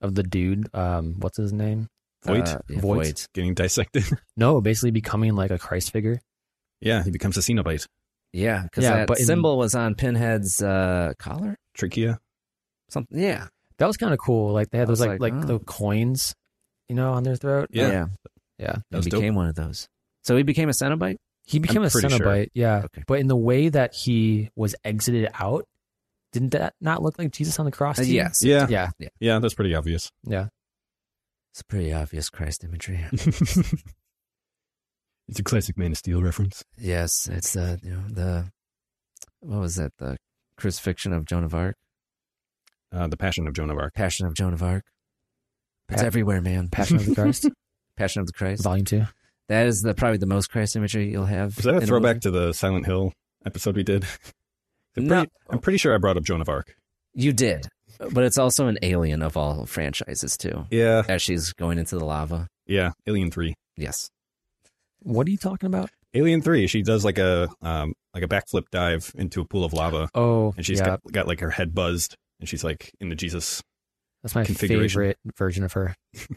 [SPEAKER 7] of the dude? Um, what's his name?
[SPEAKER 5] Voight?
[SPEAKER 4] Uh, yeah,
[SPEAKER 7] Voight.
[SPEAKER 4] Voight.
[SPEAKER 5] Getting dissected. <laughs>
[SPEAKER 7] No, basically becoming like a Christ figure.
[SPEAKER 5] yeah, he becomes a Cenobite.
[SPEAKER 4] Yeah, because
[SPEAKER 7] Yeah,
[SPEAKER 4] that
[SPEAKER 7] but in-
[SPEAKER 4] symbol was on Pinhead's uh, collar.
[SPEAKER 5] Trachea.
[SPEAKER 4] Something. Yeah.
[SPEAKER 7] That was kind of cool. Like they had
[SPEAKER 4] I
[SPEAKER 7] those
[SPEAKER 4] was
[SPEAKER 7] like like,
[SPEAKER 4] like,
[SPEAKER 7] the
[SPEAKER 4] oh.
[SPEAKER 7] coins, you know, on their throat.
[SPEAKER 5] Yeah.
[SPEAKER 7] yeah.
[SPEAKER 4] He
[SPEAKER 5] was dope.
[SPEAKER 4] became one of those. So he became a Cenobite?
[SPEAKER 7] He became a
[SPEAKER 5] pretty sure.
[SPEAKER 7] Cenobite. Yeah,
[SPEAKER 4] Okay.
[SPEAKER 7] but in the way that he was exited out, didn't that not look like Jesus on the cross?
[SPEAKER 4] Uh,
[SPEAKER 7] to you?
[SPEAKER 4] yes.
[SPEAKER 5] Yeah.
[SPEAKER 7] Yeah.
[SPEAKER 5] Yeah, that's pretty obvious. <laughs>
[SPEAKER 7] Yeah.
[SPEAKER 4] It's pretty obvious
[SPEAKER 7] <laughs>
[SPEAKER 4] Christ imagery.
[SPEAKER 5] it's a classic Man of Steel reference.
[SPEAKER 4] yes, it's uh, you know, the, what was that? The crucifixion of Joan of Arc?
[SPEAKER 5] Uh, the Passion of Joan of Arc.
[SPEAKER 4] Passion of Joan of Arc. It's
[SPEAKER 7] Pa-
[SPEAKER 4] everywhere, man.
[SPEAKER 7] Passion of the Christ,
[SPEAKER 4] <laughs> Passion of the Christ.
[SPEAKER 7] Volume Two.
[SPEAKER 4] That is the probably the most Christ imagery you'll have.
[SPEAKER 5] Is
[SPEAKER 4] in
[SPEAKER 5] that a
[SPEAKER 4] movie.
[SPEAKER 5] throwback to the Silent Hill episode we did? <laughs> I'm
[SPEAKER 4] No.
[SPEAKER 5] pretty- I'm pretty sure I brought up Joan of Arc.
[SPEAKER 4] You did. But it's also an alien of all franchises, too.
[SPEAKER 5] Yeah.
[SPEAKER 4] As she's going into the lava.
[SPEAKER 5] Yeah. Alien 3.
[SPEAKER 4] Yes.
[SPEAKER 7] What are you talking about?
[SPEAKER 5] Alien 3, she does like a um, like a backflip dive into a pool of lava
[SPEAKER 7] Oh,
[SPEAKER 5] and she's
[SPEAKER 7] yeah,
[SPEAKER 5] got, got like her head buzzed and she's like in the Jesus.
[SPEAKER 7] that's my
[SPEAKER 5] configuration.
[SPEAKER 7] favorite version of her.
[SPEAKER 5] <laughs>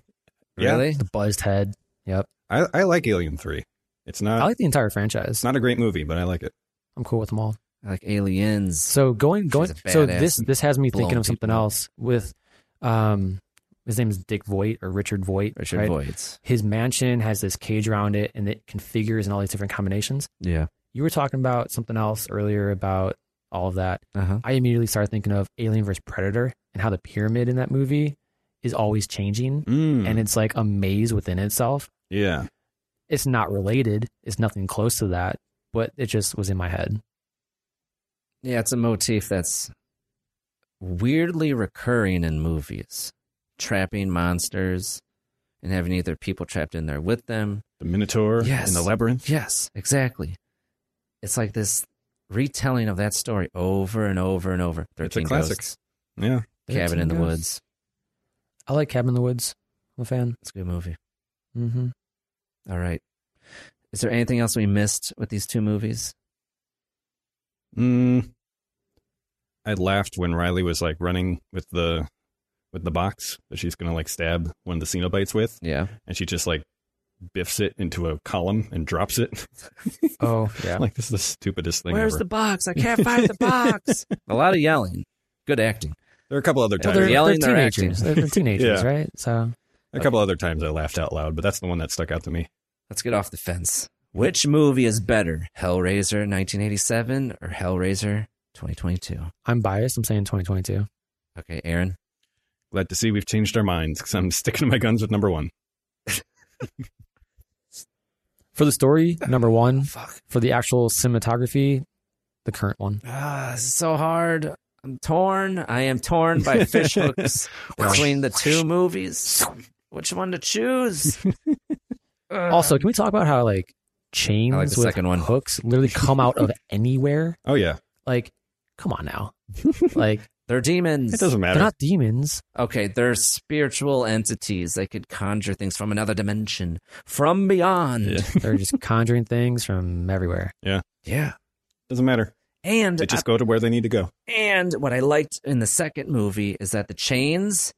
[SPEAKER 5] Yeah.
[SPEAKER 4] Really?
[SPEAKER 7] The buzzed head. Yep.
[SPEAKER 5] I, I like Alien 3. It's not
[SPEAKER 7] I like the entire franchise.
[SPEAKER 5] it's not a great movie, but I like it.
[SPEAKER 7] I'm cool with them all.
[SPEAKER 4] I Like aliens.
[SPEAKER 7] So going going
[SPEAKER 4] a
[SPEAKER 7] so
[SPEAKER 4] badass
[SPEAKER 7] this this has me thinking
[SPEAKER 4] blowing
[SPEAKER 7] of something
[SPEAKER 4] people up.
[SPEAKER 7] else with um his name is Dick Voigt or Richard Voigt.
[SPEAKER 4] Richard
[SPEAKER 7] right?
[SPEAKER 4] Voids.
[SPEAKER 7] His mansion has this cage around it and it configures in all these different combinations.
[SPEAKER 4] Yeah.
[SPEAKER 7] You were talking about something else earlier about all of that.
[SPEAKER 4] Uh huh.
[SPEAKER 7] I immediately started thinking of Alien vs Predator and how the pyramid in that movie is always changing
[SPEAKER 5] Mm.
[SPEAKER 7] and it's like a maze within itself.
[SPEAKER 5] yeah.
[SPEAKER 7] It's not related. It's nothing close to that, but it just was in my head.
[SPEAKER 4] Yeah, it's a motif that's weirdly recurring in movies. Trapping monsters and having either people trapped in there with them.
[SPEAKER 5] The Minotaur
[SPEAKER 4] Yes.
[SPEAKER 5] in the labyrinth.
[SPEAKER 4] Yes, exactly. It's like this retelling of that story over and over and over.
[SPEAKER 5] It's a
[SPEAKER 4] 13
[SPEAKER 5] classic.
[SPEAKER 4] Ghosts.
[SPEAKER 5] Yeah.
[SPEAKER 7] There
[SPEAKER 4] Cabin
[SPEAKER 7] it
[SPEAKER 4] in the
[SPEAKER 7] goes.
[SPEAKER 4] Woods.
[SPEAKER 7] I like Cabin in the Woods. I'm a fan.
[SPEAKER 4] It's a good movie.
[SPEAKER 7] Mm-hmm.
[SPEAKER 4] All right. Is there anything else we missed with these two movies?
[SPEAKER 5] Mm, I laughed when Riley was like running with the with the box that she's gonna like stab one of the Cenobites with,
[SPEAKER 4] Yeah.
[SPEAKER 5] and she just like biffs it into a column and drops it. <laughs>
[SPEAKER 7] Oh yeah.
[SPEAKER 5] like this is the stupidest thing
[SPEAKER 4] Where's
[SPEAKER 5] ever.
[SPEAKER 4] the box? I <laughs> can't find the box. <laughs> A lot of yelling. Good acting.
[SPEAKER 5] there are a couple other
[SPEAKER 4] Well,
[SPEAKER 5] times.
[SPEAKER 4] they're- yelling, they're acting.
[SPEAKER 7] teenagers. They're, they're teenagers,
[SPEAKER 5] Yeah.
[SPEAKER 7] right? So
[SPEAKER 5] a couple other times I laughed out loud, but that's the one that stuck out to me.
[SPEAKER 4] Let's get off the fence. Which movie is better, Hellraiser 1987 or Hellraiser 2022?
[SPEAKER 7] I'm biased. I'm saying 2022.
[SPEAKER 4] Okay, Aaron.
[SPEAKER 5] Glad to see we've changed our minds because I'm <laughs> sticking to my guns with number one.
[SPEAKER 7] <laughs> For the story, number one.
[SPEAKER 4] Fuck.
[SPEAKER 7] For the actual cinematography, the current one.
[SPEAKER 4] Ah, this is so hard. I'm torn. I am torn <laughs> by fishhooks between the two movies. Which one to choose?
[SPEAKER 7] Also, can we talk about how like chains
[SPEAKER 4] Uh. I like the
[SPEAKER 7] with
[SPEAKER 4] second one.
[SPEAKER 7] hooks <laughs> literally come out of anywhere?
[SPEAKER 5] Oh yeah,
[SPEAKER 7] Like, come on
[SPEAKER 5] <laughs>
[SPEAKER 7] now. Like
[SPEAKER 4] They're demons.
[SPEAKER 5] it doesn't
[SPEAKER 7] they're
[SPEAKER 5] matter.
[SPEAKER 7] not demons.
[SPEAKER 4] Okay, they're spiritual entities. They could conjure things from another dimension, from beyond.
[SPEAKER 5] Yeah.
[SPEAKER 7] <laughs> They're just conjuring things from everywhere.
[SPEAKER 4] Yeah.
[SPEAKER 5] doesn't matter.
[SPEAKER 4] And
[SPEAKER 5] They just go to where they need to go.
[SPEAKER 4] and what I liked in the second movie is that the chains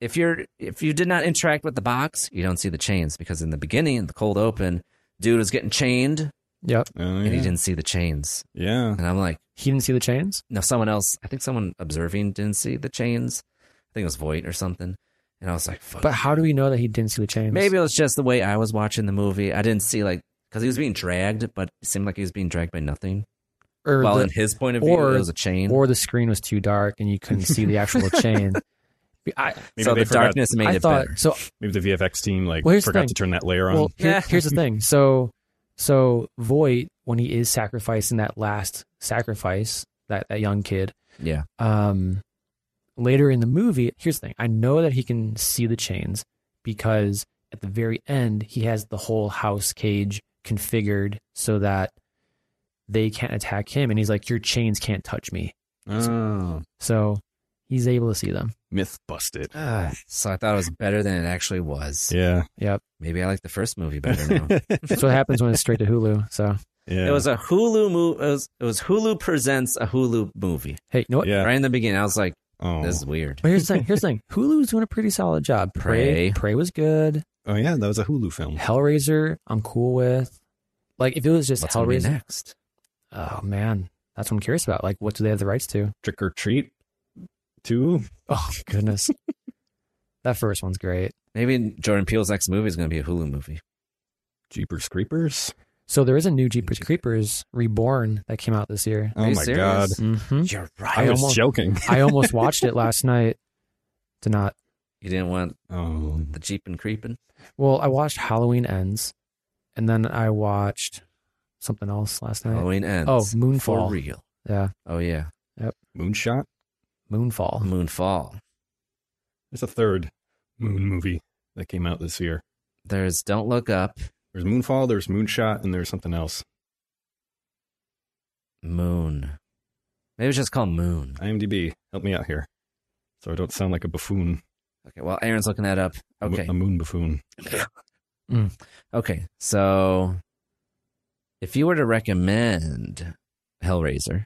[SPEAKER 4] if you're if you did not interact with the box, you don't see the chains because in the beginning, in the cold open, dude was getting chained
[SPEAKER 7] Yep.
[SPEAKER 5] Oh,
[SPEAKER 4] and he
[SPEAKER 5] yeah.
[SPEAKER 4] didn't see the chains.
[SPEAKER 5] yeah,
[SPEAKER 4] And I'm like,
[SPEAKER 7] He didn't see the chains.
[SPEAKER 4] no, someone else, I think someone observing didn't see the chains. I think it was Voight or something. And I was like, fuck.
[SPEAKER 7] But how do we know that he didn't see the chains?
[SPEAKER 4] Maybe it was just the way I was watching the movie. I didn't see like because he was being dragged, but it seemed like he was being dragged by nothing.
[SPEAKER 7] or
[SPEAKER 4] While
[SPEAKER 7] the,
[SPEAKER 4] <laughs> in his point of view,
[SPEAKER 7] or-
[SPEAKER 4] it was a chain.
[SPEAKER 7] or
[SPEAKER 4] <laughs>
[SPEAKER 7] the screen was too dark and you couldn't see the actual chain. I,
[SPEAKER 5] Maybe
[SPEAKER 4] so
[SPEAKER 5] they
[SPEAKER 4] the
[SPEAKER 5] forgot-
[SPEAKER 4] darkness made
[SPEAKER 7] I
[SPEAKER 4] it
[SPEAKER 7] thought
[SPEAKER 4] better.
[SPEAKER 7] so.
[SPEAKER 5] maybe the VFX team like
[SPEAKER 7] Well, here's the
[SPEAKER 5] forgot
[SPEAKER 7] thing.
[SPEAKER 5] to turn that layer on.
[SPEAKER 7] Well, here,
[SPEAKER 4] Yeah.
[SPEAKER 7] here's the thing. So, so Voight, when he is sacrificing that last sacrifice, that that young kid,
[SPEAKER 4] yeah,
[SPEAKER 7] um, later in the movie, here's the thing. I know that he can see the chains because at the very end, he has the whole house cage configured so that they can't attack him, and he's like, "Your chains can't touch me."
[SPEAKER 5] oh,
[SPEAKER 7] So he's able to see them.
[SPEAKER 5] myth busted.
[SPEAKER 4] Ah, so I thought it was better than it actually was.
[SPEAKER 5] Yeah,
[SPEAKER 4] <laughs>
[SPEAKER 7] Yep.
[SPEAKER 4] Maybe I like the first movie better
[SPEAKER 5] <laughs>
[SPEAKER 4] now.
[SPEAKER 7] That's what happens when it's straight to Hulu. So
[SPEAKER 5] yeah.
[SPEAKER 4] It was a Hulu movie. It was, it was Hulu presents a Hulu movie.
[SPEAKER 7] hey, you know what?
[SPEAKER 5] Yeah.
[SPEAKER 4] Right in the beginning, I was like,
[SPEAKER 5] oh.
[SPEAKER 4] "This is weird."
[SPEAKER 7] But here's the thing. Here's the thing. Hulu's doing a pretty solid job. Prey,
[SPEAKER 4] Prey.
[SPEAKER 7] Prey was good.
[SPEAKER 5] oh yeah, that was a Hulu film.
[SPEAKER 7] Hellraiser, I'm cool with. Like if it was just
[SPEAKER 4] What's gonna be
[SPEAKER 7] Hellraiser,
[SPEAKER 4] next?
[SPEAKER 7] oh man, that's what I'm curious about. Like, what do they have the rights to?
[SPEAKER 5] Trick or Treat Two.
[SPEAKER 7] Oh goodness, that first one's great.
[SPEAKER 4] Maybe Jordan Peele's next movie is going to be a Hulu movie.
[SPEAKER 5] Jeepers Creepers.
[SPEAKER 7] So there is a new Jeepers Creepers Reborn that came out this year.
[SPEAKER 5] Oh
[SPEAKER 4] Are you
[SPEAKER 5] my god.
[SPEAKER 4] serious?
[SPEAKER 7] hmm
[SPEAKER 4] You're right.
[SPEAKER 5] I was
[SPEAKER 7] almost-
[SPEAKER 5] joking.
[SPEAKER 7] I almost watched it last night. Did not.
[SPEAKER 4] you didn't want
[SPEAKER 5] <laughs> Oh.
[SPEAKER 4] the Jeep and creeping.
[SPEAKER 7] Well, I watched Halloween Ends, and then I watched something else last night.
[SPEAKER 4] Halloween ends.
[SPEAKER 7] Oh,
[SPEAKER 4] for
[SPEAKER 7] Moonfall.
[SPEAKER 4] real.
[SPEAKER 7] Yeah,
[SPEAKER 4] Oh yeah,
[SPEAKER 5] Moonshot?
[SPEAKER 7] Moonfall.
[SPEAKER 4] Moonfall.
[SPEAKER 5] There's a third moon movie that came out this year.
[SPEAKER 4] There's Don't Look Up,
[SPEAKER 5] There's Moonfall, there's Moonshot, and there's something else.
[SPEAKER 4] Moon. Maybe it's just called Moon.
[SPEAKER 5] IMDb, help me out here. So I don't sound like a buffoon.
[SPEAKER 4] Okay. Well, Aaron's looking that up.
[SPEAKER 5] A mo-
[SPEAKER 4] Okay.
[SPEAKER 5] A moon buffoon.
[SPEAKER 4] Okay. So, if you were to recommend Hellraiser,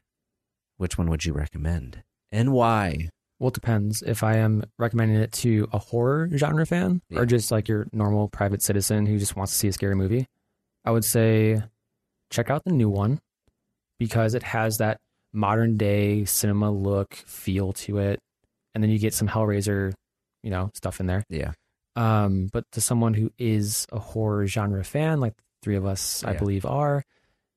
[SPEAKER 4] which one would you recommend and why?
[SPEAKER 7] Well, it depends if I am recommending it to a horror genre fan
[SPEAKER 4] Yeah.
[SPEAKER 7] or just like your normal private citizen who just wants to see a scary movie. I would say check out the new one because it has that modern day cinema look feel to it, and then you get some Hellraiser, you know, stuff in there.
[SPEAKER 4] Yeah.
[SPEAKER 7] Um, but to someone who is a horror genre fan, like the three of us, I
[SPEAKER 4] Yeah.
[SPEAKER 7] believe are,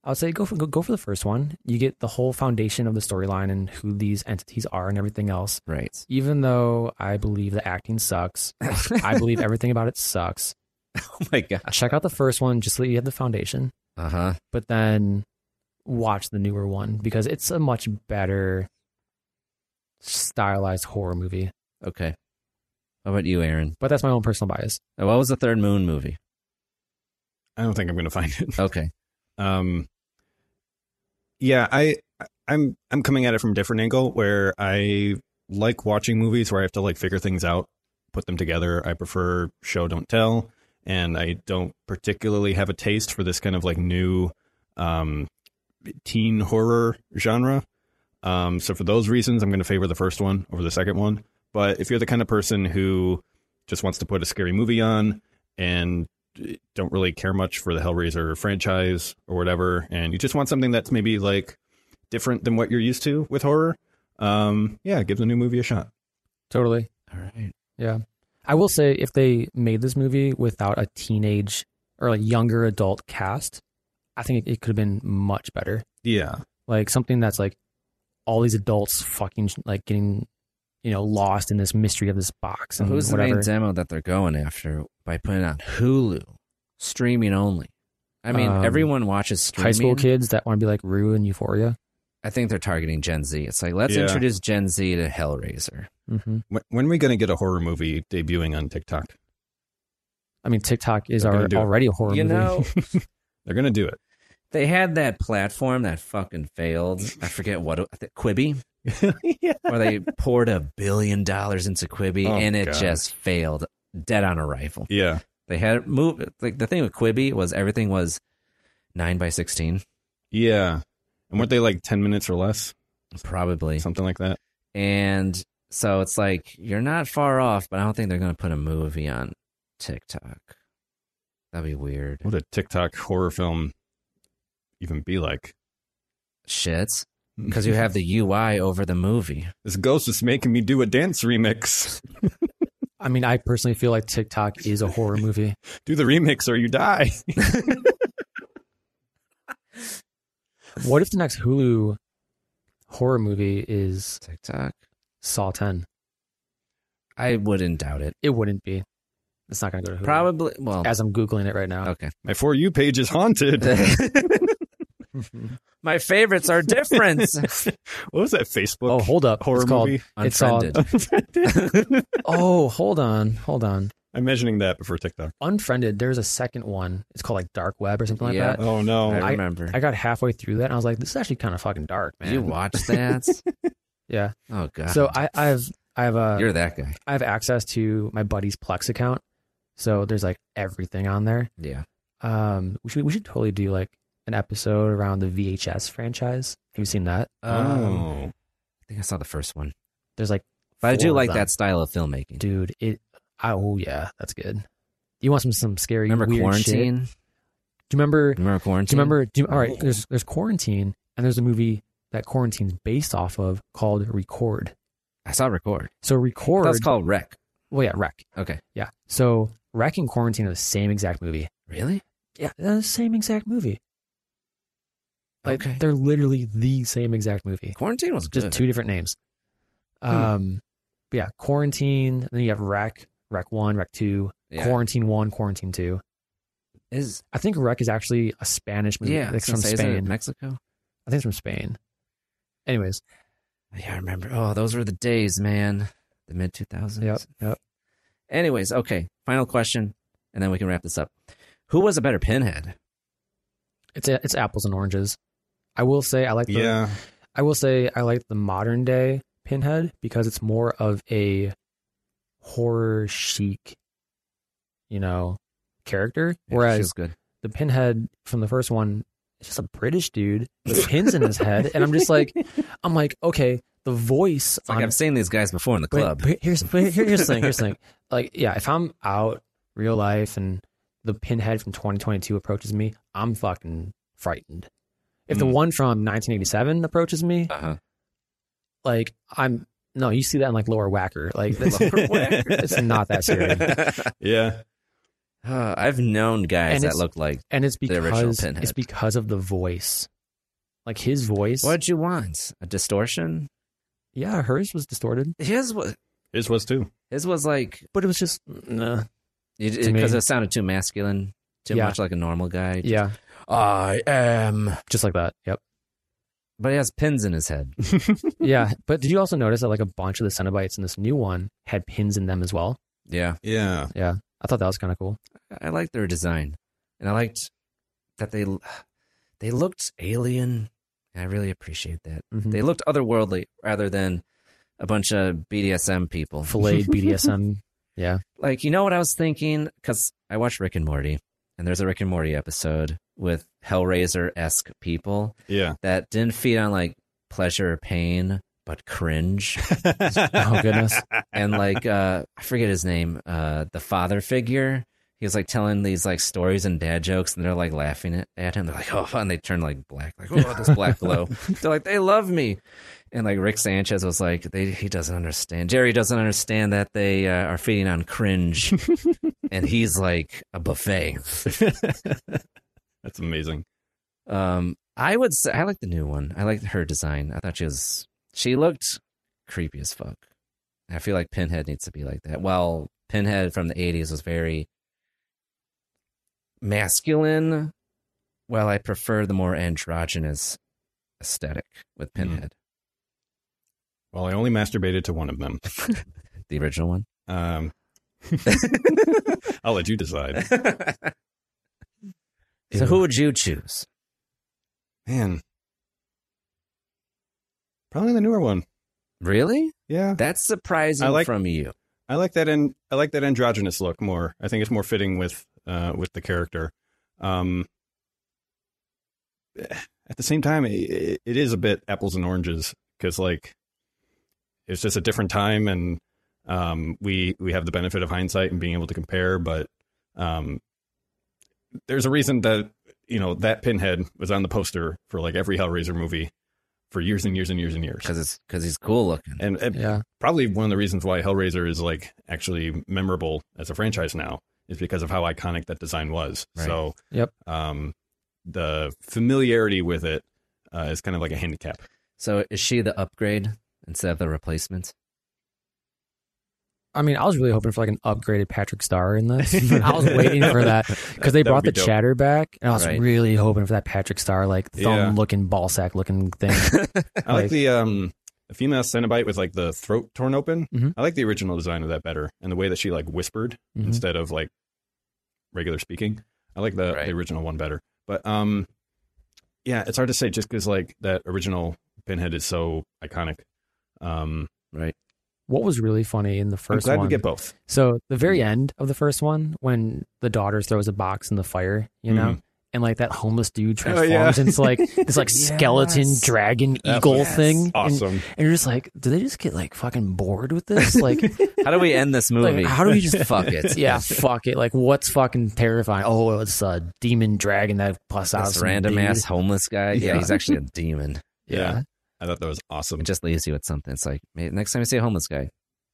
[SPEAKER 7] I would say go for go, go for the first one. You get the whole foundation of the storyline and who these entities are and everything else.
[SPEAKER 4] Right.
[SPEAKER 7] Even though I believe the acting sucks, I
[SPEAKER 4] <laughs>
[SPEAKER 7] believe everything about it sucks.
[SPEAKER 4] Oh my gosh.
[SPEAKER 7] Check out the first one just so that you have the foundation,
[SPEAKER 4] Uh huh.
[SPEAKER 7] but then watch the newer one because it's a much better stylized horror movie.
[SPEAKER 4] Okay. How about you, Aaron?
[SPEAKER 7] But that's my own personal bias.
[SPEAKER 4] Uh, What was the third Moon movie?
[SPEAKER 5] I don't think I'm gonna find it.
[SPEAKER 4] Okay.
[SPEAKER 5] Um yeah, I I'm I'm coming at it from a different angle where I like watching movies where I have to like figure things out, put them together. I prefer show don't tell, and I don't particularly have a taste for this kind of like new um, teen horror genre. Um, so for those reasons, I'm going to favor the first one over the second one. But if you're the kind of person who just wants to put a scary movie on and don't really care much for the Hellraiser franchise or whatever, and you just want something that's maybe like different than what you're used to with horror, um, yeah, give the new movie a shot.
[SPEAKER 7] Totally.
[SPEAKER 4] All right.
[SPEAKER 7] Yeah. I will say if they made this movie without a teenage or like younger adult cast, I think it, it could have been much better.
[SPEAKER 5] Yeah.
[SPEAKER 7] Like something that's like all these adults fucking like getting, you know, lost in this mystery of this box
[SPEAKER 4] So
[SPEAKER 7] and
[SPEAKER 4] who's
[SPEAKER 7] Mm, whatever.
[SPEAKER 4] the main demo that they're going after by putting on Hulu, streaming only? I mean,
[SPEAKER 7] Um,
[SPEAKER 4] everyone watches streaming.
[SPEAKER 7] High school kids that want to be like Rue and Euphoria.
[SPEAKER 4] I think they're targeting Gen Z. It's like let's
[SPEAKER 5] Yeah.
[SPEAKER 4] introduce Gen Z to Hellraiser.
[SPEAKER 7] Mm-hmm.
[SPEAKER 5] When, when are we going to get a horror movie debuting on TikTok?
[SPEAKER 7] I mean, TikTok is
[SPEAKER 5] They're gonna
[SPEAKER 7] our,
[SPEAKER 5] do it.
[SPEAKER 7] already a horror
[SPEAKER 4] you
[SPEAKER 7] movie.
[SPEAKER 4] know,
[SPEAKER 5] <laughs> They're going to do it.
[SPEAKER 4] they had that platform that fucking failed. I forget what it- I think Quibi, where they poured a billion dollars into Quibi
[SPEAKER 5] Oh,
[SPEAKER 4] and it
[SPEAKER 5] God.
[SPEAKER 4] just failed, dead on arrival.
[SPEAKER 5] Yeah.
[SPEAKER 4] They had move like the thing with Quibi was everything was nine by sixteen,
[SPEAKER 5] Yeah. And weren't they like 10 minutes or less?
[SPEAKER 4] probably.
[SPEAKER 5] Something like that.
[SPEAKER 4] And so it's like you're not far off, but I don't think they're going to put a movie on TikTok. That'd be weird.
[SPEAKER 5] What would a TikTok horror film even be like?
[SPEAKER 4] Shits. Because you have the UI over the movie.
[SPEAKER 5] <laughs> This ghost is making me do a dance remix.
[SPEAKER 7] <laughs> I mean, I personally feel like TikTok is a horror movie.
[SPEAKER 5] <laughs> Do the remix or you die.
[SPEAKER 7] What if the next Hulu horror movie is
[SPEAKER 4] TikTok.
[SPEAKER 7] Saw 10?
[SPEAKER 4] I wouldn't doubt it.
[SPEAKER 7] It wouldn't be. <laughs> It's not going to go to Hulu.
[SPEAKER 4] Probably. Well,
[SPEAKER 7] As I'm Googling it right now.
[SPEAKER 4] okay.
[SPEAKER 5] My For You page is
[SPEAKER 7] <laughs>
[SPEAKER 5] haunted.
[SPEAKER 4] My favorites
[SPEAKER 7] <laughs>
[SPEAKER 4] are different.
[SPEAKER 5] what was that Facebook?
[SPEAKER 7] Oh, hold up.
[SPEAKER 5] <laughs> horror
[SPEAKER 7] it's called,
[SPEAKER 5] movie?
[SPEAKER 7] It's called,
[SPEAKER 4] Unfriended.
[SPEAKER 7] oh, hold on. Hold on.
[SPEAKER 5] <laughs> I'm imagining that before TikTok.
[SPEAKER 7] Unfriended, there's a second one. It's called like Dark Web or something like
[SPEAKER 4] Yeah.
[SPEAKER 7] that.
[SPEAKER 5] Oh, no.
[SPEAKER 4] I remember.
[SPEAKER 7] <laughs> I got halfway through that and I was like, this is actually kind of fucking dark, man.
[SPEAKER 4] you watch that?
[SPEAKER 7] <laughs> yeah.
[SPEAKER 4] Oh god.
[SPEAKER 7] So I, uh, I've, I have a,
[SPEAKER 4] you're that guy.
[SPEAKER 7] I have access to my buddy's Plex account. So there's like everything on there.
[SPEAKER 4] Yeah.
[SPEAKER 7] Um, we should we should totally do like an episode around the VHS franchise. Have you seen that?
[SPEAKER 4] Um, I
[SPEAKER 5] oh.
[SPEAKER 4] think I saw the first one,
[SPEAKER 7] There's like,
[SPEAKER 4] but I do
[SPEAKER 7] four of
[SPEAKER 4] like
[SPEAKER 7] them.
[SPEAKER 4] that style of filmmaking.
[SPEAKER 7] dude. It. I, oh yeah, that's good. You want some some scary
[SPEAKER 4] remember
[SPEAKER 7] weird Shit?
[SPEAKER 4] quarantine?
[SPEAKER 7] Do you remember? Do
[SPEAKER 4] Remember quarantine?
[SPEAKER 7] you remember? Do you, all right. There's there's quarantine and there's a movie that quarantine's based off of called Record.
[SPEAKER 4] I saw record.
[SPEAKER 7] So Record.
[SPEAKER 4] That's called Rec.
[SPEAKER 7] well, yeah, Wreck.
[SPEAKER 4] Okay.
[SPEAKER 7] Yeah. So Wreck and Quarantine are the same exact movie.
[SPEAKER 4] Really?
[SPEAKER 7] Yeah, they're the same exact movie. Like
[SPEAKER 4] Okay.
[SPEAKER 7] they're literally the same exact movie.
[SPEAKER 4] Quarantine was good. Hmm.
[SPEAKER 7] just two different names. Um, but yeah, quarantine. Then you have rec, rec one, rec two,
[SPEAKER 4] Yeah.
[SPEAKER 7] quarantine one, quarantine two.
[SPEAKER 4] Is
[SPEAKER 7] I think rec is actually a Spanish movie.
[SPEAKER 4] yeah,
[SPEAKER 7] it's
[SPEAKER 4] I was
[SPEAKER 7] from
[SPEAKER 4] gonna say, isn't it
[SPEAKER 7] Spain.
[SPEAKER 4] Mexico.
[SPEAKER 7] I think it's from Spain. Anyways,
[SPEAKER 4] Yeah, I remember. Oh, those were the days, man. The mid 2000s.
[SPEAKER 7] yep, yep.
[SPEAKER 4] Anyways, okay. Final question, and then we can wrap this up. Who was a better pinhead?
[SPEAKER 7] It's it's apples and oranges. I will say I like the
[SPEAKER 5] Yeah.
[SPEAKER 7] I will say I like the modern day Pinhead because it's more of a horror chic, you know, character.
[SPEAKER 4] Yeah, she
[SPEAKER 7] Whereas
[SPEAKER 4] was good.
[SPEAKER 7] the pinhead from the first one is just a British dude with pins in his head, and I'm just like, I'm like, okay, the voice
[SPEAKER 4] It's like
[SPEAKER 7] on
[SPEAKER 4] I've seen these guys before in the
[SPEAKER 7] but-
[SPEAKER 4] club.
[SPEAKER 7] but here's but here- here's the thing. Here's the thing. <laughs> Like, yeah, if I'm out real life and the pinhead from 2022 approaches me, I'm fucking frightened. If the
[SPEAKER 5] Mm.
[SPEAKER 7] one from 1987 approaches me,
[SPEAKER 4] Hmm. uh-huh.
[SPEAKER 7] like I'm no, you see that in like Lower Whacker,
[SPEAKER 4] <laughs>
[SPEAKER 7] like that's, it's not that serious,
[SPEAKER 5] Yeah.
[SPEAKER 4] Uh, I've known guys
[SPEAKER 7] And
[SPEAKER 4] that
[SPEAKER 7] it's-
[SPEAKER 4] look like.
[SPEAKER 7] and it's
[SPEAKER 4] The original
[SPEAKER 7] because
[SPEAKER 4] Pinhead.
[SPEAKER 7] it's because of the voice, like his voice.
[SPEAKER 4] What'd you want? A distortion?
[SPEAKER 7] Yeah, uh, hers was distorted,
[SPEAKER 4] His was
[SPEAKER 5] His was too.
[SPEAKER 4] his was like
[SPEAKER 7] but it was just nah.
[SPEAKER 4] because
[SPEAKER 7] To
[SPEAKER 4] it,
[SPEAKER 7] me.
[SPEAKER 4] 'cause it sounded too masculine, too
[SPEAKER 7] Yeah.
[SPEAKER 4] much like a normal guy.
[SPEAKER 7] yeah,
[SPEAKER 4] I am.
[SPEAKER 7] just like that. Yep.
[SPEAKER 4] But he has pins in
[SPEAKER 7] <laughs>
[SPEAKER 4] his head.
[SPEAKER 7] yeah, but did you also notice that like a bunch of the Cenobites in this new one had pins in them as well?
[SPEAKER 4] Yeah,
[SPEAKER 5] Yeah.
[SPEAKER 7] Yeah, I thought that was kind of cool.
[SPEAKER 4] I liked their design, and I liked that they they looked alien. I really appreciate that.
[SPEAKER 7] Mhm.
[SPEAKER 4] They looked otherworldly rather than a bunch of BDSM people.
[SPEAKER 7] filleted
[SPEAKER 4] <laughs>
[SPEAKER 7] BDSM. Yeah.
[SPEAKER 4] Like, you know what I was thinking? Because I watched Rick and Morty, and there's a Rick and Morty episode with Hellraiser esque people
[SPEAKER 5] Yeah.
[SPEAKER 4] that didn't feed on like pleasure or pain, but cringe.
[SPEAKER 7] <laughs> Oh goodness.
[SPEAKER 4] and like uh I forget his name, uh the father figure. He was like telling these like stories and dad jokes, and they're like laughing at, at him. They're like, "Oh," and they turn like black, like, "Oh, this black glow." they're like, "They love me," and like Rick Sanchez was like, "They he doesn't understand. Jerry doesn't understand that they uh, are feeding on cringe, and he's like a buffet."
[SPEAKER 5] <laughs> That's amazing.
[SPEAKER 4] Um, I would say I like the new one. I liked her design. I thought she was she looked creepy as fuck. I feel like Pinhead needs to be like that. While Pinhead from the '80s was very masculine, well, I prefer the more androgynous aesthetic with
[SPEAKER 5] Hmm.
[SPEAKER 4] Pinhead,
[SPEAKER 5] Well, I only masturbated to one of them.
[SPEAKER 4] the original
[SPEAKER 5] <laughs>
[SPEAKER 4] one.
[SPEAKER 5] Um, I'll let you decide.
[SPEAKER 4] So, who would you choose?
[SPEAKER 5] Man. Probably the newer one.
[SPEAKER 4] Really?
[SPEAKER 5] Yeah.
[SPEAKER 4] That's surprising
[SPEAKER 5] I like-
[SPEAKER 4] from you.
[SPEAKER 5] I like that and I like that androgynous look more. I think it's more fitting with uh with the character. Um <sighs> at the same time it, it is a bit apples and oranges cuz like it's just a different time and um we we have the benefit of hindsight and being able to compare but um there's a reason that you know that pinhead was on the poster for like every Hellraiser movie for years and years and years and years.
[SPEAKER 4] Because it's because he's cool looking.
[SPEAKER 5] And, and
[SPEAKER 7] Yeah.
[SPEAKER 5] probably one of the reasons why Hellraiser is like actually memorable as a franchise now is because of how iconic that design was.
[SPEAKER 4] Right.
[SPEAKER 5] So,
[SPEAKER 7] Yep.
[SPEAKER 5] um, the familiarity with it uh, is kind of like a handicap.
[SPEAKER 4] So is she the upgrade instead of the replacement?
[SPEAKER 7] I mean, I was really hoping for like an upgraded Patrick Star in
[SPEAKER 5] <laughs>
[SPEAKER 7] this. I was waiting for that because they
[SPEAKER 5] That would
[SPEAKER 7] brought
[SPEAKER 5] be
[SPEAKER 7] the
[SPEAKER 5] dope.
[SPEAKER 7] chatter back, and I was
[SPEAKER 4] Right.
[SPEAKER 7] really hoping for that Patrick Star like thumb
[SPEAKER 5] Yeah.
[SPEAKER 7] looking ball sack looking thing.
[SPEAKER 5] <laughs> I like
[SPEAKER 7] Like-
[SPEAKER 5] the um, the female Cenobite with like the throat torn open.
[SPEAKER 7] Mhm.
[SPEAKER 5] I like the original design of that better, and the way that she like whispered
[SPEAKER 7] Mhm.
[SPEAKER 5] instead of like regular speaking. I like the,
[SPEAKER 4] Right.
[SPEAKER 5] the original one better, but um, yeah, it's hard to say just because like that original Pinhead is so iconic. Um,
[SPEAKER 4] Right.
[SPEAKER 7] what was really funny in the
[SPEAKER 5] i I'm
[SPEAKER 7] first
[SPEAKER 5] glad
[SPEAKER 7] one?
[SPEAKER 5] we get both.
[SPEAKER 7] So the very end of the first one, when the daughter throws a box in the fire, you know, and like that homeless dude
[SPEAKER 5] Oh, yeah.
[SPEAKER 7] transforms into
[SPEAKER 5] <laughs>
[SPEAKER 7] like this like skeleton dragon
[SPEAKER 5] That
[SPEAKER 7] eagle
[SPEAKER 5] was
[SPEAKER 7] thing. And-
[SPEAKER 5] Awesome.
[SPEAKER 7] And, you're just like, do they just get like fucking bored <laughs> with this? Like,
[SPEAKER 4] How do we end this
[SPEAKER 7] <laughs>
[SPEAKER 4] movie?
[SPEAKER 7] like, how do we
[SPEAKER 4] <laughs>
[SPEAKER 7] just
[SPEAKER 4] fuck it?
[SPEAKER 7] yeah, fuck it. Like, what's fucking terrifying? Oh, it's a demon dragon that plus out
[SPEAKER 4] This
[SPEAKER 7] some
[SPEAKER 4] random
[SPEAKER 7] dude.
[SPEAKER 4] ass homeless guy. Yeah.
[SPEAKER 7] Yeah.
[SPEAKER 4] he's actually a demon.
[SPEAKER 7] <laughs> Yeah.
[SPEAKER 5] I thought that was awesome.
[SPEAKER 4] It just leaves you with something. It's like ma- next time you see a homeless guy,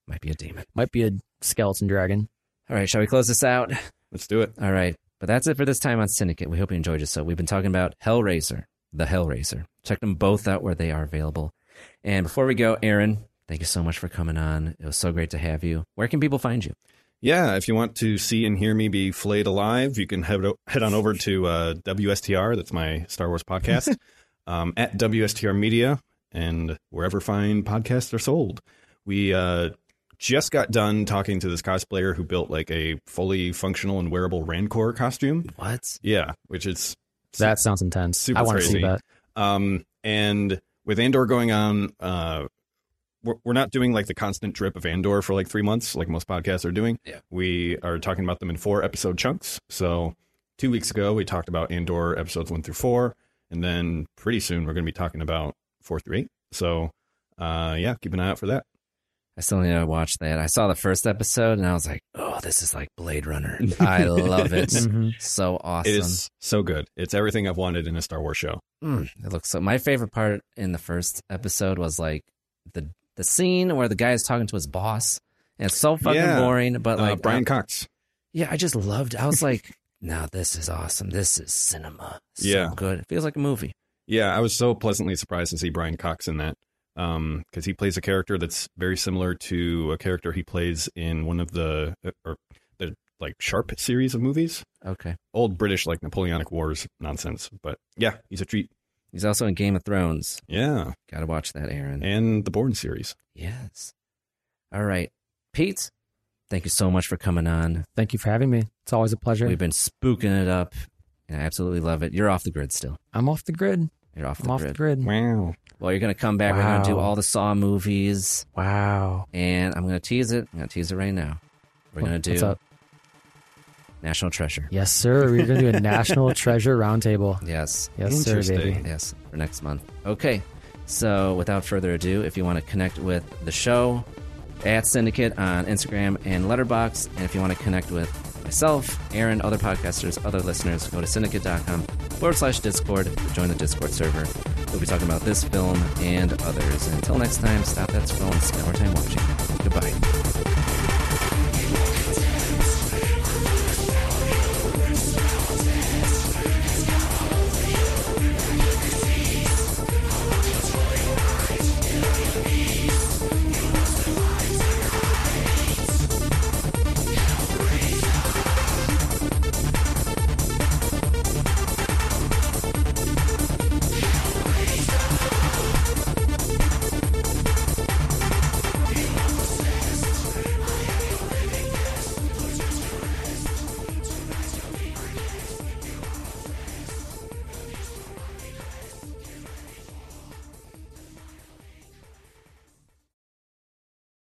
[SPEAKER 4] might be a demon.
[SPEAKER 7] might be a skeleton dragon.
[SPEAKER 4] All right, shall we close this out?
[SPEAKER 5] Let's do it.
[SPEAKER 4] All right, but that's it for this time on Syndicate. We hope you enjoyed it. So we've been talking about Hellraiser, the Hellraiser. Check them both out where they are available. And before we go, Aaron, thank you so much for coming on. It was so great to have you. Where can people find you?
[SPEAKER 5] Yeah, if you want to see and hear me be flayed alive, you can head, o- head on over to uh, WSTR. That's my Star Wars podcast um, at WSTR Media and wherever fine podcasts are sold. We uh, just got done talking to this cosplayer who built like a fully functional and wearable Rancor costume.
[SPEAKER 4] What?
[SPEAKER 5] Yeah, which is
[SPEAKER 7] That sounds intense.
[SPEAKER 5] Super
[SPEAKER 7] I want to see
[SPEAKER 5] crazy.
[SPEAKER 7] that.
[SPEAKER 5] Um, and with Andor going on, uh, we're, we're not doing like the constant drip of Andor for like three months, like most podcasts are doing.
[SPEAKER 4] Yeah.
[SPEAKER 5] We are talking about them in four episode chunks. So two weeks ago, we talked about Andor episodes one through four, and then pretty soon we're going to be talking about four through eight. So, uh, yeah, keep an eye out for that.
[SPEAKER 4] I still need to watch that. I saw the first episode and I was like, oh, this is like Blade
[SPEAKER 7] <laughs>
[SPEAKER 4] Runner. I love it.
[SPEAKER 7] Mhm.
[SPEAKER 4] So awesome.
[SPEAKER 5] It is so good. It's everything I've wanted in a Star Wars show.
[SPEAKER 4] Mm, it looks so. My favorite part in the first episode was like the the scene where the guy is talking to his boss. And it's so fucking
[SPEAKER 5] Yeah.
[SPEAKER 4] boring, but
[SPEAKER 5] uh,
[SPEAKER 4] like
[SPEAKER 5] Brian
[SPEAKER 4] I-
[SPEAKER 5] Cox.
[SPEAKER 4] yeah, I just loved. I was like, <laughs> now this is awesome. This is cinema. So
[SPEAKER 5] Yeah.
[SPEAKER 4] good. It feels like a movie.
[SPEAKER 5] Yeah, I was so pleasantly surprised to see Brian Cox in that because he plays a character that's very similar to a character he plays in one of the uh, or the like Sharp series of movies,
[SPEAKER 4] Okay.
[SPEAKER 5] old British like Napoleonic Wars nonsense. But yeah, he's a treat.
[SPEAKER 4] He's also in Game of Thrones.
[SPEAKER 5] Yeah,
[SPEAKER 4] Got to watch that, Aaron.
[SPEAKER 5] and the Bourne series.
[SPEAKER 4] yes. All right, Pete. Thank you so much for coming on.
[SPEAKER 7] Thank you for having me. It's always a pleasure.
[SPEAKER 4] We've been spooking it up. and I absolutely love it. You're off the grid still.
[SPEAKER 7] I'm off the grid.
[SPEAKER 4] You're off
[SPEAKER 7] I'm
[SPEAKER 4] the
[SPEAKER 7] off
[SPEAKER 4] grid.
[SPEAKER 7] the grid.
[SPEAKER 5] Wow.
[SPEAKER 4] Well, you're going to come back. We're going to do
[SPEAKER 7] Wow.
[SPEAKER 4] all the Saw movies.
[SPEAKER 7] Wow.
[SPEAKER 4] And I'm going to tease it. I'm going to tease it right now. We're
[SPEAKER 7] What-
[SPEAKER 4] going to
[SPEAKER 7] what's
[SPEAKER 4] do
[SPEAKER 7] up?
[SPEAKER 4] National Treasure.
[SPEAKER 7] Yes, sir. We're gonna do a
[SPEAKER 4] <laughs>
[SPEAKER 7] national treasure roundtable.
[SPEAKER 4] Yes.
[SPEAKER 7] Yes, sir, baby.
[SPEAKER 5] Interesting.
[SPEAKER 4] Yes, for next month. Okay. So without further ado, if you want to connect with the show at Syndicate on Instagram and Letterbox, and if you want to connect with myself, Aaron, other podcasters, other listeners, go to syndicate.com forward slash Discord to join the Discord server. We'll be talking about this film and others. And until next time, stop that scroll and spend more time watching. Goodbye.